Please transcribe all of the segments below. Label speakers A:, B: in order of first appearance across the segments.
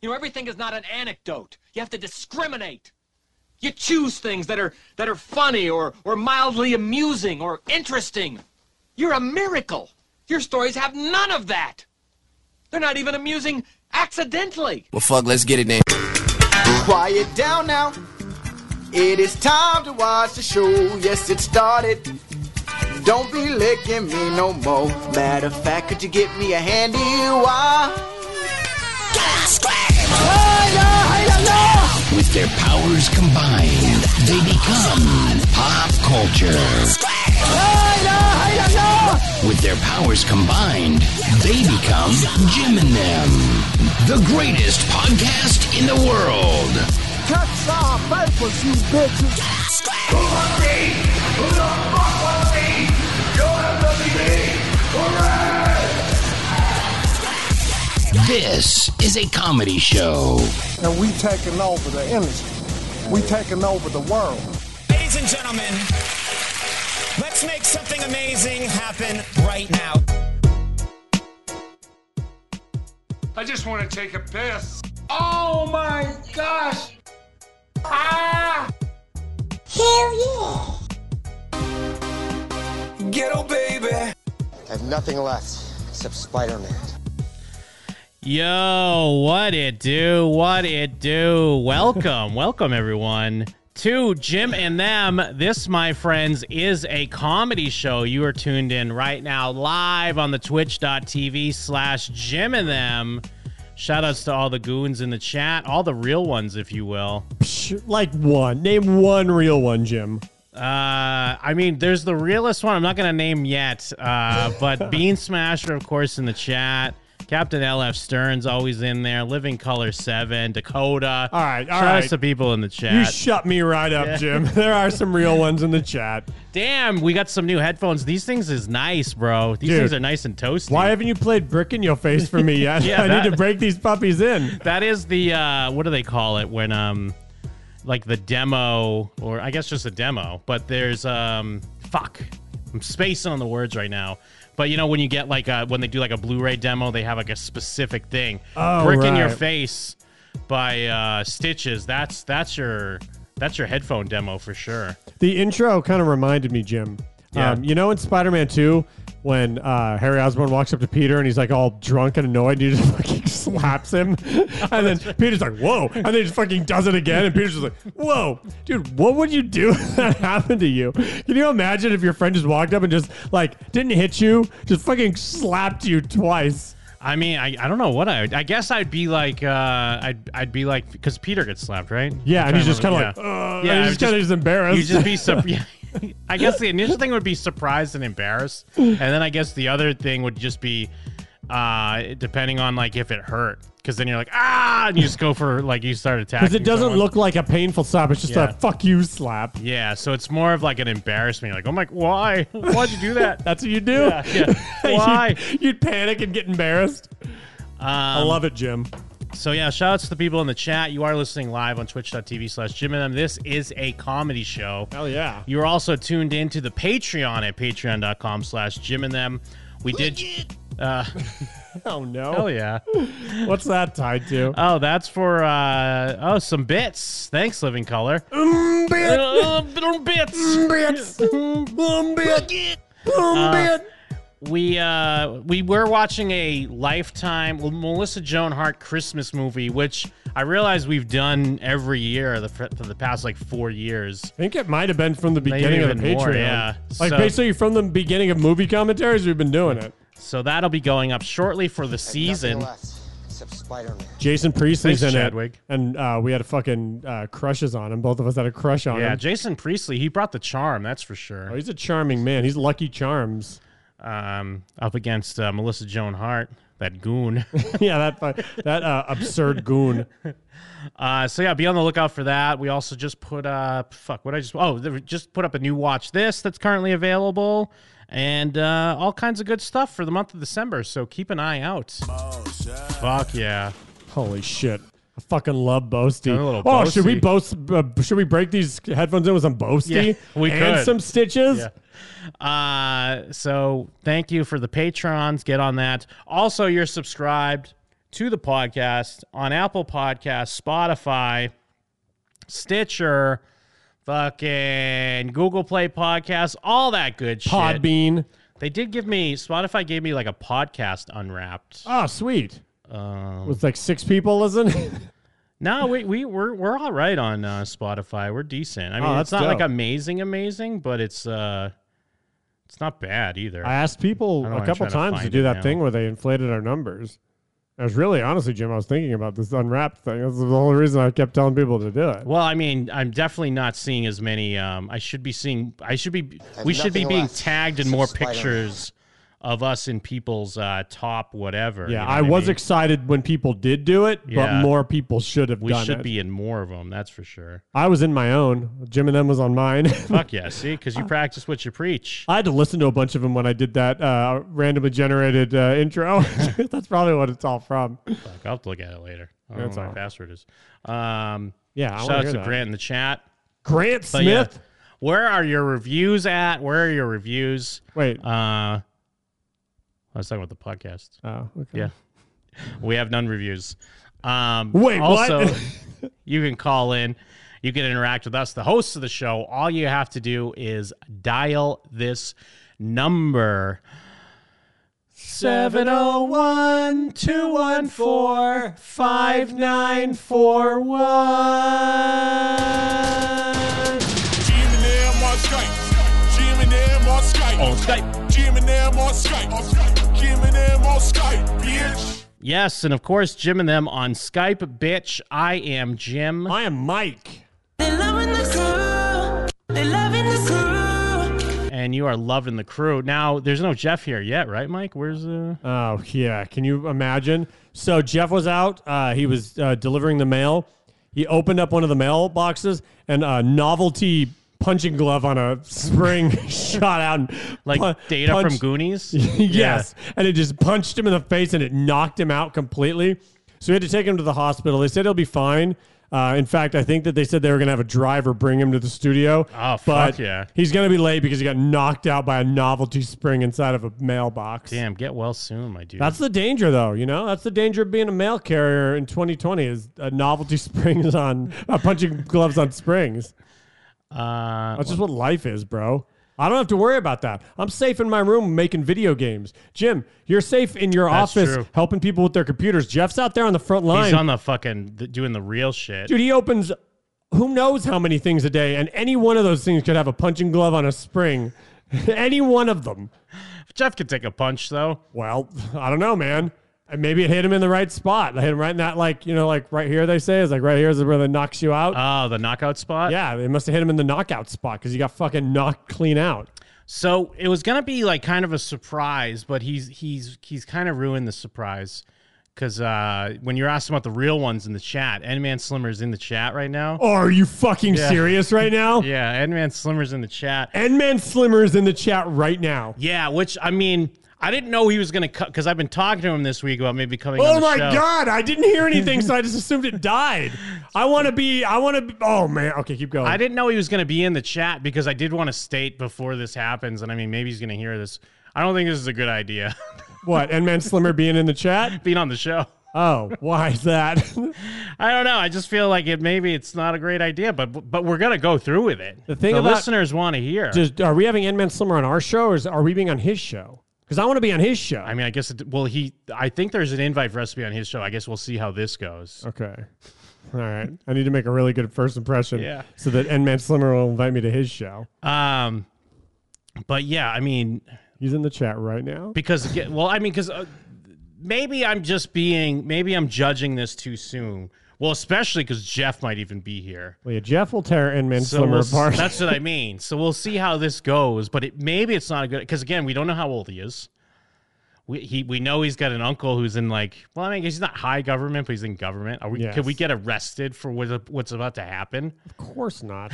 A: You know, everything is not an anecdote. You have to discriminate. You choose things that are that are funny or or mildly amusing or interesting. You're a miracle. Your stories have none of that. They're not even amusing accidentally.
B: Well, fuck, let's get it then.
C: Quiet down now. It is time to watch the show. Yes, it started. Don't be licking me no more. Matter of fact, could you get me a handy wire?
D: With their powers combined, they become pop culture. With their powers combined, they become Jim and them, the greatest podcast in the world. This is a comedy show.
E: and we taking over the industry. We taking over the world.
F: Ladies and gentlemen, let's make something amazing happen right now.
G: I just want to take a piss. Oh my gosh! Ah!
H: I have nothing left except Spider-Man.
I: Yo, what it do? What it do? Welcome, welcome everyone to Jim and Them. This, my friends, is a comedy show. You are tuned in right now live on the twitch.tv slash Jim and Them. Shout outs to all the goons in the chat, all the real ones, if you will.
J: Psh, Like one. Name one real one, Jim.
I: Uh, I mean, there's the realest one. I'm not gonna name yet. Uh, but Bean Smasher, of course, in the chat. Captain LF Stern's always in there. Living Color Seven, Dakota.
J: All right, all
I: Shout outs
J: right.
I: to people in the
J: You
I: chat.
J: shut me right up, Jim. There are some real ones in the chat.
I: Damn, we got some new headphones. These things is nice, bro. These
J: Dude.
I: things are nice and toasty.
J: Why haven't you played Brick in Your Face for me yet?
I: Yeah,
J: I
I: that-
J: need to break these puppies in.
I: that is the uh, what do they call it when um, like the demo or I guess just a demo. But there's um, fuck, I'm spacing on the words right now. But you know when you get like a, when they do like a Blu-ray demo, they have like a specific thing.
J: Oh,
I: Brick in your
J: right.
I: face by uh, Stitches. That's that's your that's your headphone demo for sure.
J: The intro kind of reminded me, Jim.
I: Yeah.
J: Um, you know in Spider-Man 2 when uh, Harry Osborn walks up to Peter and he's like all drunk and annoyed and he just fucking slaps him. and then Peter's like, whoa. And then he just fucking does it again. And Peter's just like, whoa. Dude, what would you do if that happened to you? Can you imagine if your friend just walked up and just like didn't hit you, just fucking slapped you twice?
I: I mean, I, I don't know what I would- I guess I'd be like uh I'd I'd be like because Peter gets slapped right
J: Yeah,
I: I'm
J: and he's just
I: trying
J: kind
I: to
J: of
I: remember-
J: like, uh,
I: Yeah,
J: yeah,
I: I
J: he's
I: was
J: just kind of
I: just-
J: just embarrassed.
I: You'd just be sur- yeah. I guess the initial thing would be surprised and embarrassed,
J: Mm.
I: and then I guess the other thing would just be, uh, depending on like if it hurt, because then you're like ah, and you just go for like you start attacking.
J: Because it doesn't
I: someone.
J: look like a painful slap. It's just
I: Yeah.
J: a fuck you slap.
I: Yeah, so it's more of like an embarrassment. You're like, oh my, why? Why'd you do that?
J: That's what you do.
I: Yeah, yeah. Why? Um,
J: you'd, you'd panic and get embarrassed. I love it, Jim.
I: So yeah, shout outs to the people in the chat. You are listening live on twitch.tv slash Jim and Em. This is a comedy show.
J: Hell yeah.
I: You're also tuned in to the Patreon at patreon.com slash Jim and them. We did uh,
J: Oh no.
I: Hell yeah.
J: What's that tied to?
I: Oh, that's for uh oh some bits. Thanks, Living Color.
J: Mm.
I: Uh, little bits.
B: Oh,
I: Uh, We uh we were watching a lifetime Melissa Joan Hart Christmas movie, which I realize we've done every year the for the past like four years.
J: I think it might have been from the beginning of the
I: even
J: Patreon.
I: more, yeah.
J: Like
I: So-
J: basically from the beginning of movie commentaries, we've been doing it.
I: So that'll be going up shortly for the season.
H: Nothing left except Spider-Man.
J: Jason Priestley's
I: Thanks,
J: in
I: Chadwick.
J: it, and uh, we had a fucking uh, crushes on him. Both of us had a crush on
I: Yeah,
J: him.
I: Jason Priestley, he brought the charm, that's for
J: Oh,
I: sure.
J: he's a charming man. He's Lucky Charms.
I: Um, up against uh, Melissa Joan Hart, that goon.
J: yeah, that fu- that uh, absurd goon.
I: Uh, so yeah, be on the lookout for that. We also just put up fuck what I just oh they just put up a new watch this that's currently available and uh, all kinds of good stuff for the month of December. So keep an eye out. Fuck yeah.
J: Holy shit. I fucking love Boasty.
I: A little
J: Oh, should we
I: Boasty.
J: boast? Uh, should we break these headphones in with some Boasty?
I: Yeah, we
J: and
I: could.
J: some stitches.
I: Yeah. Uh, so thank you for the patrons. Get on that. Also, you're subscribed to the podcast on Apple Podcasts, Spotify, Stitcher, fucking Google Play Podcasts, all that good shit.
J: Podbean.
I: They did give me Spotify gave me like a podcast unwrapped.
J: Oh, sweet.
I: Um,
J: With like six people listening.
I: No, we we we're we're all right on uh, Spotify. We're decent. I mean,
J: Oh, that's
I: it's not like
J: dope.
I: amazing, amazing, but it's uh, it's not bad either.
J: I asked people
I: I don't
J: a
I: wanna try
J: couple
I: to
J: times to
I: find
J: do
I: it
J: that
I: now.
J: thing where they inflated our numbers. I was really honestly, Jim. I was thinking about this unwrapped thing. That's the whole reason I kept telling people to do it.
I: well, I mean, I'm definitely not seeing as many. Um, I should be seeing. I should be.
H: have
I: We should be
H: nothing
I: being
H: left
I: tagged in
H: except
I: more
H: Spider-Man.
I: pictures of us in people's uh, top whatever.
J: Yeah,
I: you know
J: I
I: what
J: was
I: mean?
J: excited when people did do it,
I: Yeah.
J: but more people should have
I: we
J: done
I: should
J: it.
I: be in more of them. That's for sure.
J: I was in my own. Jim and them was on mine.
I: Fuck yeah! See, because you practice what you preach.
J: I had to listen to a bunch of them when I did that uh, randomly generated uh, intro. That's probably what it's all from.
I: Fuck, I'll have to look at it later. I don't
J: That's
I: know what
J: all.
I: my password is. Um,
J: Yeah, I
I: shout
J: wanna
I: out
J: hear
I: to
J: that.
I: Grant in the chat.
J: Grant
I: But yeah,
J: Smith.
I: where are your reviews at? Where are your reviews?
J: Wait.
I: Uh, I was talking about the podcast.
J: oh, okay.
I: Yeah, we have none reviews. Um,
J: Wait, what?
I: also, you can call in. You can interact with us, the hosts of the show. All you have to do is dial this number 701 214 5941.
B: Jim and them on Skype. Jim and them on Skype. On Skype. Jim and them on Skype. On Skype. Jim and them on Skype, bitch.
I: Yes, and of course, Jim and them on Skype, bitch. I am Jim.
J: I am Mike.
I: and you are loving the crew. Now, there's no Jeff here yet, right, Mike? Where's uh?
J: Oh yeah, can you imagine? So Jeff was out. Uh, he was uh, delivering the mail. He opened up one of the mail boxes, and a novelty punching glove on a spring shot out, and
I: Like
J: pu-
I: data from
J: punched-
I: Goonies?
J: yes, and it just punched him in the face, and it knocked him out completely. So we had to take him to the hospital. They said he'll be fine. Uh, in fact, I think that they said they were going to have a driver bring him to the studio.
I: Oh, fuck
J: but
I: yeah.
J: He's going to be late because he got knocked out by a novelty spring inside of a mailbox.
I: Damn, get well soon, my dude.
J: That's the danger, though. You know, that's the danger of being a mail carrier in 2020 is uh, novelty springs on uh, punching gloves on springs.
I: uh,
J: That's just what life is, bro. I don't have to worry about that. I'm safe in my room making video games. Jim, you're safe in your
I: That's
J: office
I: true.
J: helping people with their computers. Jeff's out there on the front line.
I: he's on the fucking th- doing the real shit.
J: Dude, he opens who knows how many things a day, and any one of those things could have a punching glove on a spring. any one of them.
I: Jeff could take a punch though.
J: Well, I don't know, man. And Maybe it hit him in the right spot. I hit him right in that, like, you know, like right here, they say, is like right here is where they knocks you out.
I: Oh, the knockout spot.
J: yeah, they must have hit him in the knockout spot because he got fucking knocked clean out.
I: So it was gonna be like kind of a surprise, but he's he's he's kind of ruined the surprise. Cause uh, when you're asking about the real ones in the chat, Endman Slimmer's in the chat right now.
J: Oh, are you fucking
I: Yeah.
J: serious right now?
I: Yeah, Endman Slimmer's in the chat.
J: Endman Slimmer is in the chat right now.
I: Yeah, which I mean, I didn't know he was gonna cut because I've been talking to him this week about maybe coming. on
J: Oh
I: the
J: my
I: show.
J: god, I didn't hear anything, so I just assumed it died. I want to be, I want to be, oh man, okay, keep going.
I: I didn't know he was gonna be in the chat because I did want to state before this happens, and I mean, maybe he's gonna hear this. I don't think this is a good idea
J: What, Endman Slimmer being in the chat?
I: being on the show.
J: Oh, why is that?
I: I don't know. I just feel like it. Maybe it's not a great idea, but but we're gonna go through with it. The
J: thing about-
I: listeners want to hear.
J: Does, are we having Endman Slimmer on our show, or is, are we being on his show? Because I want to be on his show.
I: I mean, I guess. It, well, he. I think there's an invite for us to be on his show. I guess we'll see how this goes.
J: Okay. All right. I need to make a really good first impression
I: Yeah.
J: so that Endman Slimmer will invite me to his show.
I: Um, but yeah, I mean,
J: He's in the chat right now.
I: because again, well, I mean, because uh, maybe I'm just being, maybe I'm judging this too soon. Well, especially because Jeff might even be here.
J: Well, yeah, Jeff will tear Endman
I: So
J: Slimmer
I: we'll-
J: apart.
I: that's what I mean. So we'll see how this goes. But it, maybe it's not a good because again, we don't know how old he is. We he we know he's got an uncle who's in like well, I mean, he's not high government, but he's in government. Are we? Can we
J: Yes.
I: get arrested for what, what's about to happen?
J: of course not.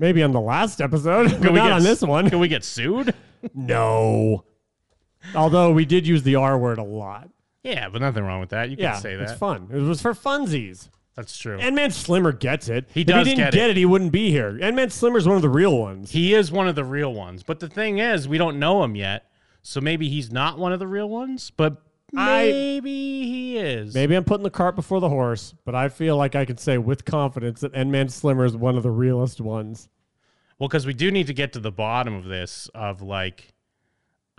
J: Maybe on the last episode, but
I: we
J: not
I: get
J: on
I: s-
J: this
I: oh.
J: one.
I: Can we get sued?
J: No. Although we did use the R word a lot.
I: Yeah, but nothing wrong with that. You
J: Yeah,
I: can say
J: it's
I: that.
J: fun. It was for funsies.
I: That's true.
J: Endman Slimmer gets it.
I: He
J: if
I: does
J: he didn't
I: get it.
J: get it. he wouldn't be here. Endman Slimmer's one of the real ones.
I: He is one of the real ones. But the thing is, we don't know him yet. So maybe he's not one of the real ones, but
J: I
I: Maybe he is.
J: maybe I'm putting the cart before the horse, but I feel like I can say with confidence that N Man Slimmer is one of the realest ones.
I: Well, because we do need to get to the bottom of this, of like,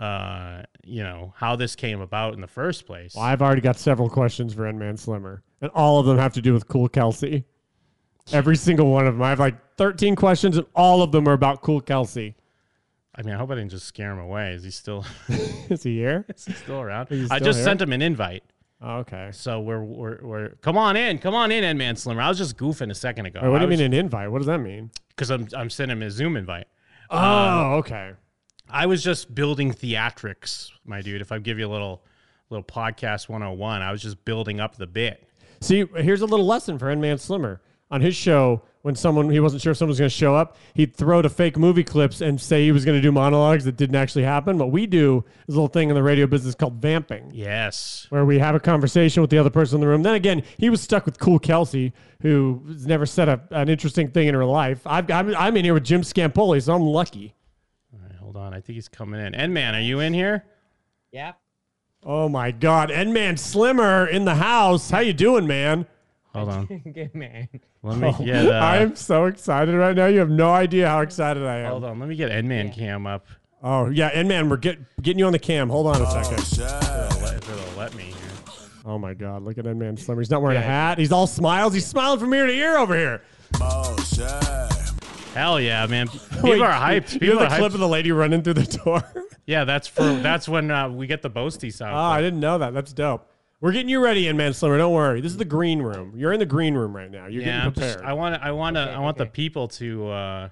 I: uh, you know, how this came about in the first place.
J: Well, I've already got several questions for N Man Slimmer, and all of them have to do with Cool Kelsey. Every single one of them. I have like 13 questions, and all of them are about Cool Kelsey.
I: I mean, I hope I didn't just scare him away. Is he still
J: Is he here?
I: is he still around?
J: He's
I: I
J: still
I: just
J: here?
I: sent him an invite.
J: Oh, okay.
I: So we're, we're, we're, come on in, come on in, N Man Slimmer. I was just goofing a second ago.
J: Wait, what do you mean an invite? What does that mean?
I: Because I'm, I'm sending him a Zoom invite. Um,
J: Oh, okay.
I: I was just building theatrics, my dude. If I give you a little, little podcast 101, I was just building up the bit.
J: See, here's a little lesson for N Man Slimmer. On his show, when someone he wasn't sure if someone was going to show up, he'd throw to fake movie clips and say he was going to do monologues that didn't actually happen. What we do is a little thing in the radio business called vamping.
I: Yes.
J: where we have a conversation with the other person in the room. Then again, he was stuck with Cool Kelsey, who has never said a, an interesting thing in her life. I've, I'm, I'm in here with Jim Scampoli, so I'm lucky.
I: All right, hold on. I think he's coming in. N Man, are you in here?
K: Yeah.
J: Oh my God, N Man Slimmer in the house. How you doing, man?
I: Hold on.
K: Good man. Oh.
I: Let me get. Uh,
J: I am Oh, so excited right now. You have no idea how excited I am.
I: Hold on. Let me get N Man cam up.
J: Oh yeah, N Man, we're get, getting you on the cam. Hold on a second.
I: If it'll let, if it'll let me. Here.
J: Oh my God, look at N Man Slimmer. He's not wearing a hat. He's all smiles. He's smiling from ear to ear over here.
I: Hell yeah, man! People
J: Wait,
I: are hyped.
J: You
I: People are
J: have the clip
I: hyped.
J: of the lady running through the door.
I: yeah, that's for that's when uh, we get the boasty sound.
J: Ah, I
I: clip.
J: didn't know that. That's dope. We're getting you ready, in Man Slimmer. Don't worry. This is the green room. You're in the green room right now. You're
I: yeah,
J: getting
I: I'm just-
J: prepared.
I: I want I want to
K: Okay,
I: I want the
K: okay.
I: people to uh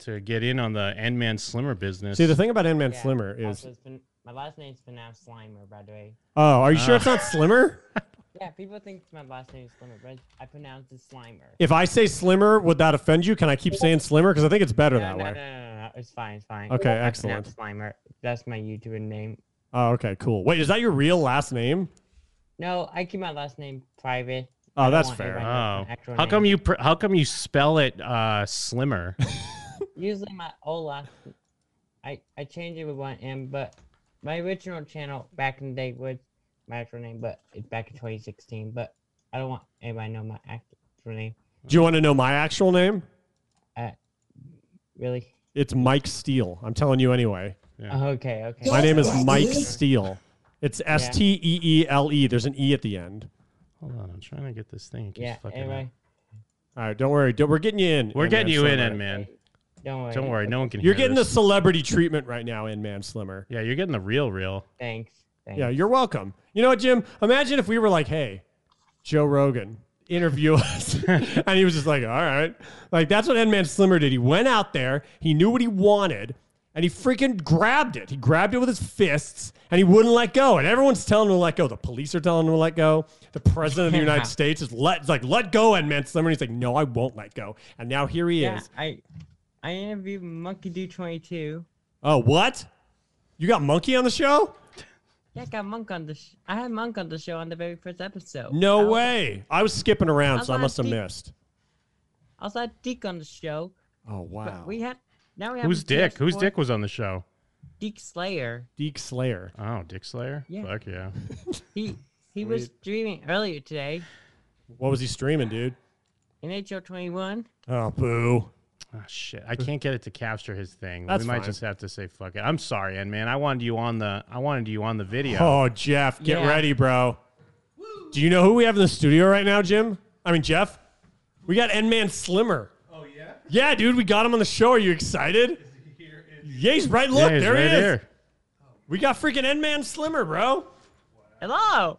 I: to get in on the N Man Slimmer business.
J: See, the thing about N-Man
K: Yeah.
J: Slimmer is,
K: Also, it's been, my last name's pronounced Slimer, by the way.
J: oh, are you sure
I: Ah.
J: it's not Slimmer?
K: Yeah, people think my last name is Slimer, but I pronounce it Slimer.
J: If I say Slimmer, would that offend you? Can I keep saying Slimmer? Because I think it's better
K: No,
J: that
K: no,
J: way.
K: no, no, no, no, it's fine, it's fine.
J: Okay,
K: I pronounce
J: excellent.
K: Slimer. That's my YouTuber name.
J: Oh, okay, cool. Wait, is that your real last name?
K: No, I keep my last name private.
J: Oh,
K: I don't
J: that's
K: want
J: fair.
K: everyone to know
I: Oh,
K: my actual
I: how
K: name.
I: come you pr- how come you spell it uh Slimmer?
K: Usually my old last, I I change it with one M, but my original channel back in the day was my actual name, but it's back in 2016. But I don't want anybody to know my actual name.
J: Do you want to know my actual name?
K: Really?
J: It's Mike Steele. I'm telling you anyway.
I: Yeah.
K: Oh, Okay, okay.
J: My name is Mike Steele. It's S T E E L E. There's an E at the end.
I: Hold on, I'm trying to get this thing. It keeps
K: Yeah,
I: fucking up.
K: anyway,
J: All right, don't worry. Don't- We're getting you in.
I: We're
J: N-Man
I: getting you in,
J: Slimmer.
I: N Man.
K: don't worry.
I: Don't worry, no one can
J: You're
I: hear
J: getting the
I: this.
J: celebrity treatment right now, in Man Slimmer.
I: Yeah, you're getting the real real.
K: Thanks. Thanks.
J: Yeah, you're welcome. You know what, Jim? Imagine if we were like, hey, Joe Rogan, interview us. and he was just like, all right. Like, that's what N-Man Slimmer did. He went out there, he knew what he wanted, and he freaking grabbed it. He grabbed it with his fists, and he wouldn't let go. And everyone's telling him to let go. The police are telling him to let go. The president of the United States is let, is like, let go, N-Man Slimmer. And he's like, no, I won't let go. And now here he
K: Yeah,
J: is.
K: I I interviewed Monkey Do 22.
J: Oh, what? You got Monkey on the show?
K: Yeah, I got Monk on the. Sh- I had Monk on the show on the very first episode. I
J: No
K: also-
J: way. I was skipping around, so I
K: Outside
J: must have
K: deep-
J: missed.
K: I also had Dick on the show.
J: Oh wow.
K: But we had now we have
I: Who's
K: the TF
I: Dick? Who's
K: Sports
I: Dick was on the show?
K: Dick Slayer.
J: Deke Slayer.
I: Oh, Dick Slayer.
K: Yeah.
I: Fuck yeah.
K: He he was streaming earlier today.
J: What was he streaming, dude?
K: NHL 21.
J: Oh boo.
I: Oh, shit. I can't get it to capture his thing.
J: That's
I: we might
J: fine.
I: just have to say fuck it. I'm sorry, and man. I wanted you on the I wanted you on the video.
J: Oh Jeff, get
K: Yeah.
J: ready, bro. Do you know who we have in the studio right now, Jim? I mean Jeff. We got N Man Slimmer. Oh yeah. Yeah, dude, we got him on the show. Are you excited? Yeah, he's right. Look,
I: he's
J: there
I: right
J: he is.
I: here.
J: We got freaking N Man Slimmer, bro.
K: Hello.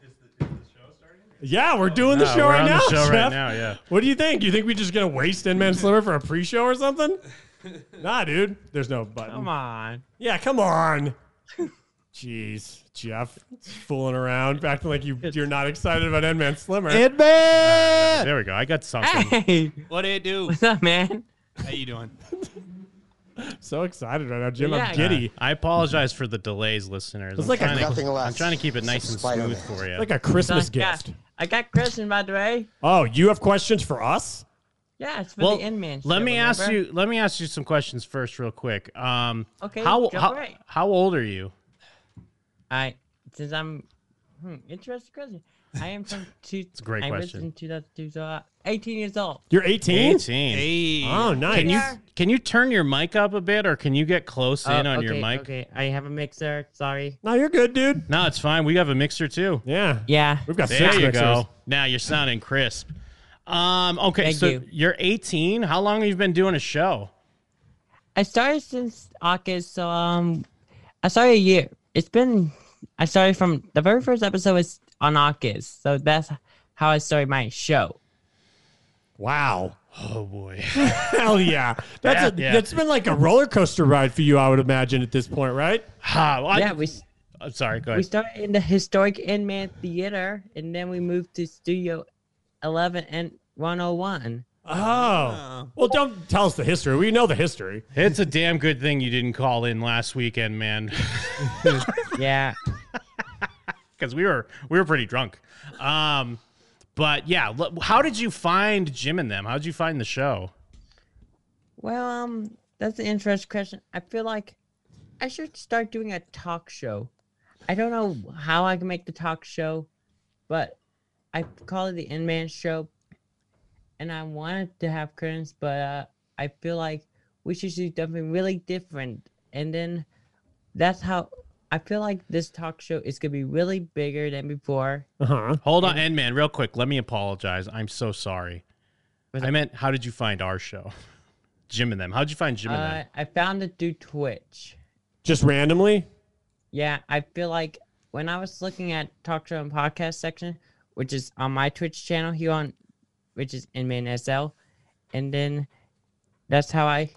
J: Yeah, we're doing the
I: Oh,
J: show
I: we're
J: right
I: on
J: now,
I: the show
J: Jeff.
I: right now, yeah.
J: What do you think? You think we're just gonna waste N Man Slimmer for a pre-show or something? nah, dude. There's no button.
K: Come on.
J: Yeah, come on. Jeez, Jeff, fooling around, acting like you you're not excited about N Man Slimmer.
C: Edman!
I: There we go. I got something.
K: Hey,
L: What do you do?
K: what's up, man?
L: How you doing?
J: so excited right now, Oh, Jim.
K: Yeah,
J: I'm
K: I-
J: giddy.
I: I apologize for the delays, listeners.
J: It's
I: I'm
J: like a-
I: trying
H: Nothing
I: to,
H: less.
I: I'm trying to keep it nice and
H: Spider-Man.
I: smooth for you.
J: Like a Christmas
K: So I got-
J: gift.
K: I got Christian, by the way.
J: Oh, you have questions for us?
K: Yeah, it's for
I: well,
K: the end man.
I: let
K: show,
I: me ask
K: remember?
I: you. Let me ask you some questions first, real quick. Um,
K: Okay,
I: How
K: jump
I: how,
K: right.
I: how old are you?
K: I since I'm hmm, interesting question. I am from two. It's
I: a great
K: I was
I: question.
K: in 2002, so I,
I: Oh,
K: 18 years old.
J: You're 18?
I: 18.
K: Hey.
I: Oh, nice. Can you
K: Yeah.
I: can you turn your mic up a bit, or can you get close
K: Oh,
I: in on your
K: okay,
I: mic?
K: Okay, I have a mixer. Sorry.
J: No, you're good, dude.
I: No, it's fine. We have a mixer too.
J: Yeah.
K: Yeah.
I: We've
J: got
I: there
J: six
I: you
J: mixers.
I: go. Now you're sounding crisp. Um. Okay.
K: Thank
I: so
K: you.
I: you. are 18. How long have you been doing a show?
K: I started since August, so um, I started a year. It's been I started from the very first episode was on August, so that's how I started my show.
J: Wow.
I: Oh boy.
J: Hell yeah. That's
I: Yeah,
J: a,
I: yeah.
J: that's been like a roller coaster ride for you, I would imagine, at this point, right?
I: Ha, well, Oh, I-
K: Yeah, we-
I: I'm sorry. Go
K: We
I: ahead.
K: started in the historic Inman Theater, and then we moved to Studio 11 and 101.
J: Oh. Well, don't tell us the history. We know the history.
I: It's a damn good thing you didn't call in last weekend, man.
K: yeah.
I: Because we were we were pretty drunk. Um. But yeah, l- how did you find Jim and them? How did you find the show?
K: Well, um, that's an interesting question. I feel like I should start doing a talk show. I don't know how I can make the talk show, but I call it the In Man Show, and I wanted to have curtains, but uh, I feel like we should do something really different. And then that's how I feel like this talk show is gonna be really bigger than before.
J: Uh-huh.
I: Hold on, Endman, real quick. Let me apologize. I'm so sorry. I meant, how did you find our show? Jim and them. How'd you find Jim and
K: Uh,
I: them?
K: I found it through Twitch.
J: Just randomly?
K: Yeah, I feel like when I was looking at talk show and podcast section, which is on my Twitch channel here on, which is Inman SL, and then that's how I,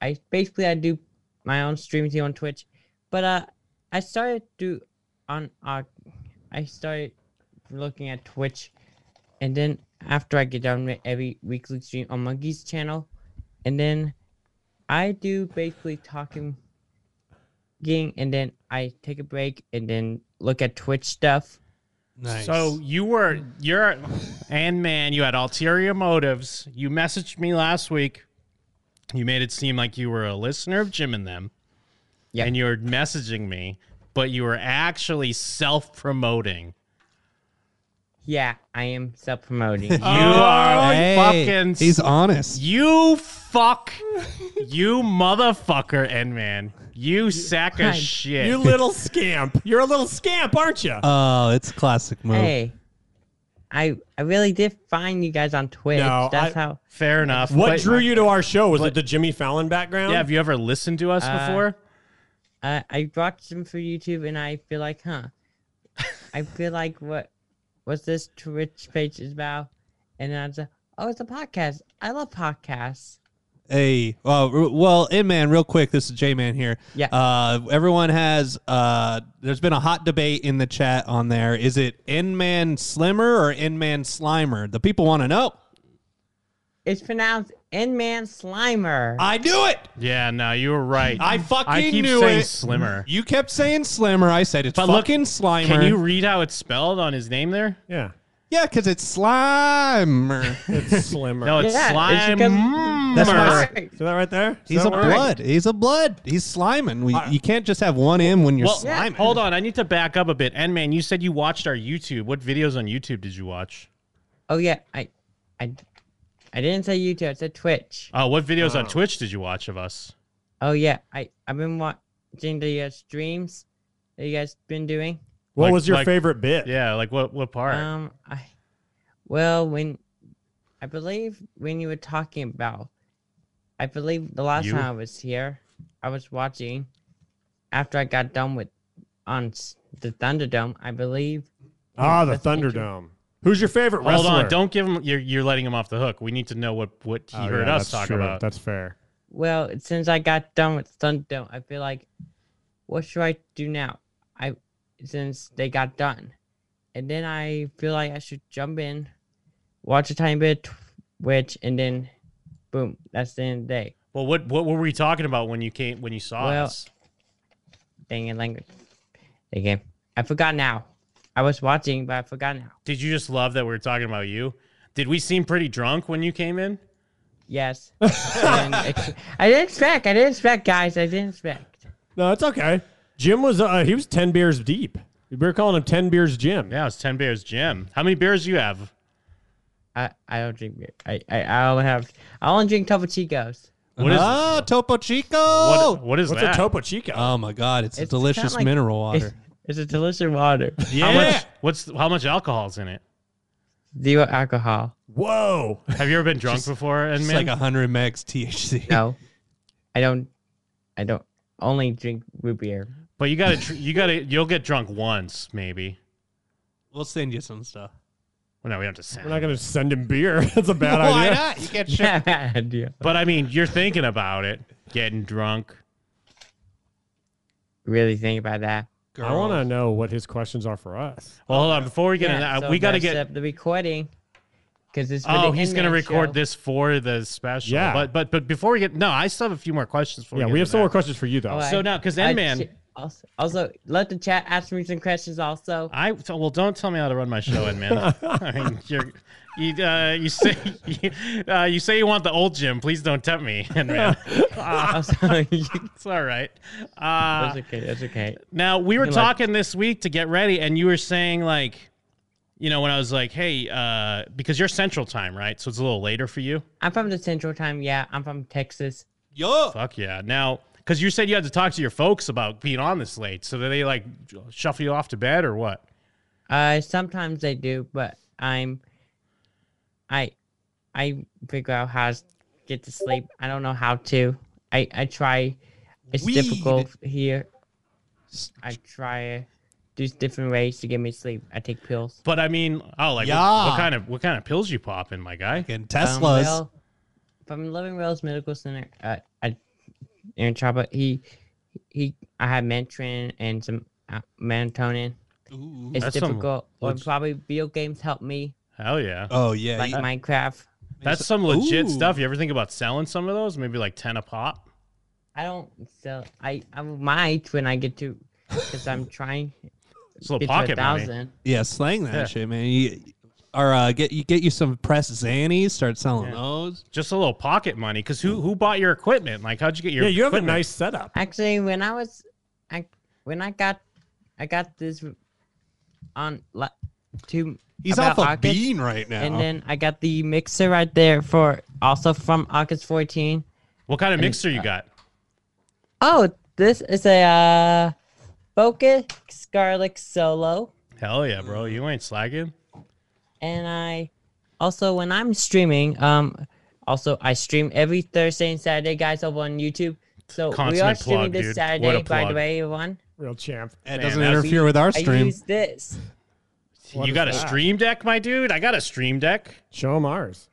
K: I basically I do my own streams here on Twitch, but uh, I started to, on uh, I started looking at Twitch, and then after I get done with every weekly stream on Monkey's channel, and then I do basically talking ging, and then I take a break and then look at Twitch stuff.
I: So Oh, you were you're and man, you had ulterior motives. You messaged me last week. You made it seem like you were a listener of Jim and them. And you were messaging me, but you were actually self-promoting.
K: Yeah, I am self promoting.
I: You are
L: Oh, Hey,
I: fucking
L: he's honest.
I: You fuck. you motherfucker, Endman. You sack of
J: Right.
I: shit.
J: You little scamp. You're a little scamp, aren't you?
L: Oh, it's a classic move.
K: Hey, I I really did find you guys on Twitch.
J: No,
K: That's
J: I-
K: how.
I: Fair enough.
J: What
I: but-
J: drew you to our show? Was it the Jimmy Fallon background?
I: Yeah, have you ever listened to us
K: Uh,
I: before?
K: Uh, I watched them for YouTube, and I feel like, huh? I feel like what what this Twitch page is about, and I was like, oh, it's a podcast. I love podcasts.
L: Hey, well, r- well, in man, real quick. This is J man here.
K: Yeah.
L: Uh, everyone has. Uh, there's been a hot debate in the chat on there. Is it in man slimmer or in man slimer? The people want to know.
K: It's pronounced Inman Slimer.
L: I knew it.
I: Yeah, no, you were right.
L: I fucking
I: I keep
L: knew
I: saying
L: it.
I: Slimmer.
L: You kept saying slimmer. I said it's
I: But look,
L: fucking slimer.
I: Can you read how it's spelled on his name there?
J: Yeah.
L: Yeah, because it's slimer.
J: It's slimmer.
I: No, it's
K: Yeah, it's because-
I: Slimer.
L: That's my-
J: See that right there? Is
L: He's
J: that
L: a
J: right?
L: blood. He's a blood. He's sliming. We, you can't just have one in when you're
I: Well,
L: sliming.
I: hold on. I need to back up a bit. And man, you said you watched our YouTube. What videos on YouTube did you watch?
K: Oh yeah, I, I, I didn't say YouTube. I said Twitch.
I: Oh, what videos on Twitch did you watch of us?
K: Oh yeah, I I've been watching the uh, streams that you guys been doing.
J: What
I: Like-
J: was your
I: like-
J: favorite bit?
I: Yeah, like what what part?
K: Um, I, well, when I believe when you were talking about, I believe the last
I: You?
K: time I was here, I was watching after I got done with on s- the Thunderdome. I believe.
J: Ah, the
K: That's what you-
J: Thunderdome. Who's your favorite
I: Hold
J: wrestler?
I: on, don't give him. You're you're letting him off the hook. We need to know what what he
J: Oh,
I: heard
J: yeah,
I: us
J: that's
I: talk
J: true.
I: about.
J: That's fair.
K: Well, since I got done with Thunderdome, I feel like, what should I do now? I since they got done, and then I feel like I should jump in, watch a tiny bit, of Twitch, and then, boom, that's the end of the day.
I: Well, what what were we talking about when you came when you saw
K: Well-
I: us?
K: Dang it, language. Again, I forgot now. I was watching, but I forgot now.
I: Did you just love that we were talking about you? Did we seem pretty drunk when you came in?
K: Yes. I didn't ex- I didn't expect. I didn't expect, guys. I didn't expect.
J: No, it's okay. Jim was uh, he was ten beers deep. We were calling him Ten Beers Jim.
I: Yeah, it's Ten Beers Jim. How many beers do you have?
K: I, I don't drink beer. I, I, I only have I only drink Topo Chicos. Uh-huh.
L: What is ah, Topo Chico?
I: What- what is What's
L: What's a
I: a that?
L: Topo
I: Topo
J: Chico?
L: Oh my God, it's, a
K: It's
L: delicious
K: kinda like-
L: mineral water.
K: It's, it's a delicious water.
I: How much? What's how much alcohol's in it?
K: Zero alcohol.
J: Whoa!
I: Have you ever been drunk
L: Just-
I: before? And
L: It's
I: man,
L: like hundred megs THC.
K: No, I don't. I don't only drink root beer.
I: but you gotta tr- you gotta you'll get drunk once maybe.
L: We'll send you some stuff.
I: Well, no, we don't have to send.
J: We're not going to send him beer. That's a bad
L: Why
J: idea.
L: not? You can't share.
K: Bad idea.
I: But I mean, you're thinking about it, getting drunk.
K: Really think about that.
J: I want to know what his questions are for us.
I: Well, hold on. Before we get
K: Yeah,
I: into that,
K: so
I: we got to
K: mess
I: get.
K: up the recording because it's. For
I: Oh,
K: the
I: he's going to
K: Inman
I: record
K: show.
I: this for the special.
J: Yeah.
I: But but but before we get no, I still have a few more questions for
J: yeah,
I: you.
J: we have some more questions for you though.
K: Oh, I-
I: So now, because
K: I
I: N-Man-
K: ch- Also, also, let the chat ask me some questions. Also,
I: I so- well, don't tell me how to run my show, in man. I mean, you're, you uh, you say you, uh, you say you want the old gym. Please don't tempt me, Enman.
K: I'm sorry.
I: it's all right. Uh,
K: that's okay. That's okay.
I: Now we were
K: You know, like-
I: talking this week to get ready, and you were saying like, you know, when I was like, hey, uh, because you're Central Time, right? So it's a little later for you.
K: I'm from the Central Time. Yeah, I'm from Texas.
L: Yo,
I: Fuck yeah! Now, because you said you had to talk to your folks about being on this late, so do they like shuffle you off to bed or what?
K: Uh, sometimes they do, but I'm, I, I figure out how to get to sleep. I don't know how to. I I try. It's
L: Weed.
K: difficult here. I try. There's different ways to get me sleep. I take pills.
I: But I mean, oh, like what-
L: Yeah.
I: what, kind of what kind of pills you popping, my guy?
L: and
K: Um,
L: Teslas.
K: well, from Living Wells Medical Center, uh, I, Aaron Chapa, he, he, I had Mantrin and some uh, melatonin.
L: Ooh.
K: It's
I: That's some-
K: difficult. Or
I: looks-
K: probably video games help me,
I: Hell yeah!
L: Oh yeah,
K: like
L: you-
K: Minecraft.
I: That's some legit
L: Ooh.
I: stuff. You ever think about selling some of those? Maybe like ten a pop.
K: I don't sell. I I might when I get to, because I'm trying
I: It's a little
K: get to a
I: pocket money.
K: thousand.
L: yeah, slang that
I: Yeah.
L: shit, man. You, or uh, get you get you some press zannies, start selling those.
I: Just a little pocket money. Because who who bought your equipment? Like how'd you get your?
J: yeah, you have a
I: equipment?
J: nice setup.
K: Actually, when I was, I when I got, I got this on like two.
L: He's
K: about
L: off a
K: August.
L: bean right now.
K: And then I got the mixer right there for also from August 14.
I: What kind of mixer you got?
K: Oh, this is a uh, Bokeh Scarlet Solo.
I: Hell yeah, bro! You ain't slacking.
K: And I also, when I'm streaming, um, also I stream every Thursday and Saturday, guys, over on YouTube. So we are
I: Consummate
K: streaming
I: plug,
K: this
I: dude. What
K: Saturday,
I: a
K: by the
I: plug.
K: way, everyone.
J: Real champ.
L: it
I: man,
L: doesn't
I: that's-
L: interfere with our
K: I
L: stream.
K: use this.
J: What
I: you
J: is
I: got a
J: that?
I: stream deck, my dude? I got a stream deck.
J: Show him ours.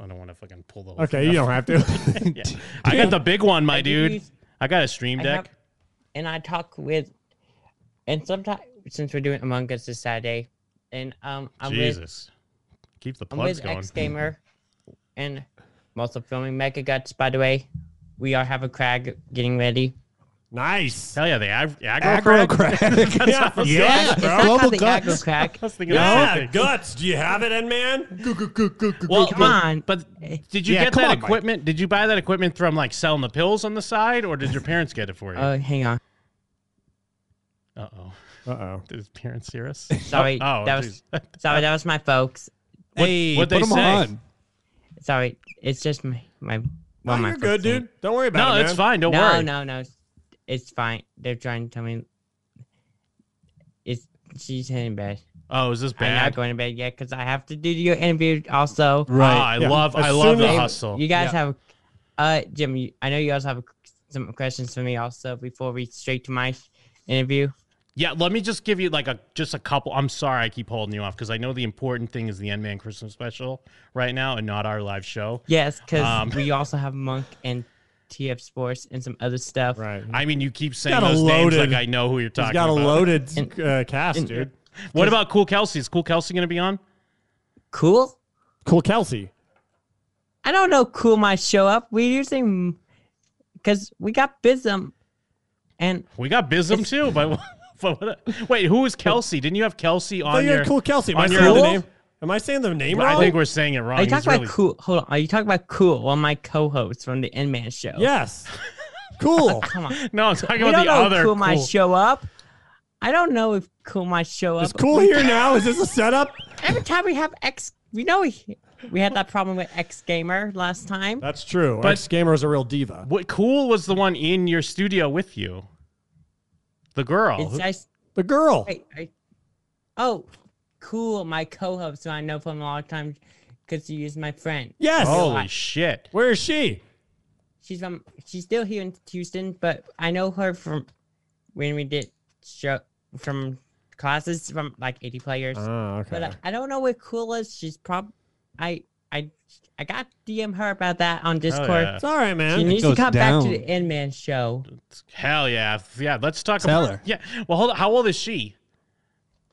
I: I don't want to fucking pull the. whole
J: Okay,
I: thing
J: you
I: up.
J: don't have to.
I: Yeah. I got the big one, my
K: I do
I: dude.
K: use-
I: I got a stream
K: I
I: deck.
K: have- and I talk with, and sometimes since we're doing Among Us this Saturday, and um, I'm with
I: Jesus, keep the
K: I'm
I: plugs
K: with
I: going.
K: X Gamer, and I'm also filming Mega Guts. By the way, we are have a crag getting ready.
J: nice.
I: Hell yeah, the ag- aggro,
L: Agro
I: crack?
L: crack.
J: Yeah, yeah,
K: It's
J: bro.
K: not
L: Global
K: called the
L: Guts.
K: Aggro Crag.
I: I was thinking the same
J: Yeah,
I: thing.
J: guts. Do you have it, N man?
I: Well,
K: Come
I: but,
K: on.
I: but did you
J: Yeah,
I: get
J: come
I: that
J: on, Mike.
I: equipment? Did you buy that equipment from like selling the pills on the side, or did your parents get it for you?
K: Oh, hang on.
I: Uh oh,
J: Uh oh.
I: did his parents hear us?
K: Sorry,
I: Oh, oh,
K: that was
I: geez.
K: sorry, that was my folks.
L: Hey,
I: what'd
L: put
I: they
L: them
I: say?
L: on.
K: Sorry, it's just my my.
J: No,
K: one of my
J: Oh, you're good,
K: folks.
J: dude. Don't worry about
I: no,
J: it.
I: it's fine. Don't
K: no,
I: worry.
K: no, no, it's- it's fine. They're trying to tell me it's she's heading bad.
I: Oh, is this
K: I'm not
I: bad?
K: going to bed yet because I have to do your interview also.
I: Oh, I
J: yeah.
I: love,
J: As
I: I love
J: soon
I: the
J: as-
K: Hey,
I: hustle.
K: You guys
L: Yeah.
K: have, uh, Jim. You, I know you guys have some questions for me also before we straight to my interview.
I: Yeah, let me just give you like a just a couple. I'm sorry I keep holding you off because I know the important thing is the End Man Christmas special right now and not our live show.
K: Yes, because
I: Um.
K: we also have Monk and TF Sports and some other stuff.
J: Right.
I: I mean, you keep saying
J: got a
I: those
J: loaded-
I: names like I know who you're talking
J: He's got a
I: about.
J: loaded
K: And-
J: uh, cast,
K: and-
J: dude.
I: What about Cool Kelsey? Is Cool Kelsey going to be on?
K: Cool.
J: Cool Kelsey.
K: I don't know. Cool might show up. We using because we got Bism, and
I: We got Bism too, but, but what, wait, who is Kelsey? Didn't you have Kelsey
J: I thought
I: on
J: you had
I: your
J: Cool Kelsey. Am I
I: on your
J: saying the
K: Cool?
J: name? Am I saying the name
I: I
J: wrong?
I: think we're saying it wrong.
K: are you
I: He's
K: talking
I: really-
K: about Cool? Hold on. Are you talking about Cool? One of my co-hosts from the End Man show.
J: yes. cool.
K: Come on.
I: No, I'm talking
K: we
I: about
K: don't
I: the
K: know
I: other.
K: Cool might
I: Cool.
K: show up. I don't know if Cool might show up.
J: Is Cool here now? Is this a setup?
K: Every time we have X, we know we, we had that problem with X Gamer last time.
J: That's true.
I: But-
J: X Gamer is a real diva.
I: What cool was the one in your studio with you? The girl.
K: It's nice.
J: The girl.
K: Wait, I, oh, cool. My co-host, who I know from a long time, because you is my friend.
J: Yes.
I: Holy shit.
J: Where is she?
K: She's um, she's still here in Houston, but I know her from when we did show from classes from like eighty players.
J: Oh, okay.
K: But uh, I, I don't know where cool is. She's prob. I I I got DM her about that on Discord.
I: yeah. It's all right, man.
K: She
I: It
K: needs to
I: goes
K: come back
I: down.
K: to the End Man show.
I: Hell yeah. Yeah, let's talk
K: Tell
I: about
K: her.
I: Yeah. Well, hold on. How old is she?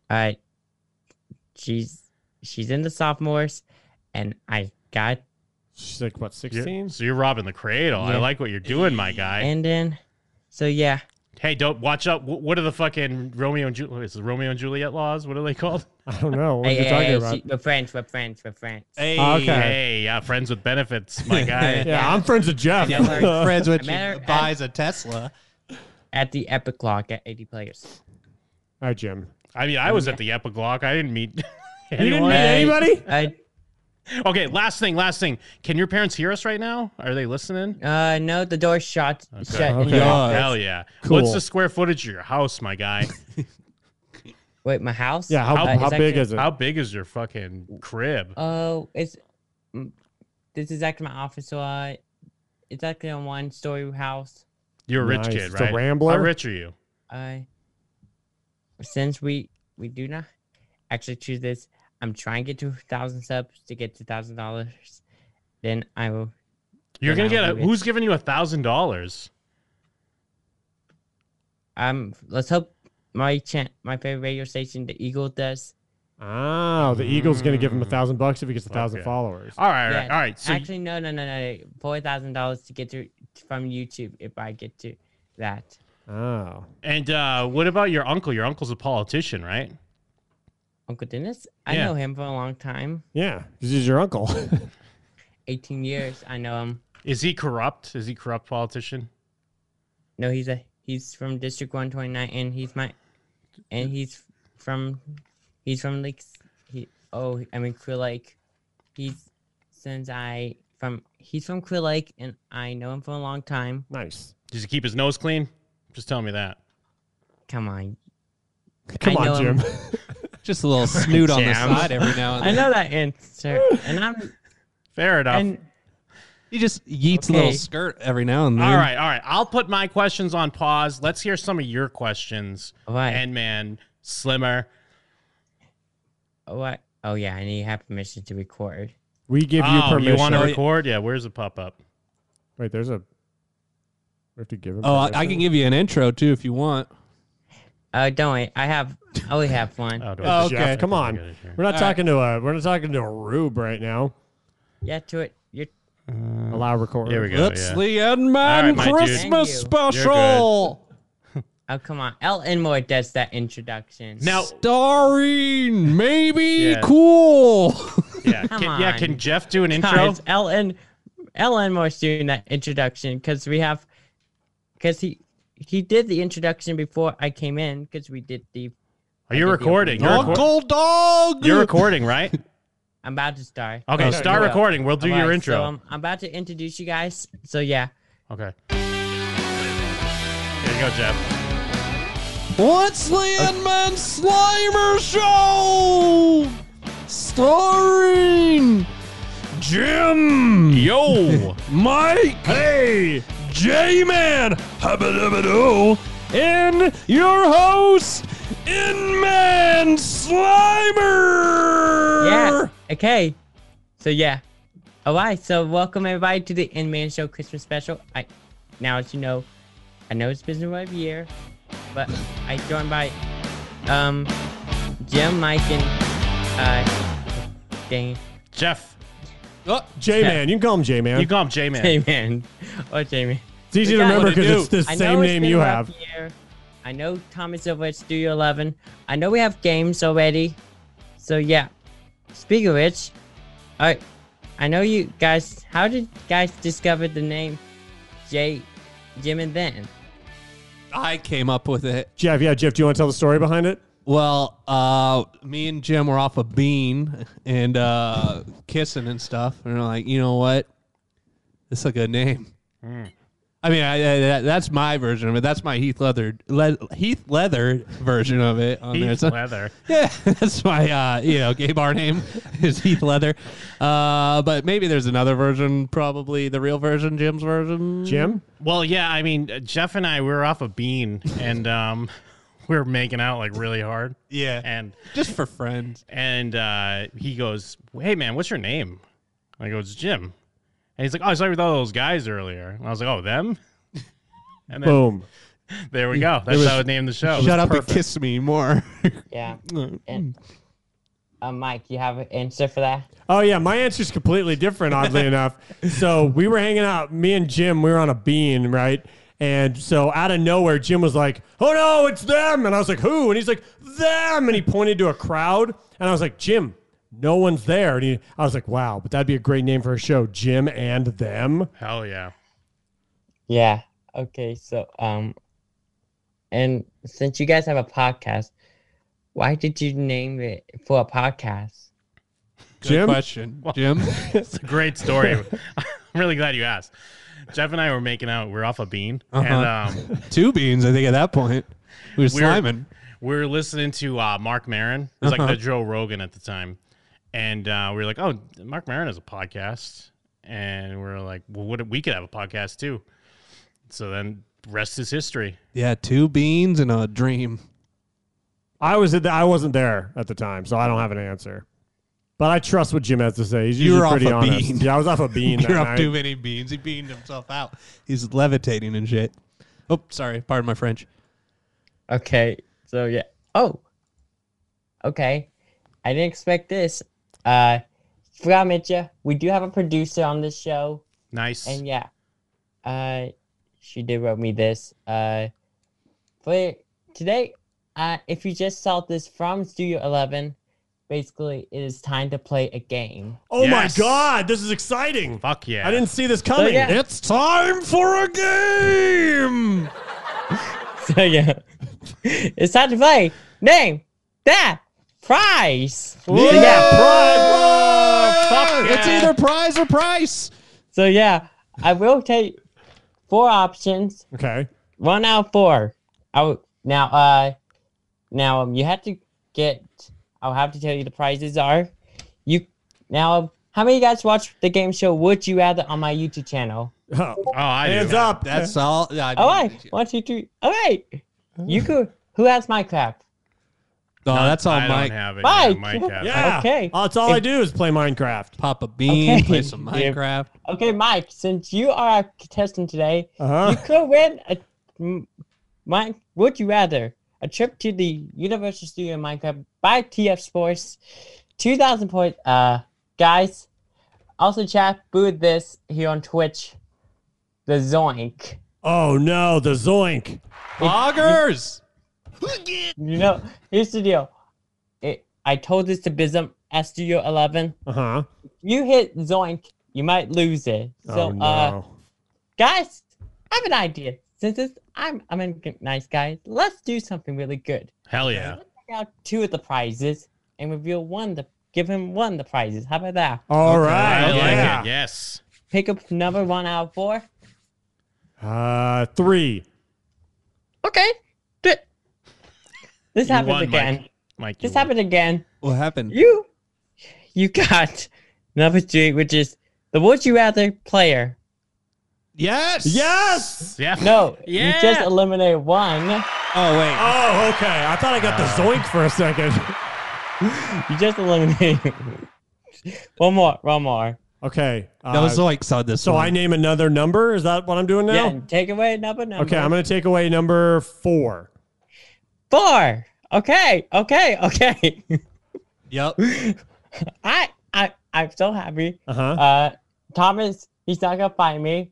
K: I she's she's in the sophomores, and I got
J: She's like what
I: You're- so you're robbing the cradle. I
K: Yeah.
I: like what you're doing, my guy.
K: And then, so yeah.
I: Hey, don't watch up. Wh- What are the fucking Romeo and Juliet? Is the Romeo and Juliet laws? What are they called?
J: I don't know.
K: Hey, hey, hey, she- we're friends. We're friends. We're friends.
I: Hey,
J: Oh, Okay.
I: hey, yeah, friends with benefits, my guy.
K: Yeah, Yeah. I'm friends with Jeff. I know her.
L: friends with
K: I met her
L: buys a Tesla.
K: At the Epic Lock at eighty players.
J: All right, Jim.
I: I mean, I was at the Epiglock. I didn't meet.
J: didn't
I: anyone.
J: meet anybody?
K: I,
I: okay, last thing, last thing. Can your parents hear us right now? Are they listening?
K: Uh, no, the door shut. Shut. in
I: Okay.
K: your office.
I: Hell yeah. What's
K: Cool.
I: the square footage of your house, my guy?
K: Wait, my house.
I: How big is your fucking crib?
K: Oh, it's mm, this is actually my office. So uh, it's actually a one-story house.
I: You're a rich
J: Nice.
I: kid,
J: It's
I: right?
J: a Rambler?
I: How rich are you?
K: I since we we do not actually choose this, I'm trying to get to thousand subs to get to thousand dollars. Then I will.
I: You're gonna
K: then
I: get
K: I
I: a.
K: will do it.
I: Who's giving you a thousand dollars?
K: Um, let's hope my chan my favorite radio station, the Eagle, does.
J: Oh, the Eagle's gonna give him a thousand bucks if he gets a thousand
K: Okay.
J: followers.
I: Mm. All right,
K: Yeah, actually, no, no, no, no. Four thousand dollars to get to from YouTube if I get to that.
J: Oh.
I: And uh, what about your uncle? Your uncle's a politician, right?
K: Uncle Dennis, I
I: Yeah.
K: know him for a long time,
J: Yeah, this is your uncle.
K: eighteen years. I know him.
I: Is he corrupt? Is he a corrupt politician?
K: No, he's a he's from District One Twenty Nine, and he's my, and he's from, he's from like, s- he oh I mean Clear Lake, he's since I from he's from Clear Lake, and I know him for a long time.
J: Nice.
I: Does he keep his nose clean? Just tell me that.
K: Come on.
I: Come on, Jim.
L: Just a little snoot on the
I: Jim.
L: side every now and
K: I
L: then.
K: know that answer, and I'm
I: Fair enough.
L: He just yeets a little
I: Okay.
L: skirt every now and then.
I: All right, all right. I'll put my questions on pause. Let's hear some of your questions.
K: All right.
I: And man, slimmer.
K: oh I, oh yeah, I need to have permission to record.
J: We give you
I: Oh,
J: permission.
I: You want to record? Yeah. Where's the Oh, pop up?
J: Wait, there's a. We have to give him.
L: Oh, I, I
J: permission?
L: can give you an intro too if you want.
K: Uh, don't wait. I have. I only have one.
I: oh,
J: Oh, Jeff, come on. We're not
K: All
J: talking to a. We're not talking to a rube right now.
K: Yeah, to it. You're
J: Allow record.
I: There Uh, we go. yeah.
L: Endman
I: All right, my dude.
L: Christmas
K: Thank you.
L: special.
K: Oh come on, L. Enmore does that introduction.
I: Now,
L: Starring maybe
I: Yeah.
L: cool.
I: yeah,
K: Come
I: can, yeah.
K: on.
I: Can Jeff do an intro?
K: Guys, L. En- L. Enmore's doing that introduction because we have, because he he did the introduction before I came in because we did the.
I: Are you
K: I did the
I: recording?
K: opening.
I: You're, recor-
L: Dog.
I: you're recording, right?
K: I'm about to start.
I: Okay, Okay, start
K: cool.
I: recording. We'll do your
K: Alright,
I: intro.
K: So um, I'm about to introduce you guys. So yeah.
I: Okay. There you go, Jeff.
L: What's the Endman Slimer Show? Starring Jim.
I: Yo.
L: Mike. Hey. J Man. And your host, Inman Slimer.
K: Yeah. Okay. So yeah. All right. So welcome everybody to the In Man Show Christmas special. I now as you know, I know it's been a year, but I joined by um Jim, Mike, and uh, dang,
I: Jeff.
L: Oh,
J: J man, you can call him J man.
I: You call him J Man.
K: J Man, or oh, Jamie.
J: It's easy
K: We
J: to
K: got-
J: remember because it's the
K: I know
J: same
K: it's
J: name
K: been
J: you
K: a
J: have.
K: rough year. I know Tom is over at Studio 11. I know we have games already. So, yeah. Speaking of which, I, I know you guys. How did you guys discover the name J. Jim and Then?
L: I came up with it.
J: Jeff, yeah, Jeff, do you want to tell the story behind it?
L: Well, uh, me and Jim were off a bean and uh, kissing and stuff, and we're like, you know what? It's a good name.
I: Hmm.
L: I mean, I, I, that, that's my version of it. That's my Heath Leather le, Heath Leather version of it. On there.
I: Heath
L: So-
I: Leather.
L: Yeah, that's my uh, you know gay bar name is Heath Leather. Uh, but maybe there's another version. Probably the real version, Jim's version.
I: Well, yeah. I mean, uh, Jeff and I we were off a bean, and um, we were making out like really hard.
L: Yeah.
I: And
L: just for friends.
I: And uh, he goes, "Hey, man, what's your name?" And I go, "It's Jim." And he's like, "Oh, I saw you with all those guys earlier." And I was like, "Oh, them." And
J: Boom.
I: There we go.
L: There
I: That's
L: was-
I: how I named the show.
L: Shut up
I: Perfect.
L: and kiss me more.
K: Yeah. And, uh, Mike, you have an answer for that?
J: Oh yeah, my answer's completely different, oddly enough. So we were hanging out, me and Jim, we were on a bean, right? And so out of nowhere, Jim was like, Oh no, it's them. And I was like, Who? And he's like, Them. And he pointed to a crowd. And I was like, Jim, no one's there. And he, I was like, Wow, but that'd be a great name for a show, Jim and them.
I: Hell yeah.
K: Yeah. Okay. So, um, and since you guys have a podcast, why did you name it for a podcast?
L: Good Jim? question. Jim?
I: it's a great story. I'm really glad you asked. Jeff and I were making out. We are off a bean,
L: Uh-huh.
I: and um,
L: Two beans, I think, at that point. We were sliming.
I: We were listening to uh, Mark Marin. It was
L: Uh-huh.
I: like the Joe Rogan at the time. And uh, we were like, oh, Mark Marin has a podcast. And we are like, well, what, we could have a podcast too. So then rest is history.
L: Yeah, two beans and a dream.
J: I was at the, I wasn't there at the time, so I don't have an answer. But I trust what Jim has to say. He's
L: You
J: usually
L: were off
J: pretty
L: a
J: honest.
L: bean.
J: Yeah, I was off a bean. that
L: You're off
J: night.
L: too many beans. He beamed himself out. He's levitating and shit. Oh, sorry. Pardon my French.
K: Okay. So yeah. Oh. Okay. I didn't expect this. Uh, forgot to mention we do have a producer on this show.
I: Nice.
K: And yeah, uh, she did wrote me this. Uh, for today, uh, if you just saw this from Studio Eleven, basically it is time to play a game.
J: Oh my god, this is exciting.
I: Fuck yeah.
J: I didn't see this coming.
K: So, yeah.
J: It's time for a game.
K: So yeah, it's time to play. Name that prize.
L: Yeah, Oh,
K: prize.
L: It's either prize or price.
K: So yeah, I will take four options.
J: Okay.
K: One out of four. I will, now uh now um, you have to get. I'll have to tell you the prizes are. You now um, how many of you guys watch the game show? Would you rather on my YouTube channel?
J: Oh,
I: I
J: do. Hands up.
L: That's all. I
K: All right, one, two, three. All right, you could. Who has Minecraft?
L: No, that's all
J: I don't
L: Mike.
J: have it.
K: Mike.
J: Mike has it. Yeah.
K: Okay.
J: Oh, that's all I do is play Minecraft.
L: Pop a bean,
K: Okay.
L: play some
K: Yeah.
L: Minecraft.
K: Okay, Mike. Since you are our contestant today,
J: Uh-huh.
K: you could win a m- Mike. Would you rather a trip to the Universal Studio in Minecraft by TF Sports, two thousand points. Uh, guys. Also, chat booed this here on Twitch. The Zoink.
J: Oh no, the Zoink.
L: Boggers.
K: You know, here's the deal. It, I told this to Bism at Studio Eleven.
J: Uh huh.
K: You hit Zoink, you might lose it. So,
J: oh no.
K: uh, guys, I have an idea. Since it's, I'm I'm a g- nice guy, let's do something really good.
I: Hell yeah.
K: Pick out two of the prizes and reveal one. The give him one of the prizes. How about that?
J: All right.
I: I like
J: yeah.
I: it. Yes.
K: Pick up number one out of four.
J: Uh, three.
K: Okay. Th- This
I: You
K: happened
I: won,
K: again.
I: Mike. Mike you
K: This happened again.
L: What happened?
K: You, you got number three, which is the would you rather player.
L: Yes.
J: Yes.
I: Yeah.
K: No, you
I: Yeah.
K: just eliminated one.
L: Oh wait.
J: Oh, okay. I thought I got the
I: Ah.
J: Zoink for a second.
K: You just eliminated one more. One more.
J: Okay. Uh,
L: that was like saw this.
J: so I name another number. Is that what I'm doing now?
K: Yeah, take away number number.
J: Okay, I'm gonna take away number four.
K: four. Okay, okay, okay.
L: Yep.
K: I I I'm so happy.
J: Uh-huh.
K: Uh, Thomas, he's not gonna find me,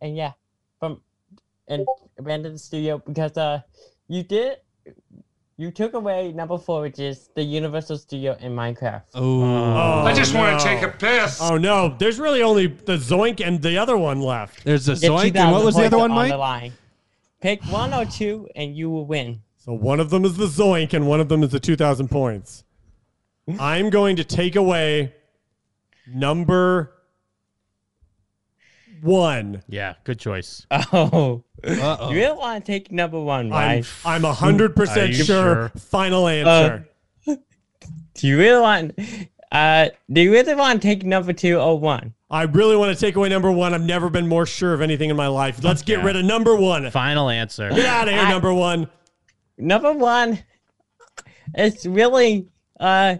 K: and yeah, from and abandoned the studio because uh, you did you took away number four, which is the Universal Studio in Minecraft.
L: Oh.
G: I just want to take a
J: no.
G: piss.
J: Oh no, there's really only the Zoink and the other one left.
L: There's a
K: Get
L: Zoink. And what
K: 2,000
L: was the other
K: points
L: one,
K: on
L: Mike?
K: The line. Pick one or two, and you will win.
J: So one of them is the Zoink, and one of them is the 2,000 points. I'm going to take away number one.
I: Yeah, good choice.
K: Oh. You really want to take number one,
J: I'm,
K: right?
J: I'm 100% sure. Final answer.
K: Uh, do you really want? Uh, do you really want to take number two or one?
J: I really want to take away number one. I've never been more sure of anything in my life. Let's get
I: Yeah.
J: rid of number one.
I: Final answer.
J: Get out of here,
K: I-
J: number one.
K: Number one, it's really uh,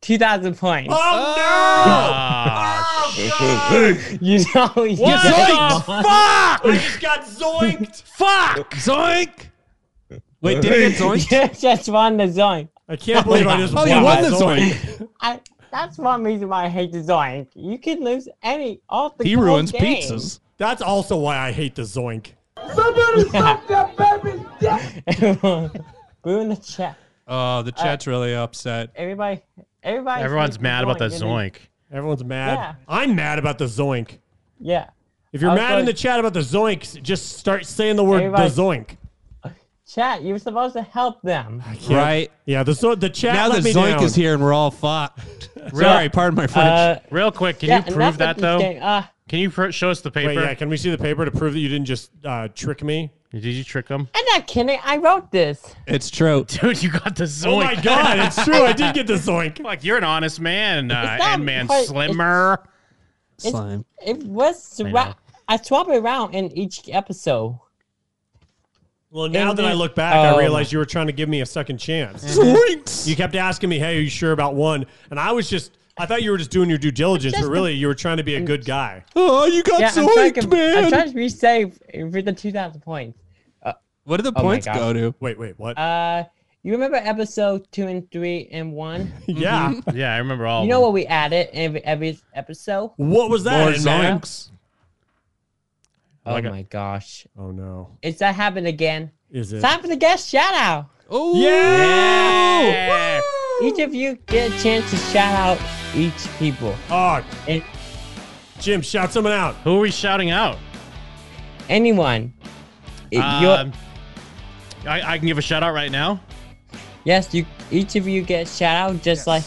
K: two thousand points.
J: Oh,
L: Ah.
K: you know, you
J: What
K: know-
J: the fuck? I just got zoinked.
I: fuck.
L: Zoink.
J: Wait, did you get zoinked?
K: You just won the zoink.
J: I can't believe I just
L: Oh, you won won the the zoink.
K: I, that's one reason why I hate the zoink. You can lose any off the
J: He
K: whole
J: ruins
K: game.
J: pizzas. That's also why I hate the zoink.
K: Ruin the chat.
L: Oh,
K: Uh,
L: the chat's really upset.
K: Everybody, everybody. hates and then-
J: Everyone's mad.
K: Yeah.
J: I'm mad about the zoink.
K: Yeah.
J: If you're
K: I was
J: mad in
K: like-
J: the chat about the zoinks, just start saying the word
K: Everybody-
J: the zoink.
K: Chat, you were supposed to help them.
J: Yeah. Yeah, the zo- the chat
L: now
J: let
L: the
J: me
L: zoink
J: down.
L: is here and we're all fucked. Sorry, pardon my French.
K: Uh,
I: Real quick, can
K: yeah,
I: you
K: and
I: prove that
K: that's
I: though?
K: what this game- ah.
I: can you pr- show us the paper?
J: Wait, yeah, can we see the paper to prove that you didn't just uh, trick me?
I: Did you trick him?
K: I'm not kidding. I wrote this.
L: It's true.
I: Dude, you got the zoink.
J: Oh my god, it's true. I did get the zoink.
I: Like you're an honest man, uh,
K: not
I: and man
K: quite-
I: slimmer.
K: It's- It was
I: know.
K: swap. I swap it around in each episode.
J: Well, now
K: And
J: that I
K: then-
J: look back, I
K: Oh.
J: realized you were trying to give me a second chance.
L: Zoinks!
J: You kept asking me, "Hey, are you sure about one?" And I was just. I thought you were just doing your due diligence, but
K: Just-
J: really, you were trying to be a good guy.
L: Oh, you got
K: yeah, I'm trying
L: zoinked,
K: to, I'm
L: man.
K: trying to be safe for the 2,000 points.
L: what do the
K: Oh my
L: points
K: God.
L: go to?
J: Wait, wait, what?
K: Uh, you remember episode two and three and one? Mm-hmm.
J: yeah.
I: Yeah, I remember all. of
K: you know
I: them.
K: what we added in every, every episode?
J: What was that?
L: More
J: in man?
L: zoinks.
K: Oh
I: Like a-
K: my gosh!
J: Oh no.
K: Is that happened again?
J: Is it?
K: Time for the guest shout out.
L: Oh,
J: Yeah.
I: Yeah.
K: Each of you get a chance to shout out each people.
J: Oh,
K: And
J: Jim, shout someone out.
I: Who are we shouting out?
K: anyone. It-
I: Um,
K: you're-
I: I, I can give a shout out right now.
K: yes, you. Each of you get a shout out, just like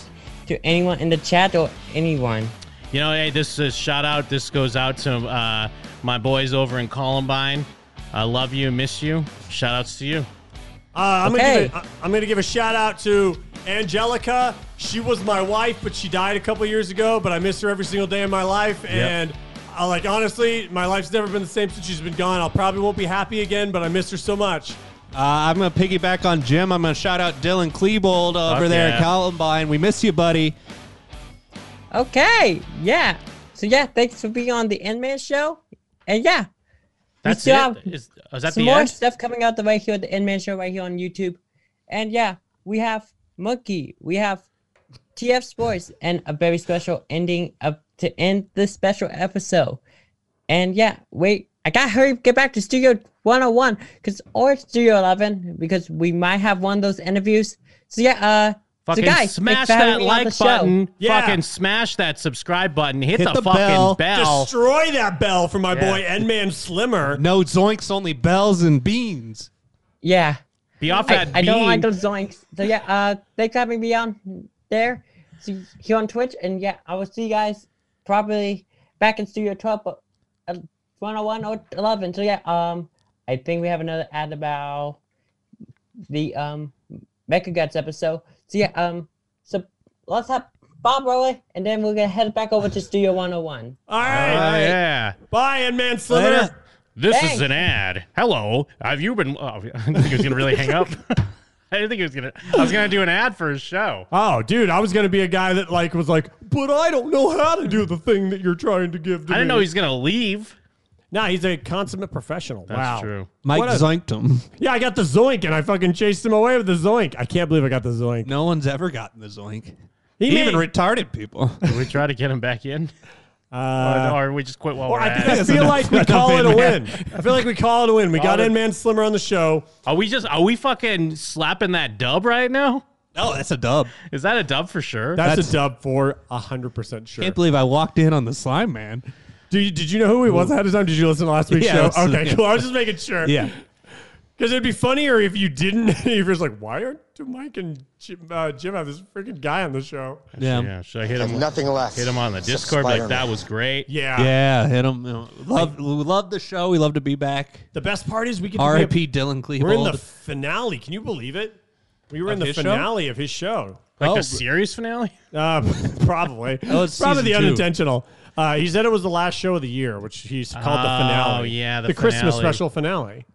K: to anyone in the chat or anyone.
I: You know, hey, this is shout out. This goes out to uh, my boys over in Columbine. I love you, miss you. Shout outs to you.
J: Uh, I'm gonna
K: Okay.
J: give a, I'm gonna give a shout out to Angelica. She was my wife, but she died a couple years ago. But I miss her every single day of my life. And I, like honestly, my life's never been the same since she's been gone. I'll probably won't be happy again, but I miss her so much.
L: Uh, I'm gonna piggyback on Jim. I'm gonna shout out Dylan Klebold over there
I: yeah.
L: at Columbine. We miss you, buddy.
K: Okay, yeah. So yeah, thanks for being on the Endman show, and yeah,
I: That's
K: still have
I: it. Is, is that
K: some
I: the
K: more
I: end?
K: stuff coming out the right here at the Endman show right here on YouTube, and yeah, we have Monkey, we have TF Sports, and a very special ending up to end this special episode. And yeah, wait, I gotta hurry get back to Studio 101 because or Studio 11 because we might have one of those interviews. So yeah, uh,
I: Fucking
K: so guys,
I: smash
K: thanks for having
I: that
K: me on
I: like
K: the show.
I: button.
J: Yeah.
I: Fucking smash that subscribe button. Hit,
L: Hit
I: the,
L: the
I: fucking bell.
L: bell.
J: Destroy that bell for my
I: Yeah.
J: boy Endman Slimmer.
L: No zoinks, only bells and beans.
K: Yeah.
I: Be off
K: I,
I: that
K: I don't
I: bean.
K: like those zoinks. So yeah, uh, thanks for having me on there, see, here on Twitch, and yeah, I will see you guys probably back in Studio 12, but uh, 101 or 11. So yeah, um, I think we have another ad about the um Mecha Guts episode. So yeah, um, so let's have Bob roll it, and then we're gonna head back over to Studio 101.
J: All
I: Oh,
J: right.
I: yeah.
J: Bye, Endman Slimmer.
L: Later.
I: This is
K: Thanks.
I: an ad. Hello, have you been? Oh, I didn't think he was gonna really hang up. I didn't think he was gonna. I was gonna do an ad for his show.
J: Oh, dude, I was gonna be a guy that like was like, but I don't know how to do the thing that you're trying to give. To
I: I didn't
J: me."
I: know he was gonna leave.
J: Nah, he's a consummate professional.
I: That's
J: wow.
I: true.
L: Mike
J: What a-
L: zoinked him.
J: Yeah, I got the zoink, and I fucking chased him away with the zoink. I can't believe I got the zoink.
L: No one's ever gotten the zoink.
J: He
L: Even
J: made-
L: retarded people.
I: Did we try to get him back in,
J: Uh,
I: or, or we just quit while
J: well,
I: we're
J: I,
I: at
J: I
I: it?
J: feel like we
I: Enough
J: call it a
I: in
J: win.
I: there.
J: I feel like we call it a win. We got
I: it-
J: Endman Slimmer on the show.
I: Are we just? Are we fucking slapping that dub right now?
L: no, that's a dub.
I: Is that a dub for sure?
J: That's,
L: That's-
J: a dub for hundred percent sure.
L: Can't believe I walked in on the slime man.
J: Do you, did you know who he was ahead of time? Did you listen to last week's
L: Yeah,
J: show?
L: that's-
J: Okay,
L: yeah.
J: cool. I was just making sure.
L: Yeah.
J: Because it'd be funnier if you didn't. if you're just like, why aren't do Mike and Jim, uh, Jim have this freaking guy on the show?
L: Yeah.
I: Should I hit
H: There's
I: him?
H: nothing left.
I: Hit him on the
H: Except
I: Discord. Like that
H: Spider-Man.
I: was great.
J: Yeah.
L: Yeah, hit him. Love, we love the show. We love to be back.
J: The best part is we get to be a-
L: R.I.P. Dylan Klebold.
J: We're in the finale. Can you believe it? We were
L: Of
J: in the
L: his show?
J: finale of his show.
L: Like the Oh.
I: series finale?
J: Uh, probably.
L: Oh, it's
J: probably the
L: season two.
J: unintentional. Uh, he said it was the last show of the year, which he's called the
L: Oh,
J: finale.
L: yeah, the
J: Christmas
L: finale.
J: special finale.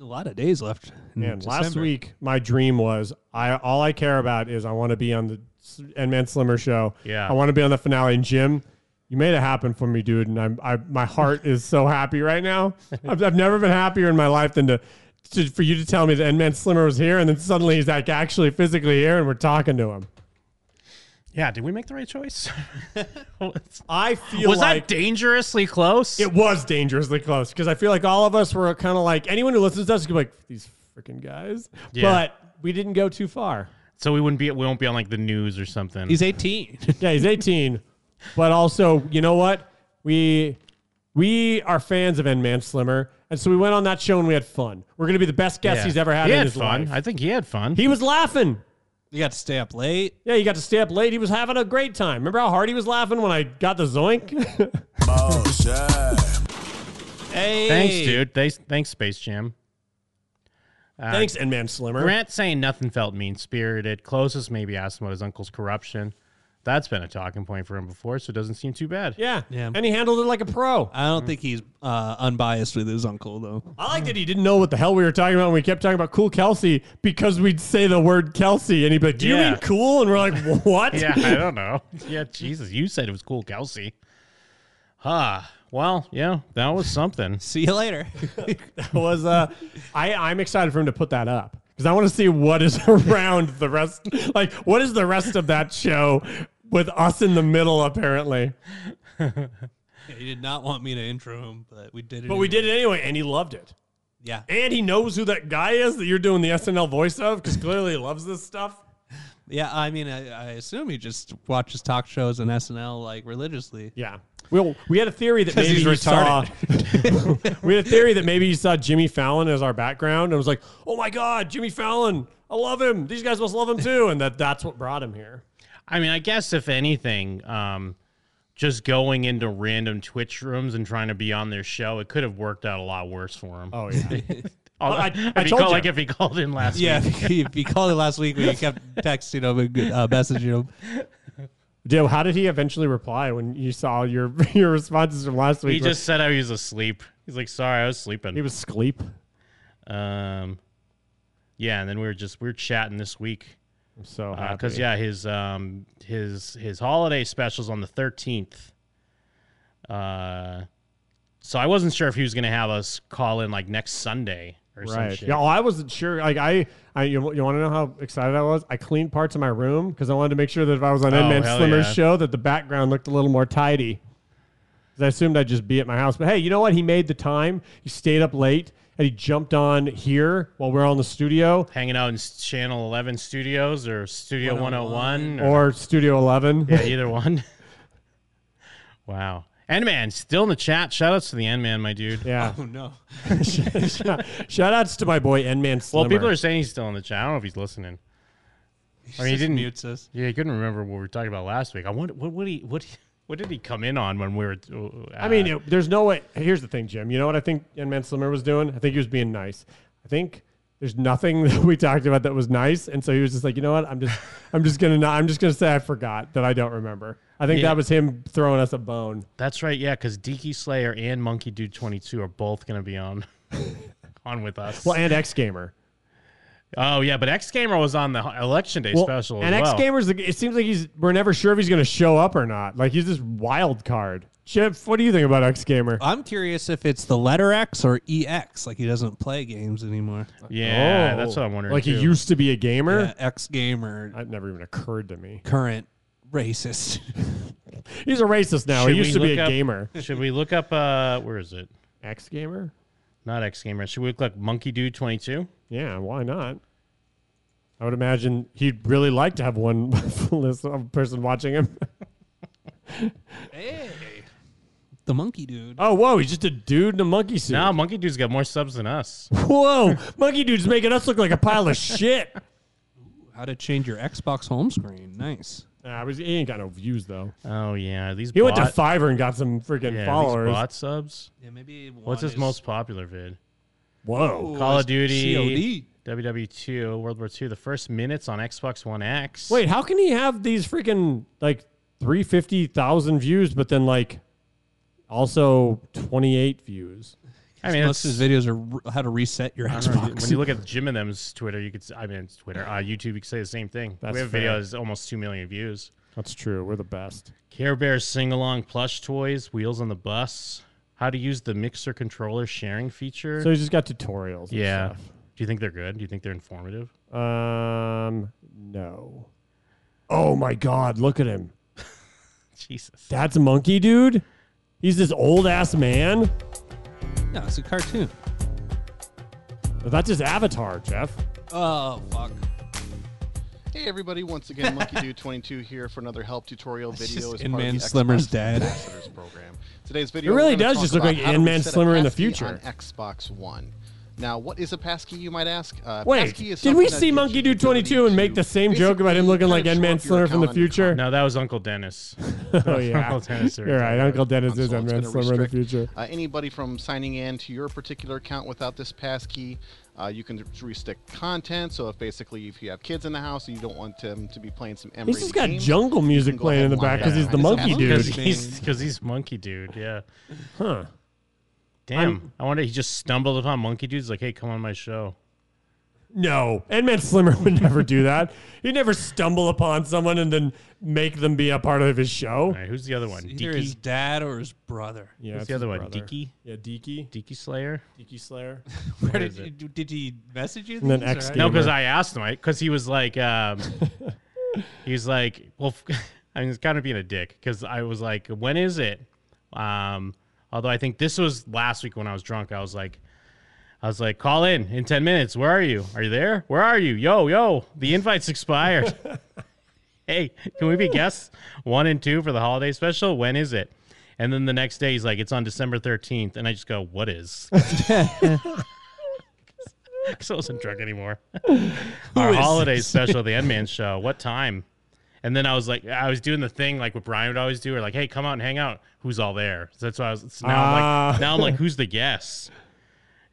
L: a lot of days left. in
I: Mm,
J: And last
L: December.
J: week, my dream was I all I care about is I want to be on the S- N Man Slimmer show.
I: Yeah.
J: I want to be on the finale. And Jim, you made it happen for me, dude. And I'm I my heart is so happy right now. I've, I've never been happier in my life than to, to for you to tell me that N Man Slimmer was here, and then suddenly he's like actually physically here, and we're talking to him.
I: Yeah. Did we make the right choice?
J: I feel
I: was
J: like-
I: that dangerously close?
J: It was dangerously close because I feel like all of us were kind of like anyone who listens to us could be like these freaking guys,
I: Yeah.
J: but we didn't go too far.
I: So we wouldn't be. We won't be on like the news or something.
L: He's 18.
J: yeah, he's 18. But also, you know what? We we are fans of N Man Slimmer. And so we went on that show and we had fun. We're going to be the best guest
I: Yeah.
J: he's ever had
I: He
J: in
I: had
J: his
I: fun.
J: life.
I: I think he had fun.
J: He was laughing.
L: You got to stay up late.
J: Yeah, he got to stay up late. He was having a great time. Remember how hard he was laughing when I got the zoink?
L: Hey.
I: Thanks, dude. Thanks, thanks, Space Jam. Uh,
J: Thanks, N Man Slimmer.
I: Grant saying nothing felt mean spirited. Closest maybe asked him about his uncle's corruption. That's been a talking point for him before, so it doesn't seem too bad.
J: Yeah.
L: Yeah.
J: And he handled it like a pro.
L: I don't think he's uh, unbiased with his uncle though.
J: I like that he didn't know what the hell we were talking about when we kept talking about cool Kelsey because we'd say the word Kelsey and he'd be like, Do you
I: Yeah.
J: mean cool? And we're like, What?
I: yeah, I don't know. Yeah, Jesus, you said it was cool, Kelsey. Huh. Well, yeah, that was something.
L: See you later.
J: was uh I, I'm excited for him to put that up because I want to see what is around the rest like what is the rest of that show with us in the middle apparently.
L: he did not want me to intro him, but we did it.
J: But we did it anyway and he loved it.
L: Yeah.
J: And he knows who that guy is that you're doing the SNL voice of because clearly he loves this stuff.
L: Yeah, I mean, I, I assume he just watches talk shows and SNL like religiously.
J: Yeah. Well, we had a theory that
L: 'Cause
J: maybe
L: he's
J: he saw. we had a theory that maybe he saw Jimmy Fallon as our background and was like, "Oh my God, Jimmy Fallon! I love him. These guys must love him too." And that that's what brought him here.
I: I mean, I guess if anything, um, just going into random Twitch rooms and trying to be on their show, it could have worked out a lot worse for him.
J: Oh yeah.
I: Oh,
J: I-
I: if
J: I
I: he
J: told
I: called,
J: you.
I: like if he called in last
L: Yeah,
I: week.
L: if he, if he called it last week when you kept texting him and uh, messaging him.
J: Joe, how did he eventually reply when you saw your your responses from last week?
I: He just said I was asleep. He's like, sorry, I was sleeping.
J: he was sleep.
I: um, yeah, and then we were just we were chatting this week
J: I'm so happy.
I: because yeah, his um his his holiday specials on the thirteenth. Uh, so I wasn't sure if he was gonna have us call in like next Sunday or some
J: Right.
I: shit.
J: Yeah, well, I wasn't sure. Like I, I you, you want to know how excited I was? I cleaned parts of my room because I wanted to make sure that if I was on
I: Oh,
J: N Man
I: hell
J: Slimmer's
I: yeah.
J: show, that the background looked a little more tidy. 'Cause I assumed I'd just be at my house. But hey, you know what? He made the time. He stayed up late and he jumped on here while we we're on the studio
I: Hanging out in s- Channel Eleven Studios or Studio One
J: oh
I: Hundred One
J: or Studio Eleven.
I: yeah, either one. wow. N Man still in the chat. Shout outs to the N Man, my dude.
J: yeah.
L: Oh no.
J: shout, shout outs to my boy N Man Slimmer.
I: Well, people are saying he's still in the chat. I don't know if he's listening. I mean, he
L: just
I: didn't.
L: mutes us.
I: Yeah, he couldn't remember what we were talking about last week. I wonder what what he what he- what did he come in on when we were. Uh,
J: I mean, it, there's no way. Here's the thing, Jim. You know what I think N Man Slimmer was doing? I think he was being nice. I think there's nothing that we talked about that was nice, and so he was just like, you know what? I'm just, I'm just gonna, not, I'm just gonna say I forgot that I don't remember. I think
I: Yeah.
J: that was him throwing us a bone.
I: that's right. Yeah, because Deaky Slayer and Monkey Dude Twenty Two are both going to be on on with us.
J: Well, and X Gamer.
I: oh yeah, but X Gamer was on the election day
J: Well,
I: special.
J: and
I: as well.
J: X Gamer's. the- It seems like he's. We're never sure if he's gonna show up or not. Like he's this wild card. Chip, what do you think about X Gamer?
L: I'm curious if it's the letter X or E. EX. Like he doesn't play games anymore.
I: Yeah,
J: Oh.
I: that's what I'm wondering.
J: Like he
I: too.
J: used to be a gamer.
L: Yeah, X gamer,
J: That never even occurred to me.
L: current racist.
J: He's a racist now.
I: Should
J: he
I: we
J: used to be
I: look
J: a
I: up-
J: gamer.
I: Should we look up? uh Where is it?
J: X Gamer.
I: Not X Gamer. Should we look like Monkey Dude Twenty Two?
J: Yeah, why not? I would imagine he'd really like to have one list of person watching him.
L: hey. the monkey dude.
J: Oh, whoa, he's just a dude in a monkey suit.
I: No, monkey dude's got more subs than us.
J: Whoa, monkey dude's making us look like a pile of shit.
L: How to change your Xbox home screen? Nice.
J: Nah, he ain't got no views though.
I: Oh yeah, these.
J: He went to
I: bot-
J: Fiverr and got some freaking
I: Yeah, these
J: followers.
I: bot subs. Yeah, maybe. What's his
L: is-
I: most popular vid?
J: Whoa. Ooh,
I: Call
J: it's
I: of Duty.
J: COD.
I: WW2, World War II, the first minutes on Xbox One X.
J: Wait, how can he have these freaking like three fifty thousand views, but then like also twenty eight views?
I: I mean,
L: most of his videos are r- how to reset your
I: I don't know,
L: Xbox.
I: when you look at Jim and them's Twitter, you could. s- I mean, it's Twitter, uh, YouTube, you could say the same thing.
J: That's
I: we have
J: fair.
I: videos almost two million views.
J: That's true. We're the best.
I: Care Bear sing along plush toys, wheels on the bus, how to use the mixer controller sharing feature.
J: So he's just got tutorials. and
I: yeah. Do you think they're good? Do you think they're informative?
J: stuff. Um, no. Oh my God! Look at him.
I: Jesus.
J: That's monkey dude. He's this old ass man.
L: No, it's a cartoon.
J: That's his avatar, Jeff.
L: Oh fuck!
M: Hey everybody, once again, Monkey Dude 22 here for another help tutorial video
L: just
M: as
L: Ant
M: part of
L: Man
M: the
L: Slimmer's
M: Xbox
L: dad.
M: Ambassadors program. Today's video
J: It really
M: we're gonna
J: does
M: talk
J: just look
M: about
J: like
M: how to
J: Ant Man
M: reset a
J: Slimmer in the
M: passkey
J: future.
M: on Xbox One. Now, what is a passkey, you might ask? Uh,
J: Wait,
M: passkey is
J: did we
M: something that
J: see
M: gives
J: Monkey
M: you
J: Dude 22 and make the same joke about him looking like Ed Man Slinger from the future?
I: No, that was Uncle Dennis.
J: Oh, yeah.
I: Uncle Dennis.
J: You're right. Uncle Dennis is Ed
M: It's
J: Man
M: gonna
J: Slinger in the
M: restrict,
J: future.
M: Uh, anybody from signing in to your particular account without this passkey. Uh, you can restrict content. So if basically if you have kids in the house and you don't want them to be playing some M
J: He's just got jungle music playing in the back because he's the monkey dude.
I: Because he's, 'cause he's monkey dude. Yeah.
J: Huh.
I: Damn. I wonder. He just stumbled upon monkey dudes. Like, hey, come on my show.
J: No, Ed Man Slimmer would never do that. He'd never stumble upon someone and then make them be a part of his show.
I: All right, who's the other one?
L: Either his dad or his brother.
J: Yeah,
I: Who's
J: it's
I: the other
J: his
I: one?
J: brother.
I: Deaky.
J: Yeah, Deaky.
I: Deaky Slayer.
J: Deaky Slayer.
L: Where
I: What
L: did
I: is
L: you,
I: it?
L: did he message you?
J: And then
L: these, or
J: X
L: how-
I: No, because I asked him. Because he was like, um, he was like, well, f- I mean, it's kind of being a dick. Because I was like, when is it? Um, although I think this was last week when I was drunk. I was like, I was like, call in in ten minutes. Where are you? Are you there? Where are you? Yo, yo, the invite's expired. hey, can we be guests one and two for the holiday special? When is it? And then the next day he's like, it's on December thirteenth, and I just go, what is? Because I wasn't drunk anymore. Our
L: is
I: holiday
L: this?
I: special, the End Man Show. What time? And then I was like, I was doing the thing like what Brian would always do, or like, hey, come out and hang out. Who's all there? So that's why I was so now. I'm
J: Ah.
I: like, now I'm like, who's the guest?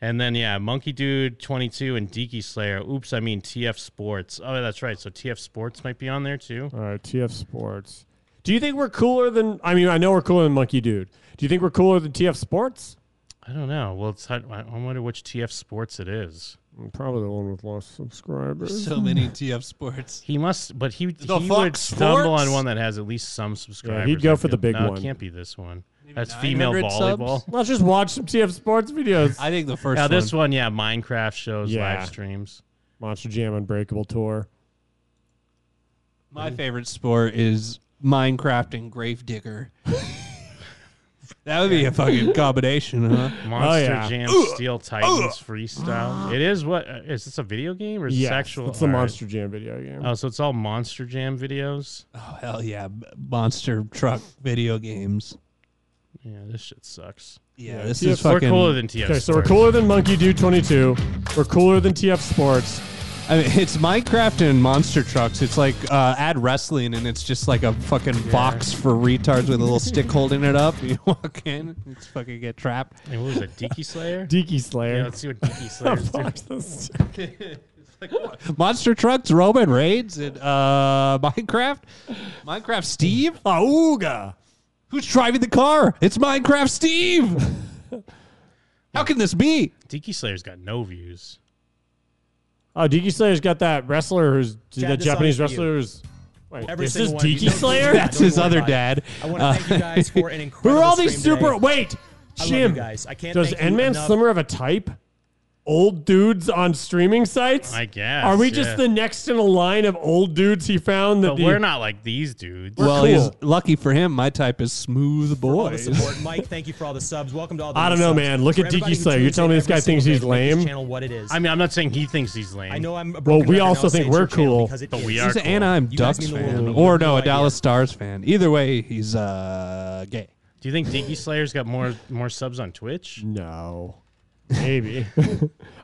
I: And then yeah, Monkey Dude twenty two and Deaky Slayer. Oops, I mean TF Sports. Oh, that's right. So TF Sports might be on there too.
J: All right, TF Sports. Do you think we're cooler than? I mean, I know we're cooler than Monkey Dude. Do you think we're cooler than TF Sports?
I: I don't know. Well, it's I I wonder which TF Sports it is.
J: Probably the one with lost subscribers.
L: So many TF sports.
I: He must, but he
L: The
I: he
L: Fox
I: would stumble
L: Sports?
I: on one that has at least some subscribers.
J: he'd go
I: I
J: for the
I: feel.
J: big
I: no,
J: one.
I: It can't be this one. That's female
L: 900
I: volleyball.
L: subs?
J: Let's just watch some TF Sports videos.
L: I think the first.
I: Now
L: one.
I: this one, yeah, Minecraft shows
J: Yeah.
I: live streams.
J: Monster Jam Unbreakable tour.
L: My favorite sport is Minecraft and Gravedigger. that would be a fucking combination,
N: Uh-huh.
L: huh?
J: Oh,
I: Monster Jam Steel Titans freestyle. It is what uh, is this a video game or is
J: Yes,
I: it actual?
J: it's the
I: all right.
J: Monster Jam video game.
I: Oh, so it's all Monster Jam videos.
L: Oh hell yeah, b- monster truck video games.
I: Yeah, this shit sucks.
L: Yeah, this
J: TF
L: is fucking.
I: We're cooler than TF.
J: Okay, so we're
I: Sports.
J: cooler than Monkey Dude 22. We're cooler than TF Sports.
L: I mean, it's Minecraft and monster trucks. It's like uh, add wrestling, and it's just like a fucking box for retards with a little stick holding it up. You walk in, it's fucking get trapped.
I: And what was it, Deaky Slayer?
J: Deaky Slayer.
I: Yeah, let's see what Deaky Slayer's
J: Watch
I: doing.
J: this.
L: Monster trucks, Roman raids, and uh, Minecraft. Minecraft Steve.
J: Auga.
L: Who's driving the car? It's Minecraft Steve. How can this be?
I: Deaky Slayer's got no views.
J: Oh, Deaky Slayer's got that wrestler who's
N: Chad,
J: that
N: this song
J: Japanese
N: is for you.
J: wrestler who's. Wait,
N: Every
J: this is
N: single one of you.
J: Deaky
N: Don't-
J: Slayer?
N: don't
L: That's his
N: worry
L: other
N: about it.
L: dad.
N: I wanna thank you guys for an
J: Uh, Who are all
N: incredible
J: these
N: stream
J: super?
N: today.
J: Wait,
N: I love
J: Jim.
N: you guys. I can't
J: does
N: thank you
J: Endman
N: enough.
J: Slimmer have a type? Old dudes on streaming sites.
I: I guess,
J: Are we
I: yeah.
J: just the next in a line of old dudes he found? That
I: But
J: the,
I: we're not like these dudes.
J: cool.
L: well, he's lucky for him. My type is smooth
N: all the
L: boys.
N: support. Mike, thank you for all the subs. Welcome to all the
J: I
N: new
J: don't know,
N: subs.
J: Oh, man. Look
N: For
J: at
N: everybody
J: Deaky
N: who
J: Slayer. You're
N: tunes in
J: telling me this
N: every
J: guy thinks
N: single
J: he's
N: day to make this
J: lame?
N: channel what it is.
I: I mean, I'm not saying he thinks he's lame.
N: I know I'm a
J: Well,
N: broken
J: we
N: record,
J: also
N: I'll say
J: think
N: it's your
J: we're
N: channel
J: cool.
N: because it
I: But
N: is.
I: we
L: He's
I: are
L: an Anaheim
N: You guys
L: Ducks
N: mean the world
L: fan,
N: to me. You
L: or
N: have
L: no,
N: no
L: a
N: idea.
L: Dallas Stars fan. Either way, he's uh, gay.
I: Do you think Dinky Slayer's got more more subs on Twitch?
J: No. Maybe.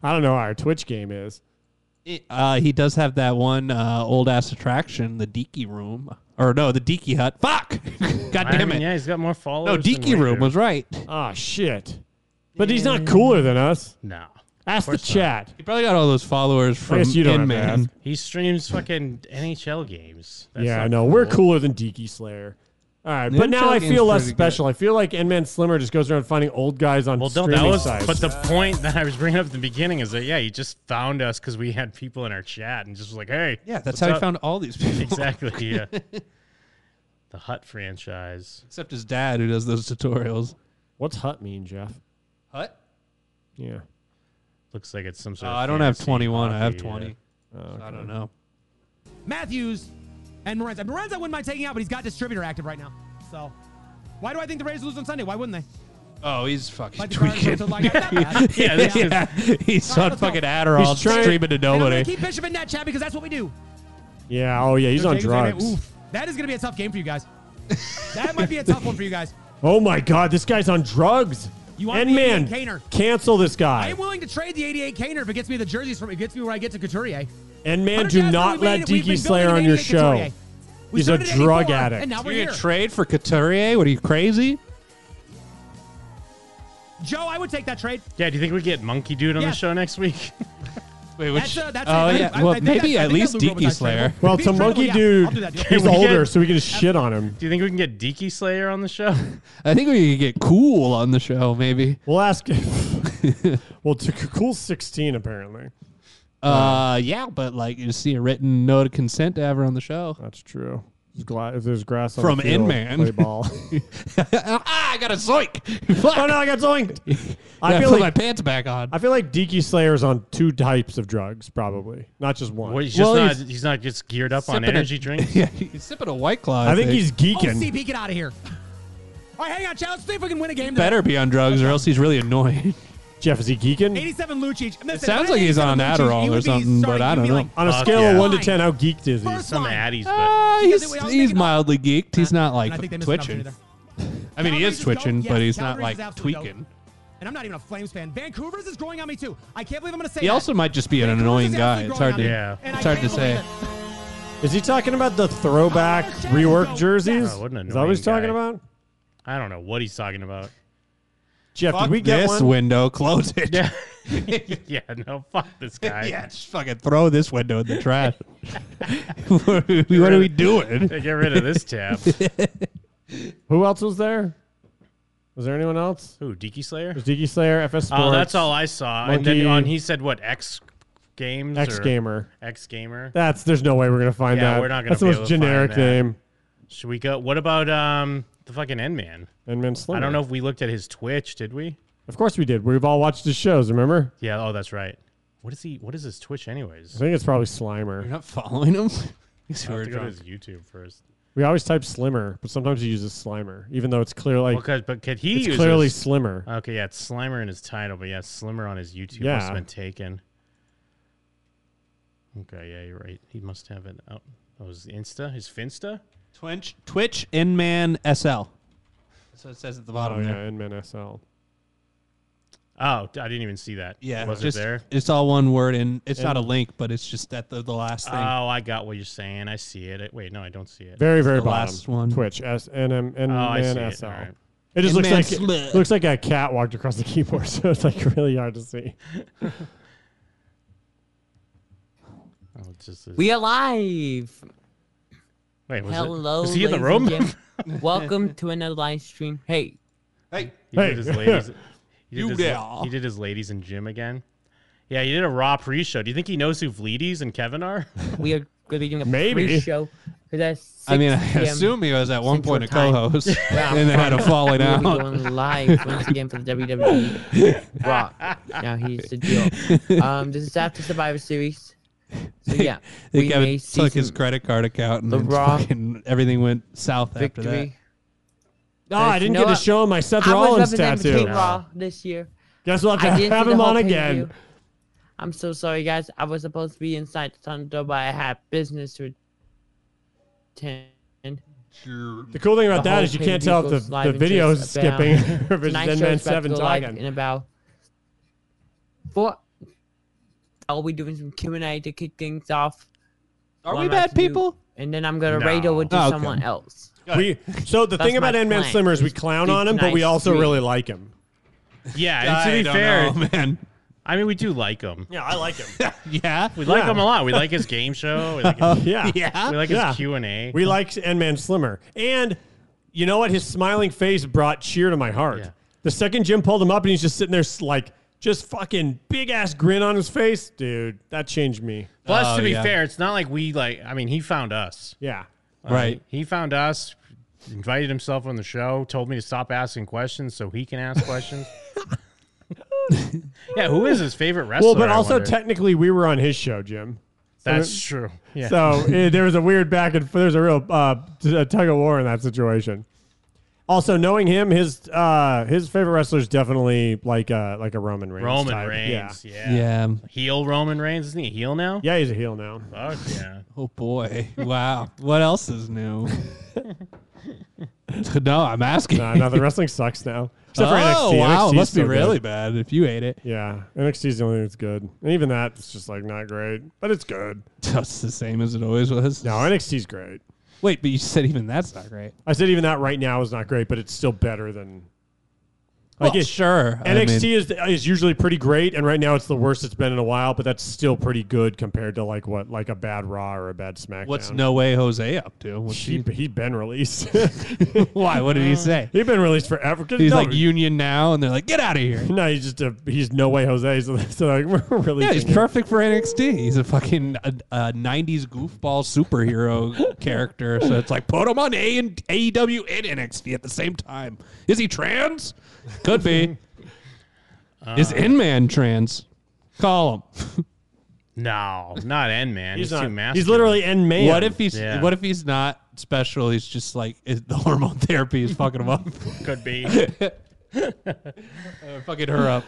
J: I don't know how our Twitch game is.
L: Uh, he does have that one uh, old ass attraction, the Deaky Room, or no, the Deaky Hut. Fuck! God
I: I
L: damn
I: mean,
L: it!
I: yeah, he's got more followers.
L: No,
I: than
L: Deaky Room
I: Raider.
L: was right.
J: Ah, shit. But he's not cooler than us.
I: No.
J: Ask the
I: course not.
J: chat.
L: He probably got all those followers from
J: guess you don't have to
L: Inman.
J: ask.
I: He streams fucking NHL games. That's
J: yeah, I
I: not
J: know. We're
I: cool.
J: cooler than Deaky Slayer. All right,
I: The
J: but now I
I: NHL game's
J: feel less
I: pretty good.
J: special. I feel like Endman Slimmer just goes around finding old guys on well,
I: Well,
J: streaming
I: that was,
J: sites.
I: but the point that I was bringing up at the beginning is that yeah, he just found us because we had people in our chat and just was like, hey,
L: Yeah, that's
I: what's
L: how he
I: up?
L: found all these people.
I: Exactly. Yeah. the Hut franchise.
L: Except his dad, who does those tutorials.
J: What's Hut mean, Jeff?
L: Hut?
J: Yeah.
I: Looks like it's some sort.
L: Oh,
I: of
L: I don't have
I: fantasy
L: 21. I have
I: hockey,
L: 20.
J: Oh,
I: yeah.
L: So I don't know.
N: Matthews and Morenza. Morenza wouldn't mind taking out, but he's got distributor active right now. So why do I think the Raiders lose on Sunday? Why wouldn't they?
L: Oh, he's fucking
N: Like the
L: tweaking.
N: Cardinals are like, "I'm not
L: yeah,
N: mad."
L: yeah. he's on fucking Adderall,
J: He's trying-
L: streaming to
N: And I'm
L: nobody.
N: gonna keep Bishop in that chat because that's what we do.
J: Yeah. Oh, yeah. He's
N: No,
J: on
N: Jacobs right now.
J: drugs.
N: Oof. That is gonna be a tough game for you guys. that might be a tough one for you guys.
J: Oh my God, this guy's on drugs.
N: You want the
J: Endman,
N: Ian Kaner.
J: cancel this
N: I
J: guy.
N: am willing to trade the 88 Kaner if it gets me the jerseys from. If it gets me where I get to Couturier.
J: Endman,
N: Hunter
J: do
N: Jasper,
J: not
N: we've
J: let
N: been- we've
J: Deaky
N: been
J: Slayer
N: building
J: on your
N: an 88
J: show.
N: Couturier. We
J: He's a
N: started at
J: drug
N: 84,
J: addict.
N: And now we're
L: You're
N: here.
L: gonna trade for Couturier? What are you crazy?
N: Joe, I would take that trade.
I: Yeah. Do you think we get Monkey Dude on
N: Yeah.
I: the show next week?
L: Wait,
N: which- That's a- that's
L: oh
N: a- I-
L: yeah.
N: I- I
L: well,
N: think
L: maybe
N: that's- I
L: at
N: think
L: least
N: that's Lou
L: Deaky
N: Robinson's
L: Slayer.
J: Well,
N: Be
J: it's a
N: tribal,
J: monkey
N: yeah.
J: dude.
N: I'll do that deal.
J: He's
I: We get-
J: older, so we can just shit on him.
I: Do you think we can get Deaky Slayer on the show?
L: I think we could get cool on the show. Maybe.
J: We'll ask. well, to cool sixteen apparently.
L: Uh, yeah, but like you see a written note of consent to have her on the show
J: That's true. There's gla- if there's grass on
L: from
J: the field,
L: Inman.
J: play ball.
L: ah, I got a zoink.
J: Oh no, I got zoinked.
L: I
J: I
L: feel
J: feel
L: put
J: like-
L: my pants back on.
J: I feel like Deaky Slayer's on two types of drugs, probably not just one.
I: Well, he's just
L: Well,
I: not.
L: he's
I: He's, not just geared up on
L: sipping a-
I: energy drinks.
L: yeah, he's sipping a white claw.
J: I think he's
N: Oh,
J: geeking.
N: CP, get out of here. All right, hang on, chat. Let's see if we can win a game.
L: better be on drugs, or else he's really annoying.
J: Jeff is he
N: today.
J: geeking?
N: 87 Lucic. I'm gonna
L: It
N: say,
L: sounds
N: when I
L: like he's
N: say
L: on
N: 87 Lucic,
L: Adderall
N: he
L: or
N: would be
L: something, but
N: sorry,
L: I
N: he'd
L: don't
N: be
L: know.
N: like,
J: On a
I: Fuck
J: scale
I: yeah.
J: of one to
N: Fine.
J: ten, how geeked is he?
N: First
I: Some
N: line.
I: addies, but
L: Ah,
N: Because
L: he's
N: we all
L: he's
N: make it up.
L: mildly geeked. He's not
N: and I think they
L: like
N: missed an
L: twitching.
N: opportunity
L: I mean, he
N: Calgary's
L: is
N: is dope.
L: twitching,
N: Yes,
L: but he's not
N: Calgary's
L: like
N: is absolutely
L: tweaking.
N: dope. And I'm not even a Flames fan. Vancouver's is growing on me too. I can't believe I'm going to say
L: He
N: that.
L: also might just be an
N: Vancouver's
L: annoying
N: is
L: guy.
N: absolutely
L: It's
N: growing
L: hard
N: on
L: to
N: me.
I: Yeah.
N: And I
L: it's hard to
N: can't
L: say.
N: believe it.
J: Is he talking about the throwback rework jerseys?
I: Oh, what an
J: is that what he's
I: annoying
J: talking
I: guy.
J: about?
I: I don't know what he's talking about.
J: Jeff, did we get
L: this
J: one?
L: window, close it.
I: Yeah. yeah. No. Fuck this guy.
L: yeah, just fucking throw this window in the trash. what are we doing?
I: Hey, Get rid of this tab.
J: Who else was there? Was there anyone else?
I: Who? Deaky Slayer?
J: Was Deaky Slayer, FS Sports?
I: Oh, that's all I saw. And
J: Monkey-
I: then on, he said what X games?
J: X
I: or-
J: Gamer.
I: X gamer.
J: That's there's no way we're gonna find
I: Yeah,
J: that.
I: we're not gonna
J: That's the
I: be
J: most
I: able to find
J: generic
I: that.
J: name.
I: Should we go? What about um the fucking Endman?
J: And Man Slimmer.
I: I don't know if we looked at his Twitch. Did we?
J: Of course we did. We've all watched his shows. Remember?
I: Yeah. Oh, that's right. What is he? What is his Twitch
J: I
I: anyways?
J: think it's probably
L: You're
J: Slimer.
L: not following him?
I: I
L: He's
I: have
L: weird
I: to go to
L: drunk.
I: his YouTube first.
J: We always type Slimmer, but sometimes he uses Slimer, even though it's clear like
I: Well, 'cause- but could he
J: it's
I: use
J: clearly
I: his-
J: Slimmer.
I: Okay, yeah, it's Slimer in his title, but yeah, Slimmer on his YouTube must
J: Yeah.
I: have been taken. Okay, yeah, you're right. He must have it out. Oh, his Insta, his Finsta.
L: Twitch, Twitch, Inman SL. So it says at the bottom
J: oh yeah,
L: there.
J: and Man SL.
I: Oh, d- I didn't even see that.
L: Yeah,
I: was
L: just,
I: it there?
L: It's all one word, and it's not a
J: In-
L: link, but it's just at the, the last thing.
I: Oh, I got what you're saying. I see it. It- Wait, no, I don't see it.
J: Very, very
L: the
J: bottom.
L: last one.
J: Twitch S N M N
I: Oh, I see
J: Man
I: it.
J: SL.
I: All right.
J: It just looks
L: Inman
J: like
L: Slim.
J: looks like a cat walked across the keyboard, so it's like really hard to see.
I: Oh, it's just his-
O: We alive.
I: wait, was
O: Hello.
I: It, is he in the room?
O: ladies and gentlemen. Welcome to another live stream. Hey,
L: hey,
I: He did
J: Hey.
I: his ladies. He did
L: You
I: his,
L: there.
I: He did his ladies in gym again. Yeah, he did a raw pre-show. Do you think he knows who Vleeties and Kevin are?
O: we are going to be doing a
J: Maybe.
O: pre-show. 'cause at 6
L: I mean, I
O: PM,
L: assume he was at one
O: Central
L: point a
O: Time.
L: co-host, and they had a falling
O: we will be
L: out.
O: going live once again for the WWE Rock. Now here's the deal. Um, this is after Survivor Series. So yeah,
L: They
O: we may
L: Kevin
O: see
L: took his
O: some
L: credit card account, and
O: The
L: then
O: Raw
L: fucking everything went south after that.
O: victory.
J: No,
O: Guys,
J: Ah, I
O: you
J: didn't
O: know
J: get to
O: what?
J: show him my Seth
O: I was
J: Rollins
O: representing
J: tattoo.
O: Team Raw this year.
J: Guess we'll
O: I
J: have
O: didn't
J: to have
O: see the
J: him
O: whole
J: on
O: pay-per-view.
J: again.
O: I'm so sorry, guys. I was supposed to be inside the Thunderdome, but I had business to attend.
J: The cool thing about
O: The
J: that
O: whole
J: is you
O: page
J: can't tell if the,
O: equals live
J: the
O: in
J: video is
O: just about-
J: skipping or if it's
O: Tonight's show
J: Dead Man
O: is about to
J: 7
O: go live
J: talking.
O: In about four. I'll be doing some Q and A to kick things off.
L: Are
O: What
L: we
O: I'm about
L: bad
O: to do.
L: people?
O: And then I'm gonna
J: No.
O: radio it to
J: Oh, okay.
O: someone else.
J: We so the
O: That's
J: thing about
O: my
J: Ant Man
O: plan,
J: Slimmer is we
O: is
J: clown
O: do
J: on him, but we
O: tonight's
J: also
O: stream.
J: really like him.
I: Yeah, and to
J: I
I: be
J: don't
I: fair,
J: know,
I: man. I mean, we do like him.
J: Yeah, I like him.
L: yeah,
I: We like
J: Yeah.
I: him a lot. We like his game show. We like his,
J: Oh, yeah,
I: we like
J: Yeah.
I: his Q and A.
J: We like Ant Man Slimmer, and you know what? His smiling face brought cheer to my heart. The second Jim pulled him up, and he's just sitting there, s- like just fucking big ass grin on his face, dude. That changed me.
I: Plus,
J: Oh,
I: to be fair, it's not like we like. I mean, he found us.
J: Yeah.
I: Uh,
J: Right.
I: He found us. Invited himself on the show. Told me to stop asking questions so he can ask questions. yeah, who is his favorite wrestler?
J: well, but
I: I
J: also
I: wonder?
J: technically we were on his show, Jim.
I: That's true. Yeah.
J: So eh, there was a weird back and there's a real uh, t- a tug of war in that situation. Also, knowing him, his uh, his favorite wrestler is definitely like uh, like a Roman Reigns.
I: Roman
J: type.
I: Reigns.
J: Yeah.
I: Yeah. Heel Roman Reigns. Isn't he a heel now?
J: Yeah, he's a heel now.
I: Fuck yeah.
L: Oh boy! Wow. what else is new? no, I'm asking.
J: Nah, no, the wrestling sucks now. Except for
L: Oh,
J: NXT.
L: wow,
J: NXT 's
L: must be
J: still good.
L: really bad if you ate it.
J: Yeah, NXT's the only thing that's good, and even that it's just like not great, but it's good.
L: That's the same as it always was.
J: No, NXT's great.
L: Wait, but you said even that's not great.
J: I said even that right now is not great, but it's still better than.
L: Well, sure. I
J: NXT
L: mean-
J: is is usually pretty great, and right now it's the worst it's been in a while. But that's still pretty good compared to like what like a bad Raw or a bad SmackDown.
L: What's No Way Jose up to? What's
J: he
L: he-
J: he been released?
L: Why? What did he say?
J: He's been released forever. 'Cause
L: He's
J: no-
L: like union now, and they're like, get out of here.
J: No, he's just a he's no way Jose. So, so like we're releasing.
L: Yeah, he's
J: him.
L: perfect for NXT. He's a fucking uh, uh, '90s goofball superhero character. So it's like put him on A and AEW and NXT at the same time. Is he trans? Could be. Is
I: Uh,
L: Inman trans? Call him.
I: No, not N man. He's, too masculine.
L: What if he's
I: Yeah.
L: What if he's not special? He's just like is- the hormone therapy is fucking him up.
I: Could be.
L: Uh, fucking her up.